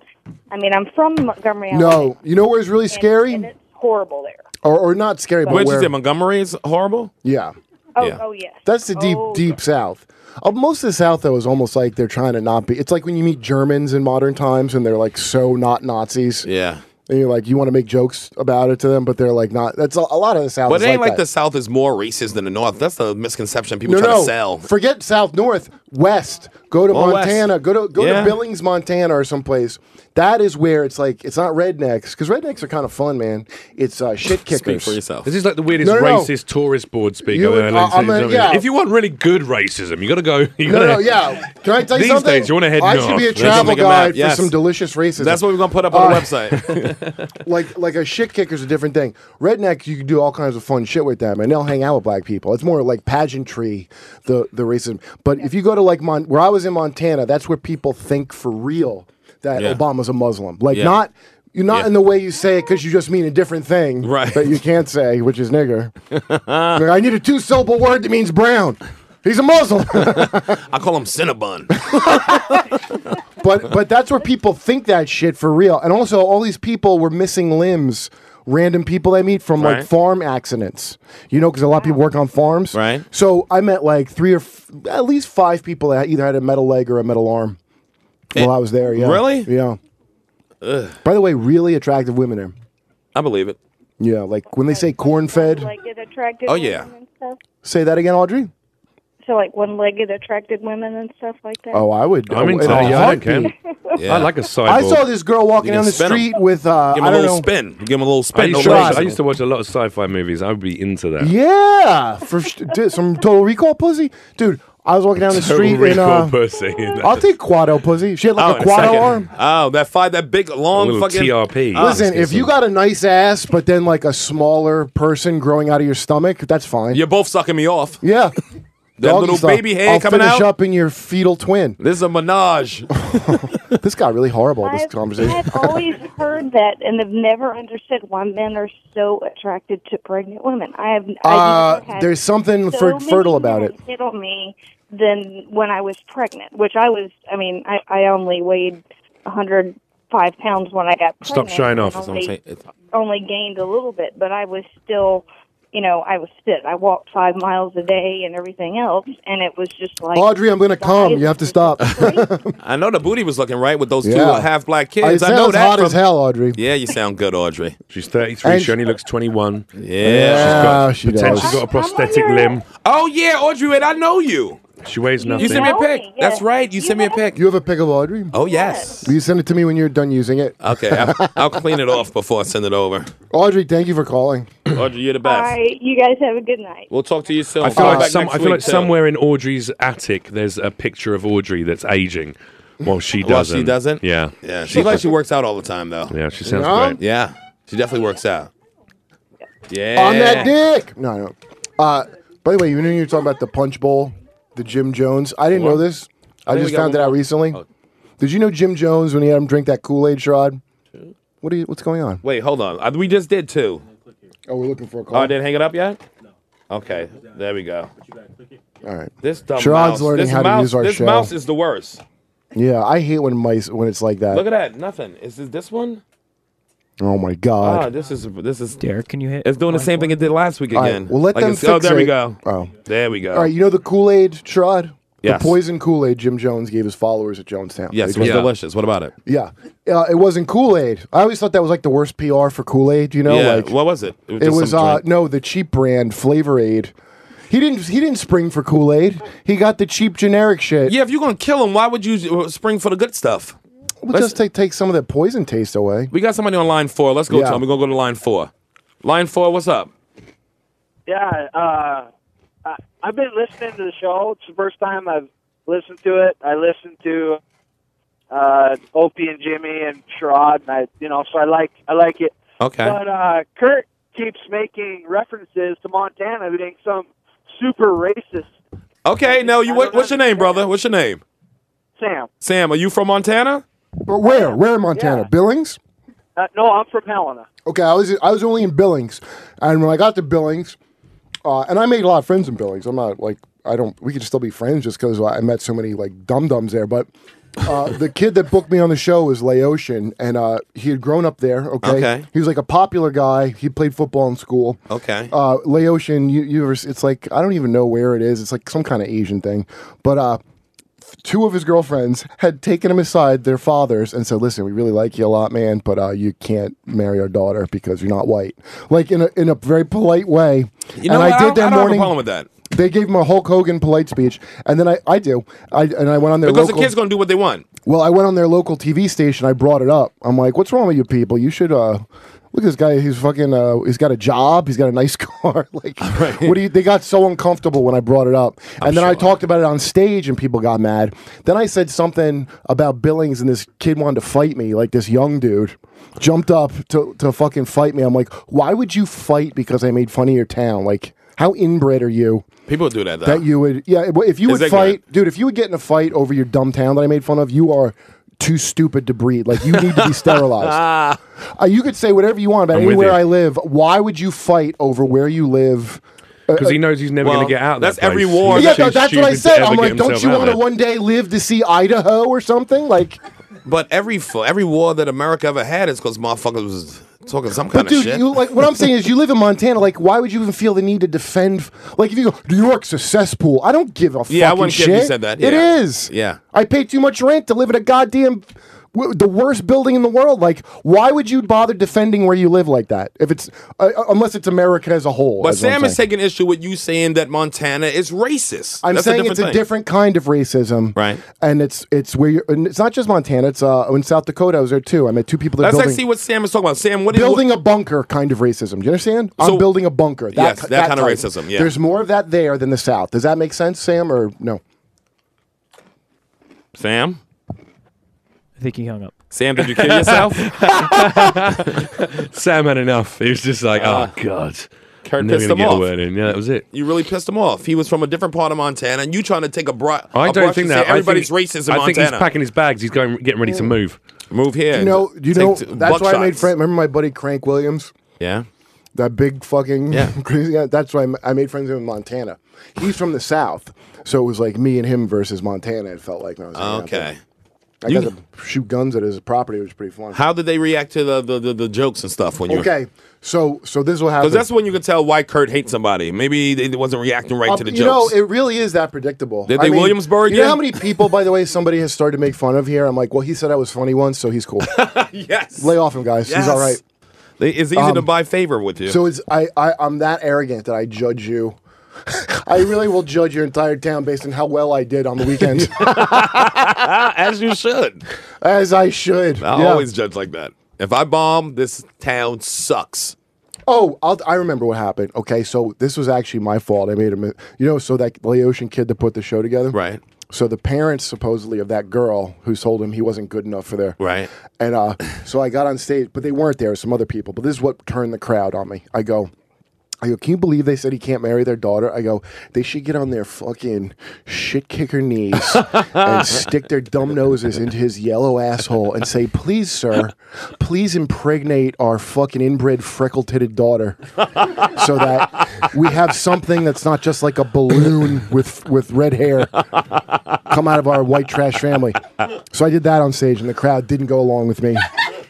G: I mean, I'm from Montgomery. Alabama.
B: No, you know where it's really scary,
G: it's horrible there.
B: or, or not scary, but
C: Where'd you
B: where?
C: say Montgomery is horrible?
B: yeah.
G: Oh,
C: Yeah.
G: oh yeah.
B: That's the deep, deep South. Uh, most of the South, though, is almost like they're trying to not be. It's like when you meet Germans in modern times and they're like so not Nazis.
C: Yeah.
B: And you're like, you want to make jokes about it to them, but they're like not. That's a, a lot of the South.
C: But
B: is
C: it ain't like,
B: that.
C: the South is more racist than the North. That's the misconception people
B: no,
C: try
B: no.
C: to sell.
B: Forget South, North, West. Go to
C: Well, west.
B: Montana. Go to go
C: Yeah.
B: to Billings, Montana, or someplace. That is where it's like it's not rednecks because rednecks are kind of fun, man. It's uh, shit kickers.
F: This is like the weirdest
B: No, no, no.
F: racist tourist board speak
B: You
F: I've
B: would-
F: ever
B: I-
F: listened to.
B: I'm a-
F: You know what I mean?
B: yeah.
F: If you want really good racism, you got to go. You
B: No,
F: gotta,
B: no,
F: [laughs]
B: yeah. Can I tell you
F: These
B: something?
F: days, you want to head
B: I
F: north.
B: should be a
F: Let's
B: travel
F: make map,
B: guide for
F: yes.
B: some delicious racism.
C: That's what we're gonna put up on the
B: Uh,
C: website.
B: like like a shit kicker's a different thing. Redneck, you can do all kinds of fun shit with them, and they'll hang out with black people. It's more like pageantry, the the racism. But if you go to like Mon- where I was in Montana, that's where people think for real that
S: Yeah.
B: Obama's a Muslim. Like
S: Yeah.
B: not you're not
S: Yeah.
B: in the way you say it because you just mean a different thing
S: Right.
B: that you can't say, which is nigger. Like, I need a two syllable word that means brown. He's a Muslim.
C: [laughs] I call him Cinnabon.
B: but but that's where people think that shit for real. And also, all these people were missing limbs. Random people I meet from
S: Right.
B: like farm accidents, you know, because a lot of people work on farms.
C: Right.
B: So I met like three or f- at least five people that either had a metal leg or a metal arm
F: Eh,
B: while I was there. Yeah.
C: really?
B: Yeah.
C: Ugh,
B: By the way, really attractive women there.
C: [laughs] I believe it.
B: Yeah. Like when they say corn fed,
G: Like it attracted.
B: Oh,
G: women
B: yeah.
G: And stuff.
B: say that again, Audrey.
G: So like one-legged attracted women and stuff like that.
B: Oh, I would. oh,
F: I'm into
B: in a
F: that. Yeah, I don't
B: heartbeat.
F: care. Yeah. I like a cyborg.
B: I saw this girl walking
F: You can
B: down the
F: spin 'em.
B: street with, uh,
F: Give 'em
B: I
F: a
B: don't
F: little
B: know.
F: spin. Give him a little spin.
B: I used
F: No
B: to
F: laser.
B: watch-
F: I used to watch a lot of sci-fi movies. I would be into that.
B: Yeah, for sh- dude, some Total Recall pussy, dude. I was walking down the
F: Total
B: street and
F: [laughs] Recall
B: uh,
F: pussy.
B: I'll take Quado pussy. She had like a
C: in second.
B: Quado arm.
C: Oh, that five, that big long
F: little
C: fucking
F: TRP.
C: Ah,
B: Listen, if you got a nice ass, but then like a smaller person growing out of your stomach, that's fine.
C: you're both sucking me off.
B: Yeah,
C: That
B: Doggy
C: little
B: style.
C: baby hand
B: I'll
C: coming
B: finish
C: out?
B: up in your fetal
C: [laughs]
B: twin.
C: This is a menage.
B: This got really horrible. This
G: I've-
B: conversation. [laughs]
G: I've always heard that and have never understood why men are so attracted to pregnant women. I have.
B: Uh,
G: I've never had
B: there's something
G: so
B: fer-
G: many
B: fertile about
G: men
B: it.
G: Hit on me than when I was pregnant, which I was. I mean, I, I only weighed 105 pounds when I got
F: Stop
G: pregnant.
F: showing off.
G: and Only, only gained a little bit, but I was still
T: you know, I was fit. I walked five miles a day and everything else, and it was just like
B: Audrey, I'm going to come. You have to stop.
C: [laughs]
G: [laughs]
C: I know the booty was looking right with those two
B: Yeah.
C: uh, half black
B: I
C: kids. I,
B: sound
C: know
B: as
C: that.
B: hot
C: from-
B: as hell, Audrey.
C: Yeah, you sound good, Audrey.
G: She's 33.
C: And-
G: she only looks 21. Yeah,
C: Yeah, she
G: she's got potentially
C: does.
G: got a prosthetic limb.
C: Oh yeah, Audrey, wait, I know you.
G: She weighs nothing.
C: You sent me a pic. That's right. Oh, You sent me a pic.
B: You have a pic of Audrey?
C: Oh yes.
B: Will you send it to me when you're done using it?
C: Okay, I'll, I'll clean it off before I send it over.
B: Audrey, thank you for calling.
C: [coughs] Audrey, you're the
T: All
C: best.
T: right, you guys have a good night.
C: We'll talk to you soon.
G: I feel
C: Come
G: like,
C: back
G: some,
C: next
G: I feel
C: week,
G: like
C: too.
G: somewhere in Audrey's attic, there's a picture of Audrey that's aging while she
C: While
G: doesn't.
C: she doesn't?
G: Yeah.
C: Yeah, she looks like she works out all the time though.
G: Yeah, she sounds
B: Yeah.
G: great.
C: Yeah, she definitely works out. Yeah.
B: On that dick. No, no. Uh, by the way, you know you're talking about the Punch Bowl, the Jim Jones. I didn't know this.
C: I
B: I,
C: think
B: just
C: we got
B: found
C: one
B: it out
C: more. Oh.
B: recently. Did you know Jim Jones when he had him drink that Kool Aid shot? What are you? What's going on?
C: Wait, hold on. Uh, We just did two.
B: Oh, we're looking for a
C: Oh, I didn't hang it up yet. No. Okay, there we go.
B: All right.
C: This dumb
B: Sherrod's
C: mouse.
B: learning
C: this
B: how to
C: mouse,
B: use our
C: This
B: show.
C: mouse is the worst.
B: Yeah, I hate when mice when it's like that.
C: Look at that. Nothing. Is this this one?
B: Oh my
C: Ah,
B: god.
C: this is this is.
B: Derek, can you hit?
C: It's doing the same thing it did last week
B: All right,
C: again.
B: well, let
C: Like
B: them
C: it's- Oh,
B: fix
C: there we
B: it.
C: go.
B: Oh.
C: there we go.
B: All right, you know the Kool Aid Sherrod?
C: Yes.
B: The poison Kool Aid Jim Jones gave his followers at Jonestown.
C: Yes,
B: They
C: it was
B: drank-
C: delicious. What about it?
B: Yeah, uh, it wasn't Kool Aid. I always thought that was like the worst PR for Kool Aid. You know,
C: yeah.
B: like
C: what was it?
B: it was,
C: just some
B: uh,
C: drink.
B: no the cheap brand Flavor Aid. He didn't he didn't spring for Kool Aid. He got the cheap generic shit.
C: yeah, if you're gonna kill him, why would you uh, spring for the good stuff?
B: Well, just take take some of that poison taste away.
C: We got somebody on line four. Let's go
B: Yeah.
C: to him. We're gonna go to line four. Line four, what's up?
U: Yeah, uh, I, I've been listening to the show. It's the first time I've listened to it. I listened to uh, Opie and Jimmy and Sherrod, and I, you know, so I like I like it.
C: Okay.
U: But uh, Kurt keeps making references to Montana being some super racist.
C: Okay, no, you. What, what's your name, brother? What's your name?
U: Sam,
C: Sam. Are you from Montana?
B: But where where in Montana? Billings?
U: uh, no, I'm from Helena.
B: Okay, I was I was only in Billings, and when I got to Billings, uh, and I made a lot of friends in Billings. I'm not like I don't. We could still be friends just because I met so many like dum dums there. But
C: [laughs]
B: uh, the kid that booked me on the show was Laotian, and uh, he had grown up there. Okay?
C: Okay.
B: he was like a popular guy. He played football in school.
C: Okay.
B: Uh, Laotian, you you ever, s- it's like I don't even know where it is. It's like some kind of Asian thing, but uh, two of his girlfriends [laughs] had taken him aside, their fathers, and said, "Listen, we really like you a lot, man, but uh, you can't marry our daughter because you're not white." Like in a in a very polite way.
C: You know
B: and
C: what?
B: I did
C: I don't-
B: that
C: I don't have a
B: morning.
C: problem with that.
B: They gave him a Hulk Hogan polite speech, and then I I do I and I went on their
C: Because
B: local.
C: the kids gonna do what they want.
B: Well, I went on their local TV station. I brought it up. I'm like, "What's wrong with you people? You should uh." Look at this guy. He's fucking. Uh, he's got a job. He's got a nice [laughs] car. like, what do you? They got so uncomfortable when I brought it up, and then I talked about it on stage, and people got mad. Then I said something about Billings, and this kid wanted to fight me. Like this young dude jumped up to to fucking fight me. I'm like, why would you fight because I made fun of your town? Like, how inbred are you?
C: People do that though.
B: That you would, yeah. well, If you
C: It's
B: would
C: ignorant.
B: fight, dude, if you would get in a fight over your dumb town that I made fun of, you are too stupid to breed. Like you need to
G: [laughs]
B: be
C: Ah.
B: sterilized. Uh, you could say whatever you want about
G: I'm with
B: anywhere
G: you.
B: I live. Why would you fight over where you live?
G: Because he knows he's never
C: Well,
G: going to get out of
C: that's
G: that place.
C: every war
G: He's
B: uh, yeah,
G: too
B: no, that's what I
G: stupid to
B: said.
G: ever
B: I'm
G: get
B: like, don't
G: himself
B: you
G: out of
B: want
G: it."
B: to one day live to see Idaho or something? Like,
C: But every f- every war that America ever had is because motherfuckers was talking some kind
B: but dude,
C: of shit.
B: you like what I'm saying is, you live in Montana. Like, why would you even feel the need to defend? Like, if you go, New York's a cesspool. I don't give a
C: yeah, I
B: fucking
C: wouldn't
B: shit.
C: care if you said that.
B: It
C: Yeah.
B: is.
C: Yeah.
B: I pay too much rent to live in a goddamn w- the worst building in the world. Like, why would you bother defending where you live like that? If it's uh, uh, unless it's America as a whole.
C: But
B: is what I'm
C: Sam is
B: saying.
C: taking issue with you saying that Montana is racist.
B: I'm
C: That's
B: saying
C: a
B: it's a
C: thing.
B: different kind of racism,
C: right?
B: And it's it's where you're, and it's not just Montana. It's uh, in South Dakota. I was there too. I met two people. That
C: Let's
B: building,
C: actually see what Sam is talking about. Sam, what is
B: building a bunker kind of racism. Do you understand?
C: So-
B: I'm building a bunker.
C: Yes, that kind of
B: type.
C: racism, yeah.
B: There's more of that there than the South. Does that make sense, Sam? Or no?
C: Sam?
V: I think he hung up.
C: Sam, did
B: [laughs]
C: you kill yourself?
G: Sam had enough. He was just like,
C: Ah.
G: oh, God.
C: Kurt
G: Never
C: pissed
G: gonna
C: him
G: get a
C: off.
G: word in. Yeah, that was it.
C: You really pissed him off. He was from a different part of Montana, and you trying to take a, bri-
G: I
C: a
G: don't
C: brush and
G: think
C: say
G: that. I
C: everybody's
G: think,
C: racist in
G: I
C: Montana.
G: think he's packing his bags. He's going, getting ready to
B: Mm.
G: move.
C: Move here.
B: you know, you know. That's why I made friends. Remember my buddy Crank Williams?
C: Yeah.
B: That big fucking
C: Yeah.
B: [laughs] crazy guy. That's why I m- I made friends with him in Montana. He's from the South, so it was like me and him versus Montana. It felt like when I was hanging out there.
C: Okay.
B: I got to shoot guns at his property, which is pretty fun.
C: How did they react to the the, the, the jokes and stuff when you?
B: okay, so so this will happen.
C: Because that's when you can tell why Kurt hates somebody. Maybe they wasn't reacting right
B: Uh,
C: to the
B: you know,
C: jokes.
B: it really is that predictable.
C: Did
B: I
C: they
B: mean,
C: Williamsburg
B: You
C: you?
B: know how many people, by the way, somebody has started to make fun of here. I'm like, well, he said I was funny once, so he's cool.
C: [laughs] yes.
B: Lay off him, guys.
C: Yes.
B: He's all right.
C: They- it's easy
B: Um,
C: to buy favor with you.
B: So it's I, I I'm that arrogant that I judge you. [laughs] I really will judge your entire town based on how well I did on the
C: [laughs]
B: weekend,
C: [laughs] as you should.
B: as I should.
C: I
B: Yeah.
C: always judge like that. If I bomb, this town sucks.
B: Oh, I'll, I remember what happened. Okay, so this was actually my fault. I made a, mi- you know, so that Laotian kid that put the show together,
C: right?
B: So the parents supposedly of that girl who told him he wasn't good enough for their
C: right,
B: and uh, so I got on stage, but they weren't there. Some other people, but this is what turned the crowd on me. I go. I go, can you believe they said he can't marry their daughter? I go, they should get on their fucking shit kicker knees and stick their dumb noses into his yellow asshole and say, please, sir, please impregnate our fucking inbred freckle titted daughter so that we have something that's not just like a balloon with, with red hair come out of our white trash family. So I did that on stage, and the crowd didn't go along with me.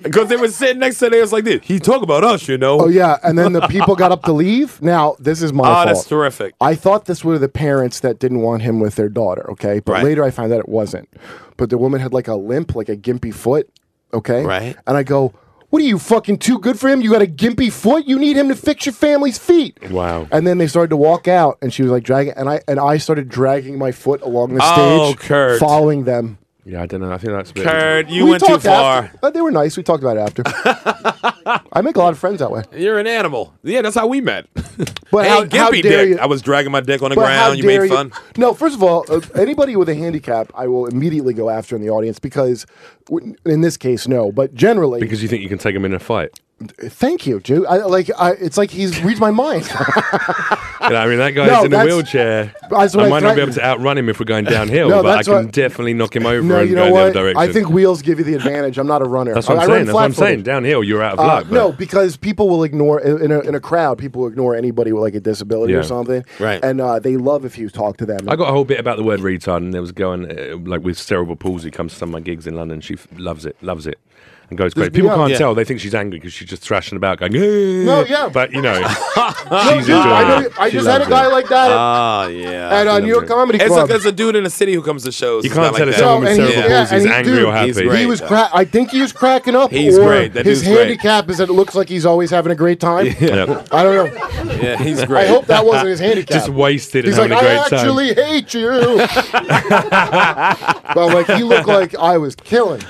C: Because they were sitting next to theirs like this. He talk about us, you know.
B: Oh yeah, and then the people got up to leave. Now this is my
C: Oh,
B: fault.
C: that's terrific.
B: I thought this were the parents that didn't want him with their daughter. Okay, but
C: Right.
B: later I found out it wasn't. But the woman had like a limp, like a gimpy foot. Okay,
C: Right.
B: And I go, "What are you fucking too good for him? You got a gimpy foot. You need him to fix your family's feet."
G: Wow.
B: And then they started to walk out, and she was like dragging, and I and I started dragging my foot along the
G: Oh,
B: stage,
G: Kurt.
B: following them.
G: Yeah, I don't know. I think that's a bit-
C: Kurt, you
B: We
C: went too
B: talked
C: far.
B: after- Uh, they were nice. We talked about it
G: [laughs]
B: after. I make a lot of friends that way.
C: You're an animal. Yeah, that's how we met.
B: [laughs] But
C: hey,
B: how-
C: gimpy
B: how dare
C: dick.
B: you-
C: I was dragging my dick on the
B: But how
C: ground. You
B: dare
C: made fun.
B: No, first of all, uh, anybody with a handicap, I will immediately go after in the audience because, w- in this case, no. But generally,
G: because you think you can take him in a fight.
B: thank you, dude. I, like, I, it's like he's reads my mind. [laughs]
G: You know, I mean, that guy's
B: No,
G: in a
B: that's-
G: wheelchair.
B: that's what
G: I
B: I
G: might not be able
B: threatened.
G: to outrun him if we're going downhill,
B: No,
G: but I
B: that's
G: can
B: what-
G: definitely knock him over
B: no,
G: and
B: you
G: go
B: know
G: in
B: what?
G: the other direction.
B: I think wheels give you the advantage. I'm not a runner.
G: that's what
B: I,
G: I'm
B: I
G: saying.
B: run
G: That's what I'm
B: flat-footed.
G: saying. Downhill, you're out of
B: Uh,
G: luck. but-
B: no, because people will ignore in a, in a crowd. People ignore anybody with like a disability
G: Yeah.
B: or something,
G: Right.
B: And uh, they love if you talk to them.
G: I got a whole bit about the word retard, and there was going uh, like with cerebral palsy. Comes to some of my gigs in London. She f- loves it, loves it, and goes crazy. People
B: yeah.
G: can't
B: Yeah.
G: tell; they think she's angry because she's just thrashing about, going. "Eh."
B: [laughs] No, yeah.
G: but you know,
B: No,
G: she's
B: dude, I,
G: enjoying
B: know-
G: it.
B: I
G: She
B: just had a
G: loves
B: guy
G: it.
B: like that.
C: Ah, yeah.
B: At uh, New York Comedy
C: it's
B: Club.
C: A, it's a dude in the city who comes to shows.
G: You
C: It's
G: can't
C: not
G: tell
C: like
G: it's
C: that.
G: someone with
B: and he-
G: cerebral
B: yeah,
G: palsy is
B: and he-
G: angry or
B: dude,
G: happy.
C: he's great.
B: He was cra- I think he was cracking up.
C: He's
B: or
C: great. That
B: his
C: dude's great.
B: handicap is that it looks like he's always having a great
G: [laughs]
B: time.
G: Yeah.
B: I don't know.
C: Yeah, he's great.
B: I hope that wasn't his handicap.
G: [laughs] Just wasted
B: He's
G: and
B: like, I
G: having a great time.
B: actually hate you. [laughs] but I'm like, he looked like I was
G: [laughs]
B: killing.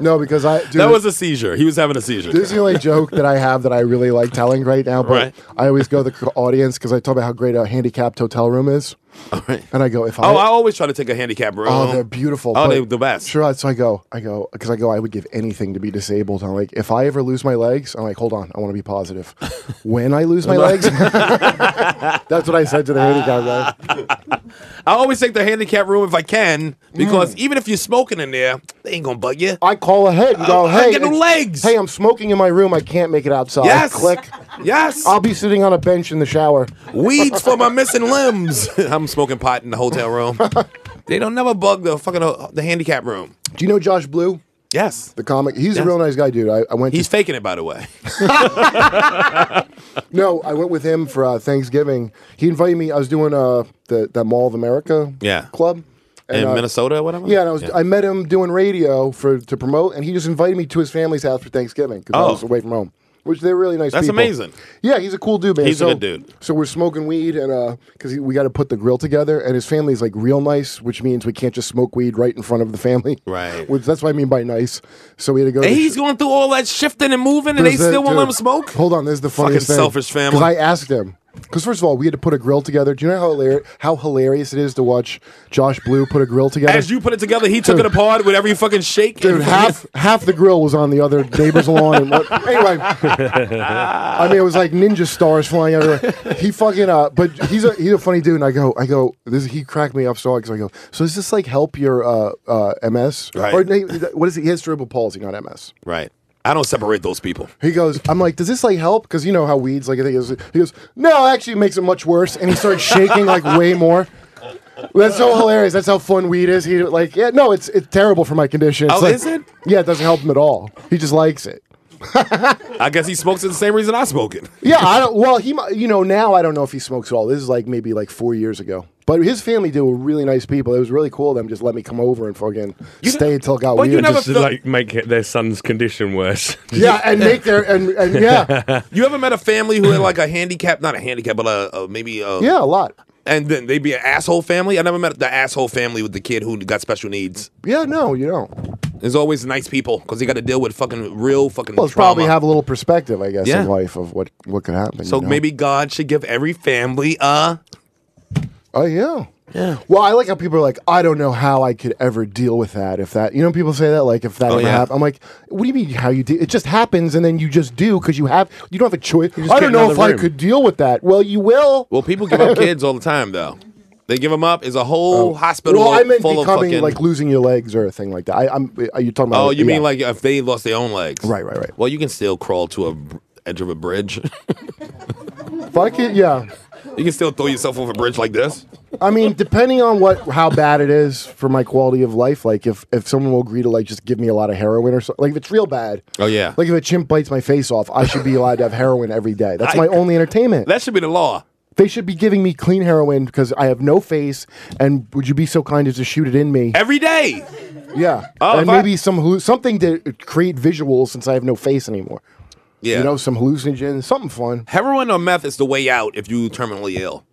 B: no, because I dude,
C: that was a seizure. He was having a seizure.
B: this is the only joke that I have that I really like telling right now. But
C: Right.
B: I always go to the audience because I talk about how great a handicapped hotel room is. And I go, if
C: oh, I always try to take a handicap room.
B: Oh, they're beautiful.
C: Oh,
B: but-
C: they're the best.
B: Sure. So I go, I go, because I go, I would give anything to be disabled. I'm like, if I ever lose my legs, I'm like, hold on, I want to be
C: [laughs]
B: positive. when I lose my legs, that's what I said to the handicap
C: [laughs]
B: guy.
C: I always take the handicap room if I can because
B: Mm.
C: even if you're smoking in there, they ain't gonna bug you.
B: I call ahead and
C: Oh,
B: go,
C: I
B: hey,
C: get no
B: it's-
C: legs.
B: Hey, I'm smoking in my room. I can't make it outside.
C: Yes.
B: Click. Oh.
C: Yes.
B: I'll be sitting on a bench in the shower.
C: Weeds for my missing limbs. [laughs] I'm smoking pot in the hotel room.
B: [laughs]
C: they don't never bug the fucking uh, the handicap room.
B: Do you know Josh Blue?
C: Yes.
B: The comic. He's a
C: Yes.
B: real nice guy, dude. I, I went.
C: He's
B: to,
C: faking it, by
B: [laughs]
C: the way.
B: no, I went with him for uh, Thanksgiving. He invited me. I was doing uh the that Mall of America
C: Yeah.
B: club
C: in
B: uh,
C: Minnesota or whatever?
B: Yeah, and I was I met him doing radio for to promote, and he just invited me to his family's house for Thanksgiving because
C: Oh.
B: I was away from home. Which they're really nice.
C: That's
B: people.
C: amazing.
B: Yeah, he's a cool dude, man.
C: He's a
B: so,
C: good dude.
B: So we're smoking weed, and uh, because we got to put the grill together, and his family's like real nice, which means we can't just smoke weed right in front of the family.
C: Right.
B: Which that's what I mean by nice. So we had to go.
C: and
B: to
C: he's going through all that shifting and moving, and they
B: there's the-
C: still won't let
B: dude,
C: him smoke.
B: Hold on, this is the
C: Fucking
B: funniest thing.
C: selfish family.
B: 'Cause I asked him. Because first of all, we had to put a grill together. Do you know how hilarious how hilarious it is to watch Josh Blue put a grill together?
C: As you put it together, he took it apart. Whatever you fucking shake,
B: Dude,
C: and-
B: half half the grill was on the other neighbor's lawn.
C: [laughs]
B: And what, anyway, I mean, it was like ninja stars flying everywhere. He fucking uh, but he's a he's a funny dude. And I go, I go, this he cracked me up so because I go, so does this like help your uh, uh, MS
C: Right.
B: or no, what is it? He has cerebral palsy, not MS.
C: [laughs] Right. I don't separate those people.
B: He goes, I'm like, does this like help? Because you know how weeds like I think it was, he goes, no, actually it makes it much worse. And he started shaking like way more. That's so hilarious. That's how fun weed is. He like, yeah, no, it's it's terrible for my condition. It's
C: Oh,
B: like-
C: is it?
B: Yeah, it doesn't help him at all. He just likes it.
C: I guess he smokes it the same reason I smoke it.
B: Yeah, I don't. Well, he, mi- you know, now I don't know if he smokes at all. This is like maybe like four years ago. But his family do were really nice people. It was really cool. of Them just let me come over and fucking stay until it got weird.
F: just to, like make it their son's
B: [laughs]
F: condition worse.
B: yeah,
C: [laughs]
B: and make their and, and yeah,
C: You ever met a family who had like a handicap, not a handicap, but a, a maybe a
B: yeah, a lot.
C: and then they'd be an asshole family. I never met the asshole family with the kid who got special needs.
B: Yeah, no, you don't.
C: There's always nice people because they got to deal with fucking real fucking
B: Well, it's
C: trauma.
B: probably have a little perspective, I guess,
C: Yeah.
B: in life of what what could happen.
C: so
B: you know?
C: maybe God should give every family a
B: Oh yeah. Yeah. Well, I like how people are like, I don't know how I could ever deal with that. If that, you know, people say that like if that
C: Oh,
B: ever
C: yeah.
B: happened, I'm like, what do you mean how you do? It just happens, and then you just do because you have you don't have a choice.
C: just
B: I
C: get
B: don't know
C: another
B: if I
C: room.
B: could deal with that. Well, you will.
C: Well, people give
B: [laughs]
C: up kids all the time though. They give them up. Is a whole hospital
B: Oh. well, I meant
C: full
B: becoming
C: of fucking.
B: like losing your legs or a thing like that. I, I'm. Are you talking about?
C: oh, you
B: yeah.
C: mean like if they lost their own legs?
B: Right, right, right.
C: Well, you can still crawl to a br- edge of a bridge. [laughs]
B: fuck it? Yeah.
C: you can still throw yourself off a bridge like this.
B: I mean, depending on what how bad it is for my quality of life, like if if someone will agree to like just give me a lot of heroin or something, like if it's real bad.
C: Oh yeah.
B: Like if a chimp bites my face off, I should be allowed to have heroin every day. That's
C: I-
B: my only entertainment.
C: That should be the law.
B: They should be giving me clean heroin because I have no face. And would you be so kind as to shoot it in me?
C: Every day.
B: Yeah,
C: Oh,
B: and
C: if I-
B: maybe some hallu- something to create visuals since I have no face anymore.
C: Yeah.
B: you know, some hallucinogens, something fun.
C: Heroin or meth is the way out if you terminally ill.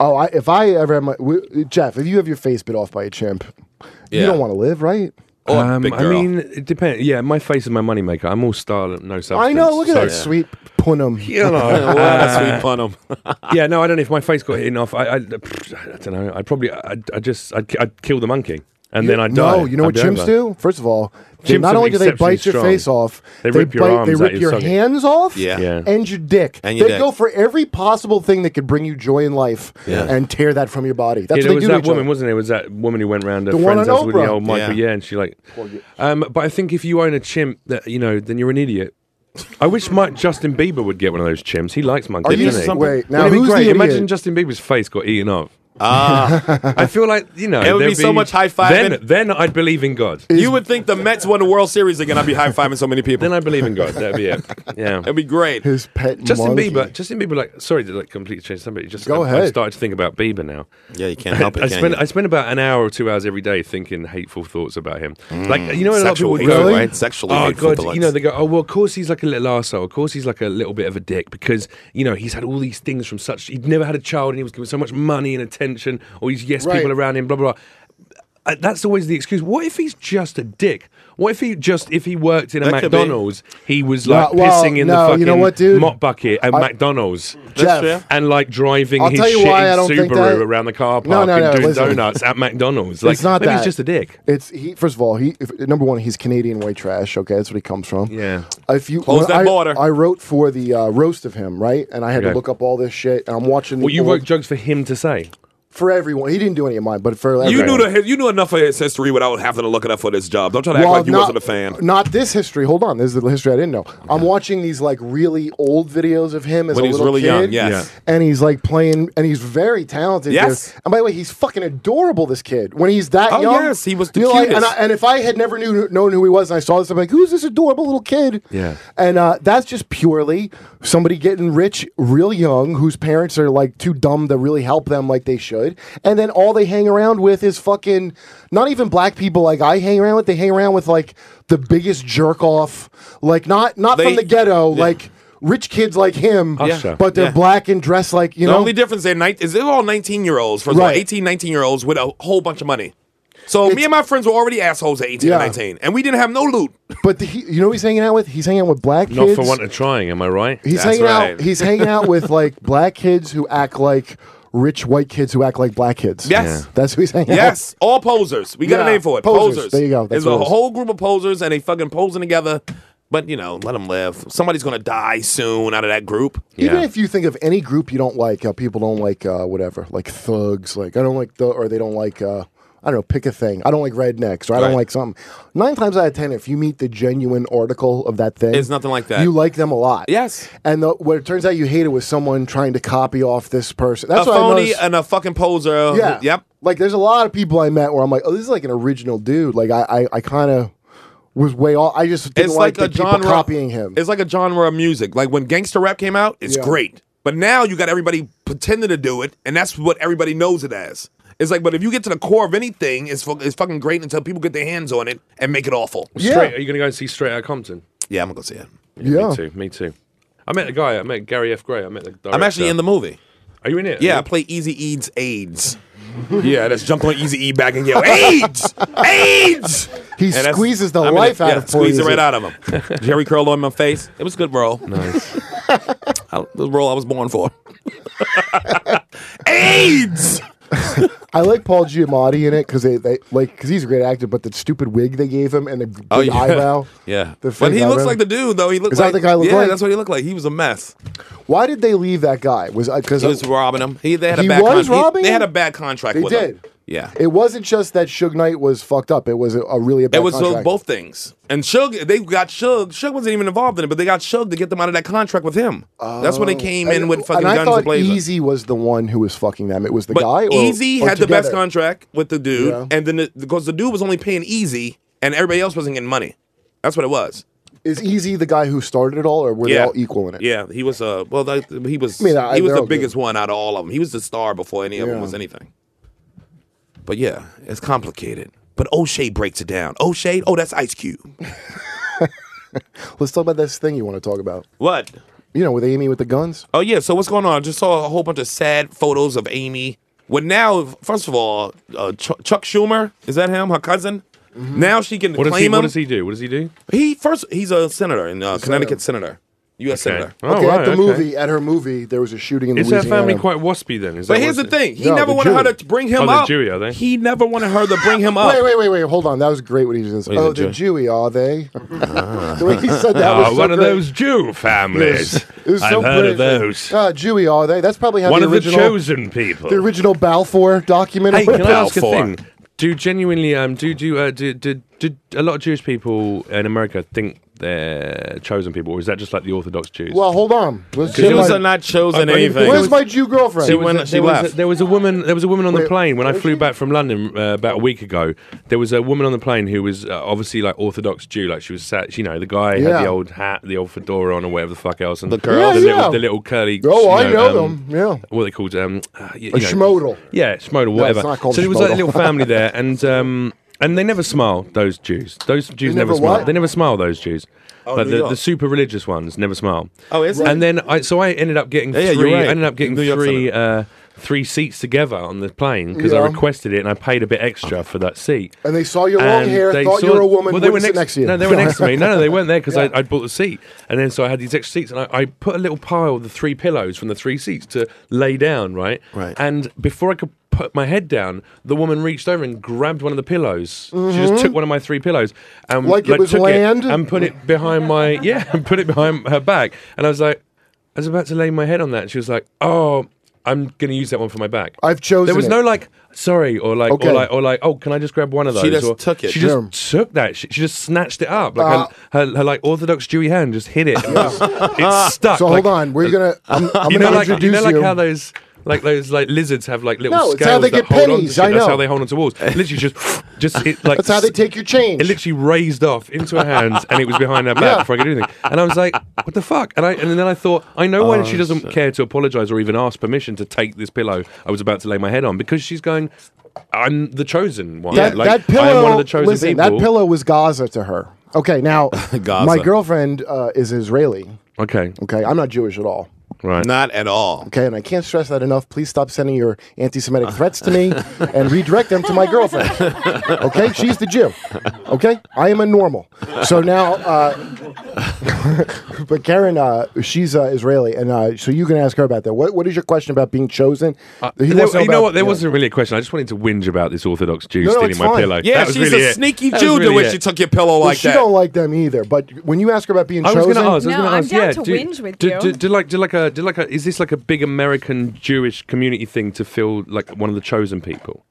B: Oh, I, if I ever had my w- Jeff, if you have your face bit off by a chimp, you
F: Yeah.
B: don't want to live, right?
F: Um,
B: big
F: I
B: girl.
C: [laughs]
F: mean, it depends. Yeah, my face is my moneymaker. I'm all style, and no substance.
B: I know. Look at
F: so-
B: that sweet punum.
F: [laughs] You know,
C: uh, sweet on
F: yeah, no, I don't know if my face got eaten off. I, I, I don't know. I'd probably, I, I just, I'd, ki- I'd kill the monkey and then I'd die.
B: No, you know what
F: I'd be
B: chimps
F: over.
B: do? First of all, they-
F: Chimps
B: not
F: are
B: only do they
F: exceptionally
B: bite your
F: strong.
B: face off,
F: They rip your
B: bite,
F: arms
B: they rip
F: out your
B: your
F: socket.
B: hands off,
F: Yeah. Yeah.
B: and your dick.
F: And your
B: they
F: dick.
B: go for every possible thing that could bring you joy in life
F: Yeah.
B: and tear that from your body. That's what
F: Yeah, there
B: they
F: was
B: do. to
F: that
B: each
F: woman,
B: other.
F: wasn't it? It Was that woman who went round her
B: The one
F: friend's
B: on
F: house with the
B: Oprah.
F: old Michael?
B: Yeah.
F: Yeah, and she like, um, but I think if you own a chimp, that you know, then you're an idiot. I wish Mike Justin Bieber would get one of those chimps. He likes monkeys.
B: you-
F: doesn't he?
B: wait,
F: Wouldn't
B: now
F: it be
B: who's the
F: great?
B: idiot?
F: Imagine Justin Bieber's face got eaten off.
C: Ah.
F: [laughs] I feel like you know
C: It would
F: there'd
C: be so much high-fiving.
F: Then, then I'd believe in God.
C: you would think the Mets won the World Series again. I'd be high fiving so many people.
F: Then I believe in God.
C: [laughs]
F: That'd be it. Yeah,
C: it'd be great.
B: His pet
F: Justin
B: monkey.
F: Bieber. Justin Bieber. Like, sorry to like completely change somebody. Just
B: Go
F: I, I
B: ahead.
F: started to think about Bieber now.
C: Yeah, you can't help it,
F: I
C: can
F: spend
C: you?
F: I spend about an hour or two hours every day thinking hateful thoughts about him.
C: Mm.
F: Like you know, a lot of
C: Sexual
F: people would
C: hateful,
F: go,
C: right? Sexually
F: Oh
C: hateful
F: god,
C: thoughts.
F: you know, they go, oh well, of course he's like a little asshole. Of course he's like a little bit of a dick because you know he's had all these things from such. He'd never had a child and he was given so much money and attention. All these yes
B: Right.
F: people around him. Blah blah. blah. Uh, That's always the excuse. What if he's just a dick? What if he just if he worked in a
B: That could be.
F: McDonald's, he was
B: No,
F: like
B: well,
F: pissing in
B: no,
F: the fucking
B: you know what, dude?
F: mop bucket at
B: I-
F: McDonald's,
B: Jeff. That's fair.
F: and like driving
B: I'll
F: his
B: tell you
F: shitty
B: why I don't
F: Subaru
B: think that-
F: around the car park
B: No, no,
F: and
B: no,
F: doing
B: listen.
F: donuts at McDonald's. Like,
B: it's not
F: maybe
B: that.
F: he's just a dick.
B: It's he. First of all, he if, number one, he's Canadian white trash. Okay, that's what he comes from.
F: Yeah.
B: If you
F: Close
B: when
F: that
B: I,
F: border.
B: I wrote for the uh, roast of him, right? And I had to
F: Okay.
B: look up all this shit. And I'm watching. The
F: Well, you
B: old-
F: wrote jokes for him to say.
B: for everyone. He didn't do any of mine, but for everyone.
C: You knew the you knew enough of his history without having to look it up for this job. Don't try to act
B: Well,
C: like you
B: not-
C: wasn't a fan.
B: Not this history. Hold on. This is the history I didn't know. I'm watching these like really old videos of him as
C: When
B: a
C: he was
B: little
C: really
B: kid,
C: young, yes.
B: And he's like playing, and he's very talented. dude.
C: Yes.
B: And by the way, he's fucking adorable. This kid. When he's that
C: Oh,
B: young,
C: yes, he was the
B: you're like- and, I,
C: cutest.
B: and if I had never knew known who he was, and I saw this, I'm like, who's this adorable little kid?
F: Yeah.
B: And uh, that's just purely somebody getting rich real young whose parents are like too dumb to really help them like they should. And then all they hang around with is fucking not even black people like I hang around with. They hang around with like the biggest jerk off, like not not
C: They-
B: from the ghetto, like rich kids like him,
C: Usher.
B: but they're
C: Yeah.
B: black and dressed like, you
C: the
B: know,
C: only difference they're nine, is they're all 19 year olds, first of all,
B: Right.
C: 18, 19 year olds with a whole bunch of money. So me and my friends were already assholes at 18
B: Yeah.
C: and 19, and we didn't have no loot.
B: but the, he, you know who he's hanging out with? He's hanging out with black
F: Not
B: kids.
F: for want of trying, am I right?
B: He's hanging out.
C: [laughs]
B: He's hanging out with like black kids who act like rich white kids who act like black kids.
C: Yes. Yeah.
B: that's who he's hanging out.
C: Yes, all posers. We got
B: Yeah,
C: a name for it.
B: posers.
C: Posers.
B: There you go. That's
C: There's
B: what
C: a
B: it is.
C: whole group of posers, and they fucking posing together. But you know, let them live. Somebody's gonna die soon out of that group.
B: Even if you think of any group you don't like, uh, people don't like uh, whatever, like thugs. Like I don't like thug, or they don't like. Uh, I don't know, pick a thing. I don't like rednecks, or I don't
C: Right.
B: like something. Nine times out of ten, if you meet the genuine article of that thing,
C: It's nothing like that.
B: You like them a lot,
C: yes.
B: And the, what it turns out you hated was someone trying to copy off this person. That's
C: a
B: what I
C: phony
B: noticed.
C: and a fucking poser.
B: Yeah.
C: Yep.
B: Like there's a lot of people I met where I'm like, oh, this is like an original dude. Like I, I, I kind of was way off. I just didn't
C: It's
B: like,
C: like, a
B: the people
C: genre
B: copying him.
C: It's like a genre of music. Like when gangster rap came out, it's
B: Yeah.
C: great. But now you got everybody pretending to do it, and that's what everybody knows it as. It's like, but if you get to the core of anything, it's, fu- it's fucking great until people get their hands on it and make it awful.
F: Straight, are you going to go and see Straight Outta Compton?
C: Yeah, I'm gonna go see it.
F: Me too. Me too. I met a guy. I met Gary F. Gray. I met the. Director.
C: I'm actually in the movie.
F: Are you in it?
C: Yeah, I play Easy Eads AIDS. yeah, that's jump on Easy E back and yell AIDS, AIDS.
B: He
C: And that's-
B: squeezes the
C: I'm in
B: life
C: it.
B: out
C: yeah,
B: of poor
C: squeeze it
B: Easy. E.
C: right out of him.
B: [laughs]
C: Jerry curled on my face. It was a good role. Nice. the role [laughs] I was born for. [laughs] AIDS.
B: I like Paul Giamatti in it because they, they like because he's a great actor, but the stupid wig they gave him and the big eyebrow.
C: Oh, Yeah. [laughs]
B: The
C: but
B: fake
C: he looks
B: eyebrow.
C: like the dude though. He looked
B: Is that
C: like
B: the guy I look
C: Yeah,
B: like?
C: that's what he looked like. He was a mess.
B: Why did they leave that guy? Was uh, because
C: He was robbing him. He they had a
B: He
C: bad
B: was
C: he-
B: robbing
C: They had a
B: him?
C: bad contract
B: They
C: with him.
B: did.
C: Yeah.
B: it wasn't just that Suge Knight was fucked up. It was a, a really a bad
C: It was those-
B: contract.
C: both things. And Suge, they got Suge. Suge wasn't even involved in it, but they got Suge to get them out of that contract with him. That's when they came in with fucking
B: Oh. and I
C: guns
B: thought
C: and blazing.
B: Easy was the one who was fucking them. It was the
C: but
B: guy. Or,
C: Easy
B: or
C: had the best
B: together?
C: contract with the dude,
B: Yeah.
C: and then the, because the dude was only paying Easy, and everybody else wasn't getting money. That's what it was.
B: Is Easy the guy who started it all, or were they
C: Yeah.
B: all equal in it?
C: Yeah, he was uh well that, he was
B: I mean, I-
C: he was
B: they're
C: the
B: all good.
C: biggest one out of all of them. He was the star before any of them was anything. But yeah, it's complicated. But O'Shea breaks it down. O'Shea, oh that's Ice Cube.
B: Let's talk about this thing you want to talk about.
C: What?
B: You know, with Amy with the guns.
C: Oh yeah. So what's going on? I just saw a whole bunch of sad photos of Amy. Well, now, first of all, uh, Chuck, Chuck Schumer is that him? Her cousin. Now she can
F: Mm-hmm. What does
C: claim
F: he?
C: him.
F: What does he do? What does he do?
C: He first he's a senator in uh, Connecticut senator, U.S. senator.
B: okay, at the movie, at her movie, there was a shooting in
F: Oh, Is her
B: Louisiana.
F: family quite waspy then? Is
C: But
F: that
C: here's the
F: what-
C: thing: he
B: No,
C: never
B: they're
C: wanted her
B: Jewish.
C: to bring him
F: Oh, they're
C: up.
F: Jewish, are they?
C: He never wanted her to bring
F: [laughs]
C: him up.
B: Wait, wait, wait, wait. Hold on. That was great when he just says,
C: he's a
B: "Oh, they're Jewy, are they?" [laughs] the way he said that
F: Ah,
B: was so
F: one of
B: great.
F: those Jew families.
B: It was
F: I've
B: so
F: heard of
B: British.
F: those.
B: Ah, Jewy, are they? That's probably how
F: One
B: the
F: of the
B: original,
F: chosen people.
B: the original Balfour document.
F: Hey, can I ask a
B: Balfour.
F: thing? Do genuinely um do do, uh, do do do a lot of Jewish people in America think they're chosen people, or is that just like the Orthodox Jews?
B: Well, hold on. Let's
F: Jews
B: just-
F: are not chosen
B: Where's
F: anything.
B: Where's my Jew girlfriend?
F: There was a- there was a- there was a woman. There was a woman on the plane when I flew back from London uh, about a week ago. There was a woman on the plane who was uh, obviously like Orthodox Jew. Like she was sat. You know, the guy
B: Yeah.
F: had the old hat, the old fedora on, or whatever the fuck else, and the
B: curl.
F: the,
B: Yeah, yeah.
F: Little, the little curly.
B: Oh,
F: you
B: I know
F: um,
B: them. Yeah.
F: What are they called? Um, uh, y- you
B: A
F: know.
B: schmodel.
F: Yeah, Schmodel,
B: No, it's
F: whatever.
B: not called
F: so there was like a
B: Schmodel.
F: little
B: [laughs]
F: family there, and um, and they never smile. Those Jews, those Jews
B: never
F: never, smile.
B: what?
F: They never smile. Those Jews,
C: Oh,
F: like
C: New
F: the,
C: York.
F: the super religious ones, never smile.
C: Oh, is it?
F: And then I, so I ended up getting
C: Yeah, yeah, you're
F: three.
C: right.
F: I ended up getting
C: New York
F: three. Uh, Three seats together on the plane because I
B: Yeah.
F: requested it and I paid a bit extra for that seat.
B: And they saw your long
F: And
B: hair,
F: they
B: thought you
F: saw-
B: were a woman,
F: Well, they were
B: wouldn't sit
F: next,
B: next to you.
F: No, they were next to me. No, no, they weren't there
B: [laughs]
F: because I I'd bought the seat, and then so I had these extra seats, and I, I put a little pile of the three pillows from the three seats to lay down, right? Right. And before I could put my head down, the woman reached over and grabbed one of the pillows. She
B: Mhm.
F: just took one of my three pillows and
B: Like it was
F: took
B: land?
F: and put it behind my [laughs] yeah, and put it behind her back. And I was like, I was about to lay my head on that. And she was like, oh. I'm gonna use that one for my back.
B: I've chosen
F: There was
B: it.
F: no like, sorry, or like,
B: Okay.
F: or like, or like, oh, can I just grab one of those?
C: She just
F: or,
C: took it.
F: She just
C: Yeah.
F: took that. She, she just snatched it up. Like
B: Uh,
F: her, her, her like Orthodox Jewy hand just hit it. And it,
B: [laughs]
F: was, it stuck.
B: So
F: like-
B: hold on. We're gonna. I'm, I'm
F: you know,
B: gonna
F: like you
B: introduce
F: know, like how those. Like those, like lizards have like little
B: No,
F: scales
B: it's how they
F: that
B: get
F: hold on to
B: pennies,
F: shit.
B: I
F: That's
B: know.
F: how they hold onto walls. Literally, just,
B: [laughs]
F: just it, like
B: That's how they take your change.
F: It literally raised off into her hands, and it was behind her back
B: Yeah.
F: before I could do anything. And I was like, "What the fuck?" And I, and then I thought, I know why
C: Oh,
F: she doesn't care to apologize or even ask permission to take this pillow I was about to lay my head on because she's going, "I'm the chosen one.
B: That,
F: like,
B: that pillow.
F: I am one of the chosen
B: listen,
F: people."
B: that pillow was Gaza to her. Okay,
F: [laughs]
B: now
C: Gaza.
B: my girlfriend uh, is Israeli.
F: Okay,
B: Okay, I'm not Jewish at all.
F: right.
C: Not at all.
B: Okay, and I can't stress that enough. Please stop sending your
F: [laughs]
B: anti-Semitic threats to me and redirect them to my girlfriend. Okay, she's the Jew. Okay, I am a normal. So now, uh, [laughs] but Karen, uh, she's uh, Israeli, and uh, so you can ask her about that. What What is your question about being chosen? He
F: Uh, There-
B: wants to
F: you know
B: about-
F: what? There
B: yeah.
F: wasn't really a question. I just wanted to whinge about this Orthodox Jew
B: No, no,
F: stealing
B: it's
F: my
B: fine.
F: pillow.
C: Yeah,
F: That was
C: she's
F: really
C: a
F: it.
C: sneaky
F: That was
C: Jew the
F: really
C: way
F: it.
C: she took your pillow
B: Well,
C: like
B: she
C: that.
B: don't like them either. But when you ask her about being
F: I was
B: chosen,
F: going to ask. I was
W: No,
F: going
W: I'm
F: ask.
W: down
F: yeah,
W: to
F: do,
W: whinge with
F: do,
W: you.
F: Do, do like, do like a, do like a. Is this like a big American Jewish community thing to feel like one of the chosen people?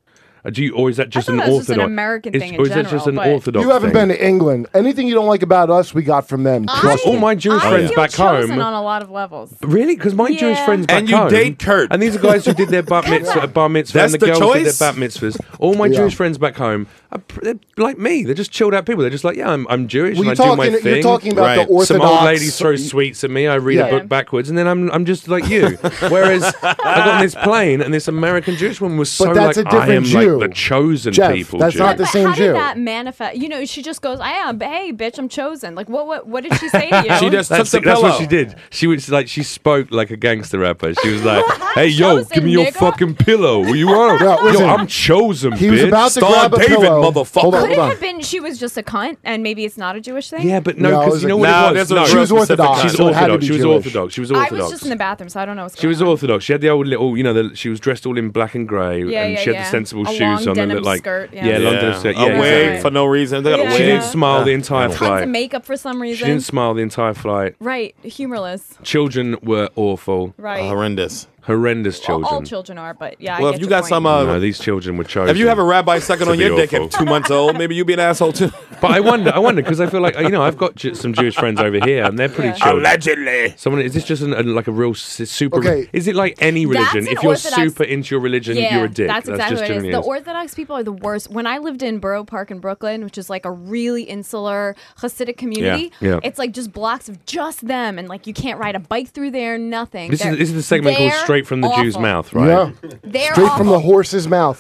F: Uh, Do you, or is that just an
W: thought that was
F: orthodox?
W: just an American
F: is-
W: thing in
F: or is that just
W: general,
F: an
W: but-
F: orthodox?
B: You haven't
F: thing?
B: been to England. Anything you don't like about us, we got from them. Trust
F: all
B: me.
F: my Jewish
B: I
F: friends
B: feel
F: back
W: Chosen
F: home.
W: on a lot of levels.
F: Really? Because my Jewish
W: Yeah.
F: friends back
W: And you
F: home-
W: date
C: Kurt.
F: And these are guys who did their bat mitzvah, bar mitzvah
C: That's
F: and the,
C: the
F: girls did
C: choice?
F: their bat mitzvahs. All my
C: Yeah.
F: Jewish friends back home are pr- they're like me. They're just chilled out people. They're just like, yeah, I'm, I'm Jewish
B: Well,
F: and I
B: you're
F: do my
B: talking-
F: thing.
B: you're talking about the
F: Some old
B: Orthodox-
F: ladies throw sweets at me. I read
B: Yeah.
F: a book backwards, and then I'm I'm just like
B: [laughs]
F: you. Whereas I got on this plane, and this American Jewish woman was so
B: But that's
F: like,
B: a different
F: I am
B: Jew.
F: like the chosen
B: Jeff,
F: people.
B: that's
F: Jew.
B: not the same
W: How
B: Jew.
W: did that manifest? You know, she just goes, "I am, hey, bitch, I'm chosen." Like, what, what, what did she say to you?
F: that's, it, that's what she did. She was like, she spoke like a gangster rapper. She was
B: [laughs]
F: like, "Hey, yo, give me your fucking pillow. What you want?
B: listen.
F: yo, I'm chosen.
B: He was
F: bitch.
B: about to grab a
F: David,
B: pillow.
F: motherfucker.
B: Hold on,
W: Could it have been she was just a cunt, and maybe it's not a Jewish thing?
F: Yeah, but no, because you know what it was.
C: there's a
F: No,
C: She was
F: specific
C: Orthodox,
F: kind. She's
C: so it had to
F: orthodox.
C: be
F: She was
C: Jewish.
F: orthodox. She was
W: I was just
F: orthodox.
W: in the bathroom, so I don't know. What's
F: She was orthodox. She had the old little, you know, the, she was dressed all in black and grey,
W: Yeah,
F: and
W: yeah,
F: she had
W: yeah.
F: the sensible
W: A
F: shoes
W: long
F: on that
W: denim
F: looked like
W: skirt, yeah.
F: yeah, long
C: Yeah.
F: denim skirt.
C: A
F: Yeah,
C: wig
F: exactly.
C: for no reason. They got a
W: Yeah.
F: She
W: wig.
F: didn't smile the
C: Yeah.
F: entire
W: going on. Tons of
F: flight.
W: makeup for some
F: She
W: reason.
F: didn't smile the entire flight.
W: Right, humorless.
F: Children were awful.
W: Right.
F: Horrendous. Horrendous
W: All-
F: children.
W: All children are, but yeah.
C: Well,
W: I
C: if
W: get
C: you
W: your
C: got
W: point.
C: some, uh,
F: no, these children were chosen.
C: If you have a rabbi sucking
F: To
C: on your
F: be
C: dick at
F: awful.
C: two months old, maybe you'd be an asshole too.
F: But I wonder, I wonder because I feel like you know I've got ju- some Jewish friends over here, and they're pretty
C: Yeah.
F: chill. Allegedly, someone is this just an, an- like a real s- super?
B: Okay.
F: Is it like any
W: That's
F: religion?
W: an
F: If you're
W: Orthodox-
F: super into your religion,
W: yeah,
F: you're a dick.
W: That's exactly
F: just
W: what it
F: generally
W: is. The Orthodox people are the worst. When I lived in Borough Park in Brooklyn, which is like a really insular Hasidic community,
F: yeah.
W: it's like just blocks of just them, and like you can't ride a bike through there, nothing.
F: This
W: They're-
F: is this is the segment called
W: they're
F: "Straight from the Jew's
W: awful.
F: Mouth," right?
W: They're
B: Straight
W: awful.
B: from the horse's mouth.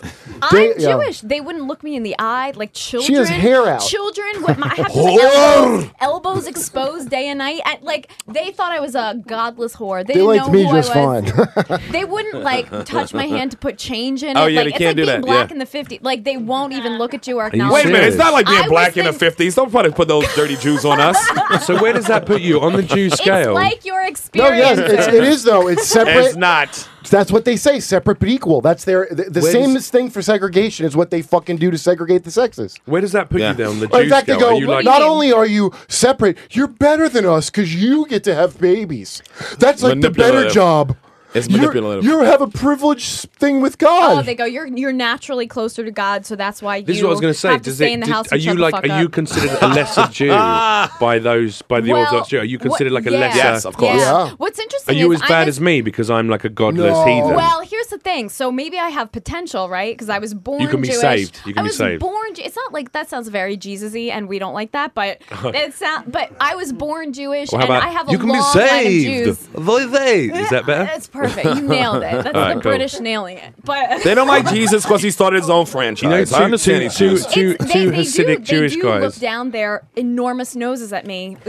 B: They-
W: I'm
B: yeah.
W: Jewish. They wouldn't look me in the eye like children.
B: has hair out.
W: Children, with my, I have
F: [laughs]
W: those
B: Whore!
W: elbows, elbows exposed day and night. And, like they thought I was a godless whore. They,
B: They
W: didn't
B: liked
W: know
B: me
W: who
B: just
W: I was.
B: fine. [laughs]
W: They wouldn't like touch my hand to put change in.
C: Oh,
W: it.
C: yeah,
W: like,
C: they
W: it's
C: can't
W: like
C: do
W: being
C: that,
W: Black
C: yeah.
W: in the 50s. Like they won't even look at you or
C: Wait
W: acknowledge.
C: a minute, [laughs] it's not like being
W: I
C: black
W: was
C: in the fifties. Don't fucking put those dirty Jews on
W: [laughs]
C: us.
F: so where does that put you on the Jew
W: It's like your
B: No,
W: experience.
B: yes, it's, it is though. It's separate.
C: It's not.
B: That's what they say, separate but equal. That's their the, the
F: Where
B: same
F: does-
B: thing for segregation is what they fucking do to segregate the sexes.
F: Where does that put you then on the
B: Well,
F: Jew
B: in fact, they
F: scale? Are
B: go.
F: you like
B: not only are you separate, you're better than us because you get to have babies. That's like the better
C: Manipulative.
B: job.
C: It's
B: You're-
C: manipulative.
B: You have a privileged thing with
W: Oh,
B: God.
W: they go. You're you're naturally closer to God, so that's why you
F: This is what I was going
W: to
F: to say.
W: Have to
F: Does
W: stay
F: it,
W: in the
F: did-
W: house
F: are
W: and
F: you
W: shut the
F: like
W: fuck
F: are
W: up.
F: you considered
W: [laughs]
F: a lesser Jew by those by the
W: Well,
F: Orthodox Jew? Are you
W: what-
F: considered like a
W: yeah.
F: lesser?
W: Yes, of course. Yeah. What's
F: Are
W: interesting
F: you
W: is
F: as bad
W: I'm
F: as me because I'm like a godless heathen?
W: Well, here's the thing. So maybe I have potential, right? Because I was born.
F: You can be
W: Jewish.
F: saved. You can
W: I
F: be
W: was
F: saved.
W: born. Ju- It's not like that sounds very Jesusy, and we don't like that.
F: [laughs]
W: But it's not. But I was born Jewish,
F: Uh-huh. Well,
W: and I have a long line of Jews.
F: Avoid saved. Is that better?
W: That's perfect. You nailed
F: [laughs]
W: it. That's
F: All right,
W: the
F: cool.
W: British nailing it. But
C: They don't like Jesus because he started his own franchise.
F: You know,
C: I
F: two-
C: understand
F: two-
C: these
F: two-
C: things.
W: [laughs]
F: two-
W: They-
F: two
W: they do,
F: Hasidic Jewish
W: they do Look
F: guys.
W: down their enormous noses at
F: [laughs]
W: me. [laughs]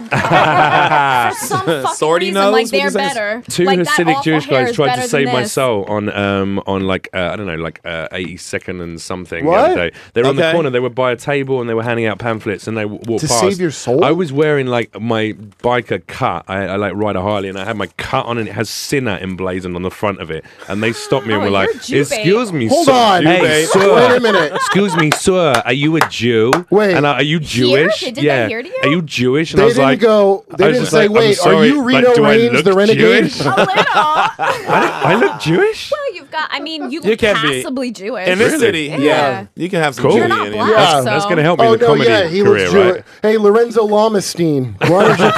C: Sorority
W: reason, like
C: knows what
W: they're
C: you say?
W: better.
F: Two
W: like that
F: Hasidic
W: awful
F: Jewish
W: hair
F: guys
W: is
F: tried
W: better
F: to
W: than
F: save my
W: this.
F: soul on um on like uh, I don't know like uh, 82nd and something
B: What?
F: the other day. They were on the
B: Okay.
F: corner. They were by a table and they were handing out pamphlets and they w- walked
B: To
F: past.
B: save your soul?
F: I was wearing like my biker cut. I, I like ride a Harley and I had my cut on and it has sinner emblazoned on the front of it. And they stopped me and
W: Oh,
F: were like,
W: you're a Jew, babe.
F: "Excuse me,
B: Hold
F: sir.
B: on. Jew,
F: hey,
B: babe.
F: sir.
B: Wait a minute.
F: Excuse me, sir. Are you a Jew? Wait, and I, are you Jewish?
W: They did that
F: yeah.
W: here to
F: Are you Jewish? And
B: They
F: I was
B: didn't
F: like,
B: go- they
F: I was
B: didn't
F: just
B: say,
F: like, I'm
B: "Wait, are
F: sorry,
B: you
F: like,
B: Reno
F: do I
B: Reigns,
F: look
B: the renegade?"
F: Jewish? [laughs] I look Jewish.
W: Well, you've got. I mean, you,
C: You
W: look
C: can be.
W: passably Jewish
C: In this city, yeah. You can have some Jew
W: You're
C: in
W: not
C: you.
W: black,
B: Yeah.
W: so.
F: That's going to help me
B: oh
F: in the
B: no,
F: comedy
B: yeah, he
F: career,
B: looks
F: right?
B: Jewish. Hey, Lorenzo Lamestein, why don't you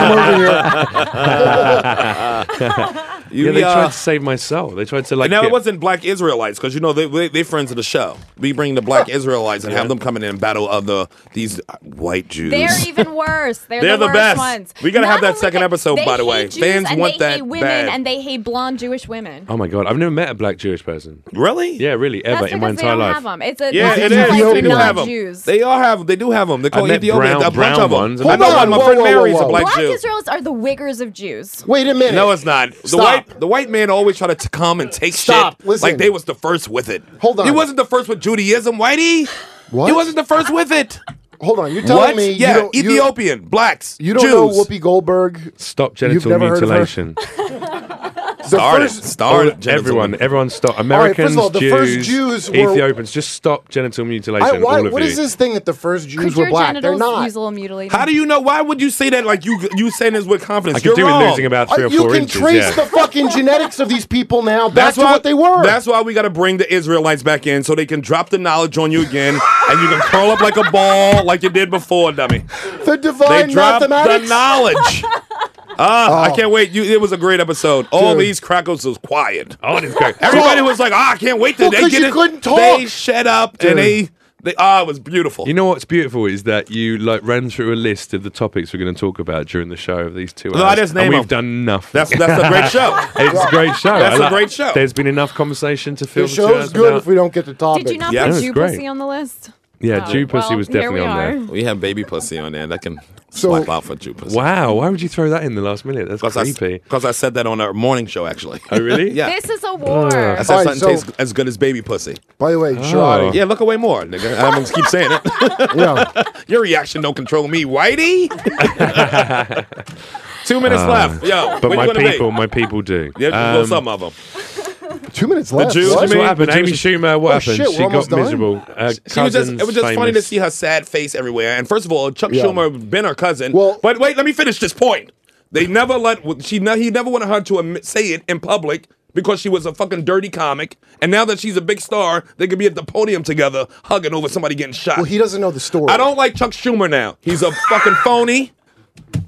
B: come over
C: You,
F: yeah, they
C: uh,
F: tried to save my soul. They tried to like.
C: And now
F: get-
C: it wasn't black Israelites because you know they, they they friends of the show. We bring the black Israelites and have them coming in and battle of the these white Jews.
W: They're even worse. They're,
C: They're
W: the,
C: the
W: worst
C: best.
W: ones.
C: We gotta
W: Not
C: have that
W: only
C: second
W: they-
C: episode,
W: they
C: by the
W: hate
C: way.
W: Jews
C: Fans
W: and
C: want
W: they
C: that
W: hate women
C: bad.
W: and they hate blonde Jewish women.
F: Oh my god! I've never met a black Jewish person.
C: Really?
F: Yeah, really. Ever
W: That's
F: in my
W: because they
F: entire
W: don't
F: life.
W: have them. It's a
C: yeah,
W: it's
C: it
W: a
C: is.
W: place
C: They
W: for
C: do have them.
W: non-Jews.
C: They all have. They do have them. They call
F: met
C: Ethiopians
F: brown-
C: a bunch
F: brown
C: of them.
F: ones.
C: I
F: Hold
C: know
F: on,
C: my
F: whoa,
C: friend
F: whoa, whoa,
C: Mary's a
F: whoa.
C: black,
W: Black
C: Jew.
W: Israelites are the Wiggers of Jews.
B: Wait a minute.
C: No, it's not. The
B: Stop.
C: white the white man always try to t- come and take
B: Stop.
C: shit.
B: Listen.
C: Like they was the first with it.
B: Hold on.
C: He wasn't the first with Judaism, whitey.
B: What?
C: He wasn't the first with it.
B: Hold on, you're telling
C: What?
B: me you
C: yeah,
B: don't, you-
C: Ethiopian, blacks,
B: You don't
C: Jews.
B: know Whoopi Goldberg.
F: Stop
B: You've
F: genital
B: [laughs] never heard of her?
F: mutilation. Start
B: first-
F: it. Start
B: Oh,
F: it. Everyone, everyone stop.
B: All right, first
F: Americans,
B: of all, the first
F: Jews,
B: Jews were-
F: Ethiopians. Just stop genital mutilation.
B: I, why,
F: all of
B: what
F: you.
B: is this thing that the first Jews
W: Could
B: were
W: your
B: black? They're
W: genitals
B: not.
W: use a little mutilation?
C: How do you know? Why would you say that? Like you, you saying this with confidence.
F: I could
C: You're
F: do with
C: wrong.
F: losing about three or
B: You
F: four
B: can
F: inches.
B: trace
F: yeah.
B: the fucking genetics of these people now back to what they were.
C: That's why we got to bring the Israelites back in so they can drop the knowledge on you again, and you can curl up like a ball like you did before, dummy.
B: the
C: They
B: divine
C: dropped the
B: mathematics. [laughs]
C: knowledge. Ah, I
B: Oh.
C: can't wait. You, it was a great episode. All
B: Dude.
C: these crackles was quiet. Oh, this great. Everybody was like, "Ah, I can't wait to."
B: Well,
C: they
B: 'cause
C: get
B: you
C: it.
B: couldn't
C: They
B: talk.
C: shut up
F: Dude.
C: and they, they. Ah, it was beautiful.
F: [laughs] You know what's beautiful is that you like ran through a list of the topics we're going to talk about during the show of these two hours.
C: No, I just
F: and
C: name
F: we've
C: 'em.
F: done enough.
C: That's- that's a great show.
F: [laughs] it's a great show.
C: That's
F: I
C: a
F: like-
C: great show.
F: There's been enough conversation to fill
B: The
F: the, two hours
B: show's good
F: without-
B: if we don't get the topic.
W: Did you not
F: Yeah,
W: put
F: it's
W: Jew
F: great.
W: pussy on the list?
F: Yeah,
W: Oh,
F: Jew pussy
W: well,
F: was
W: here we
F: definitely on there.
W: are.
C: We have baby pussy on there that can
B: So-
C: slap out for Jew pussy.
F: Wow, why would you throw that in the last minute? That's creepy.
C: Because I, said that on our morning show, actually.
F: Oh,
C: [laughs]
F: really?
C: yeah.
W: This is a war.
C: I said
B: All right,
C: something
B: so-
C: tastes as good as baby pussy.
B: By the way,
F: Oh.
B: Sharadi.
C: Oh. Yeah, look away more, nigga.
B: [laughs]
C: I'm gonna keep saying it.
B: Yeah.
C: Your reaction don't control me, Whitey. Two minutes
F: Ah.
C: left. Yo,
F: but
C: where you
F: my
C: gonna be?
F: people, my people do.
C: [laughs] Yeah, just a little
F: Um,
C: something of them.
B: Two minutes
F: The
B: left.
F: Jews,
B: What?
F: what, happened? Amy Schumer, what
B: Oh,
F: happened?
B: shit, we're
F: she got
B: almost done?
F: miserable. Uh,
C: She was just, it was just funny to
F: famous-
C: see her sad face everywhere. And first of all, Chuck
B: Yeah.
C: Schumer been her cousin.
B: Well-
C: but wait, let me finish this point. They never let she ne- he never wanted her to admit, say it in public because she was a fucking dirty comic. And now that she's a big star, they could be at the podium together hugging over somebody getting shot.
B: Well, he doesn't know the story.
C: I don't like Chuck Schumer now. He's a fucking phony.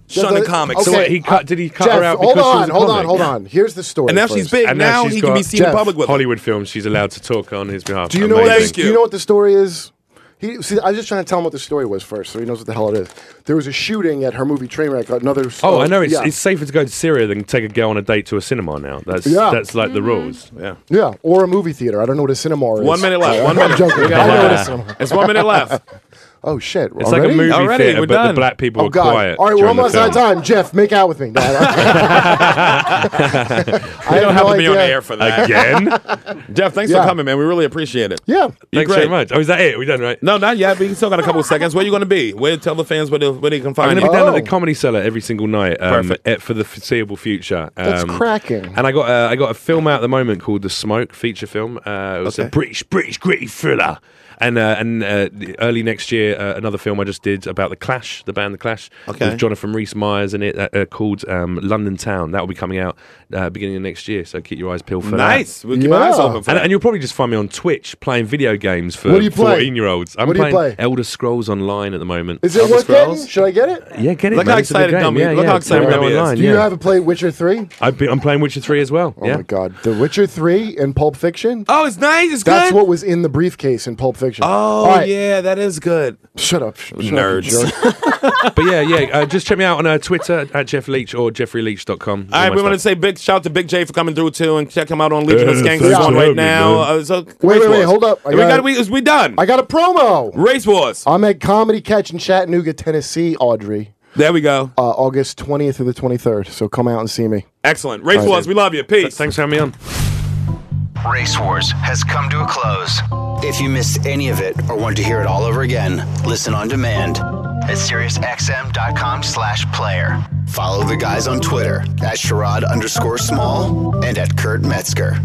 C: Shunning
B: the-
C: comics.
B: okay.
F: So what, he cut? Did he cut
B: Jeff,
F: her out?
B: hold
F: because she
B: on,
F: was a
B: hold on,
F: comic?
B: hold on. Here's the story.
C: And now
B: first.
C: she's big.
F: And
C: now
F: now she's
C: he can be
F: got-
C: seen in
B: Jeff,
C: public with her.
F: Hollywood films. She's allowed to talk on his behalf.
B: Do you know
F: Amazing.
B: what?
C: Thank
B: do
C: you.
B: you know what the story is? He, see, I was just trying to tell him what the story was first, so he knows what the hell it is. There was a shooting at her movie Trainwreck. Another.
F: Oh, I know. It's,
B: yeah.
F: it's safer to go to Syria than take a girl on a date to a cinema now. That's
B: Yeah.
F: that's like
C: Mm-hmm.
F: the rules.
C: Yeah.
B: yeah, or a movie theater. I don't know what a cinema is.
C: One minute left. One
B: I'm
C: minute.
B: joking.
C: We
B: I
C: got
B: know
C: one
B: what a
C: minute.
B: cinema.
C: It's one
B: [laughs]
C: minute left.
B: Oh shit!
F: It's
B: already?
F: like a movie
C: Already?
F: theater,
C: We're
F: but
C: done.
F: the black people
B: Oh
F: were
B: god!
F: quiet.
B: All right, we're
F: during the
B: almost out of
F: film.
B: time. Jeff, make out with me. No, I
F: [laughs]
C: I
B: have
C: don't have
B: no
C: to be on the
B: idea.
C: air for that.
B: [laughs]
F: Again?
C: Jeff, thanks
B: Yeah.
C: for coming, man. We really appreciate it.
B: Yeah.
C: You're
F: Thanks
C: great.
F: very much. Oh, is that it? We done, right?
C: No, not yet. We still got a couple seconds. Where you going to be? Where tell the fans where they, where they can
F: I'm
C: find
F: going
C: you.
F: to be down at the
B: Oh.
F: Comedy Cellar every single night um,
C: Perfect.
F: eh, for the foreseeable future.
B: That's
F: Um,
B: cracking.
F: And I got uh, I got a film out at the moment called The Smoke feature film. Uh, it was a
C: Okay.
F: British British gritty thriller. And uh, and uh, the- early next year, uh, another film I just did about the Clash, the band the Clash,
C: Okay.
F: with Jonathan Rhys Myers in it, uh, uh, called um, London Town. That will be coming out uh, beginning of next year. So keep your eyes peeled for that.
C: nice. We'll keep our eyes
B: Yeah.
C: open for
F: And,
C: that.
F: and you'll probably just find me on Twitch playing video games for
B: What do you play?
F: 14 year olds. I'm
B: What do you
F: playing
B: play?
F: Elder Scrolls Online at the moment.
B: Is it
F: Elder
B: worth
F: Scrolls?
B: getting? Should I get it?
F: Yeah, get it.
C: Look
F: man.
C: how
F: It's a good
C: excited
F: game.
C: Dummy-
F: yeah,
C: look
F: yeah,
C: how
F: it's very
C: excited Dummy is.
F: online,
B: Do you
F: yeah.
B: haven't played Witcher Three?
F: I've been, I'm playing Witcher 3 as well.
B: Oh
F: yeah.
B: my god, The Witcher Three and Pulp Fiction.
C: oh, it's nice. It's
B: That's
C: good.
B: what was in the briefcase in Pulp Fiction.
C: oh,
B: All right.
C: yeah. That is good.
B: Shut up, shut up, you
C: Nerds.
B: jerk.
F: But yeah, yeah. Uh, just check me out on uh, Twitter at Jeff Leach or jeffreyleach.com.
C: All right, we want to
F: to
C: say big shout out to Big J for coming through too, and check him out on Legion of
F: Yeah,
C: Skanks
F: thanks
C: on
F: for
C: right
F: having me,
C: now.
F: man.
C: Uh, so,
B: wait,
C: Race
B: wait,
C: Wars.
B: got- I
C: And we
B: got-
C: got we, is we done.
B: I got a promo.
C: Race Wars.
B: I'm at Comedy Catch in Chattanooga, Tennessee, Audrey,
C: There we go.
B: uh, August 20th through the 23rd. So come out and see me.
C: Excellent. Race Wars. We love you. Peace.
F: Thanks for having me on.
L: Race Wars has come to a close. If you missed any of it or want to hear it all over again, listen on demand at SiriusXM.com slash player. Follow the guys on Twitter at Sherrod underscore small and at Kurt Metzger.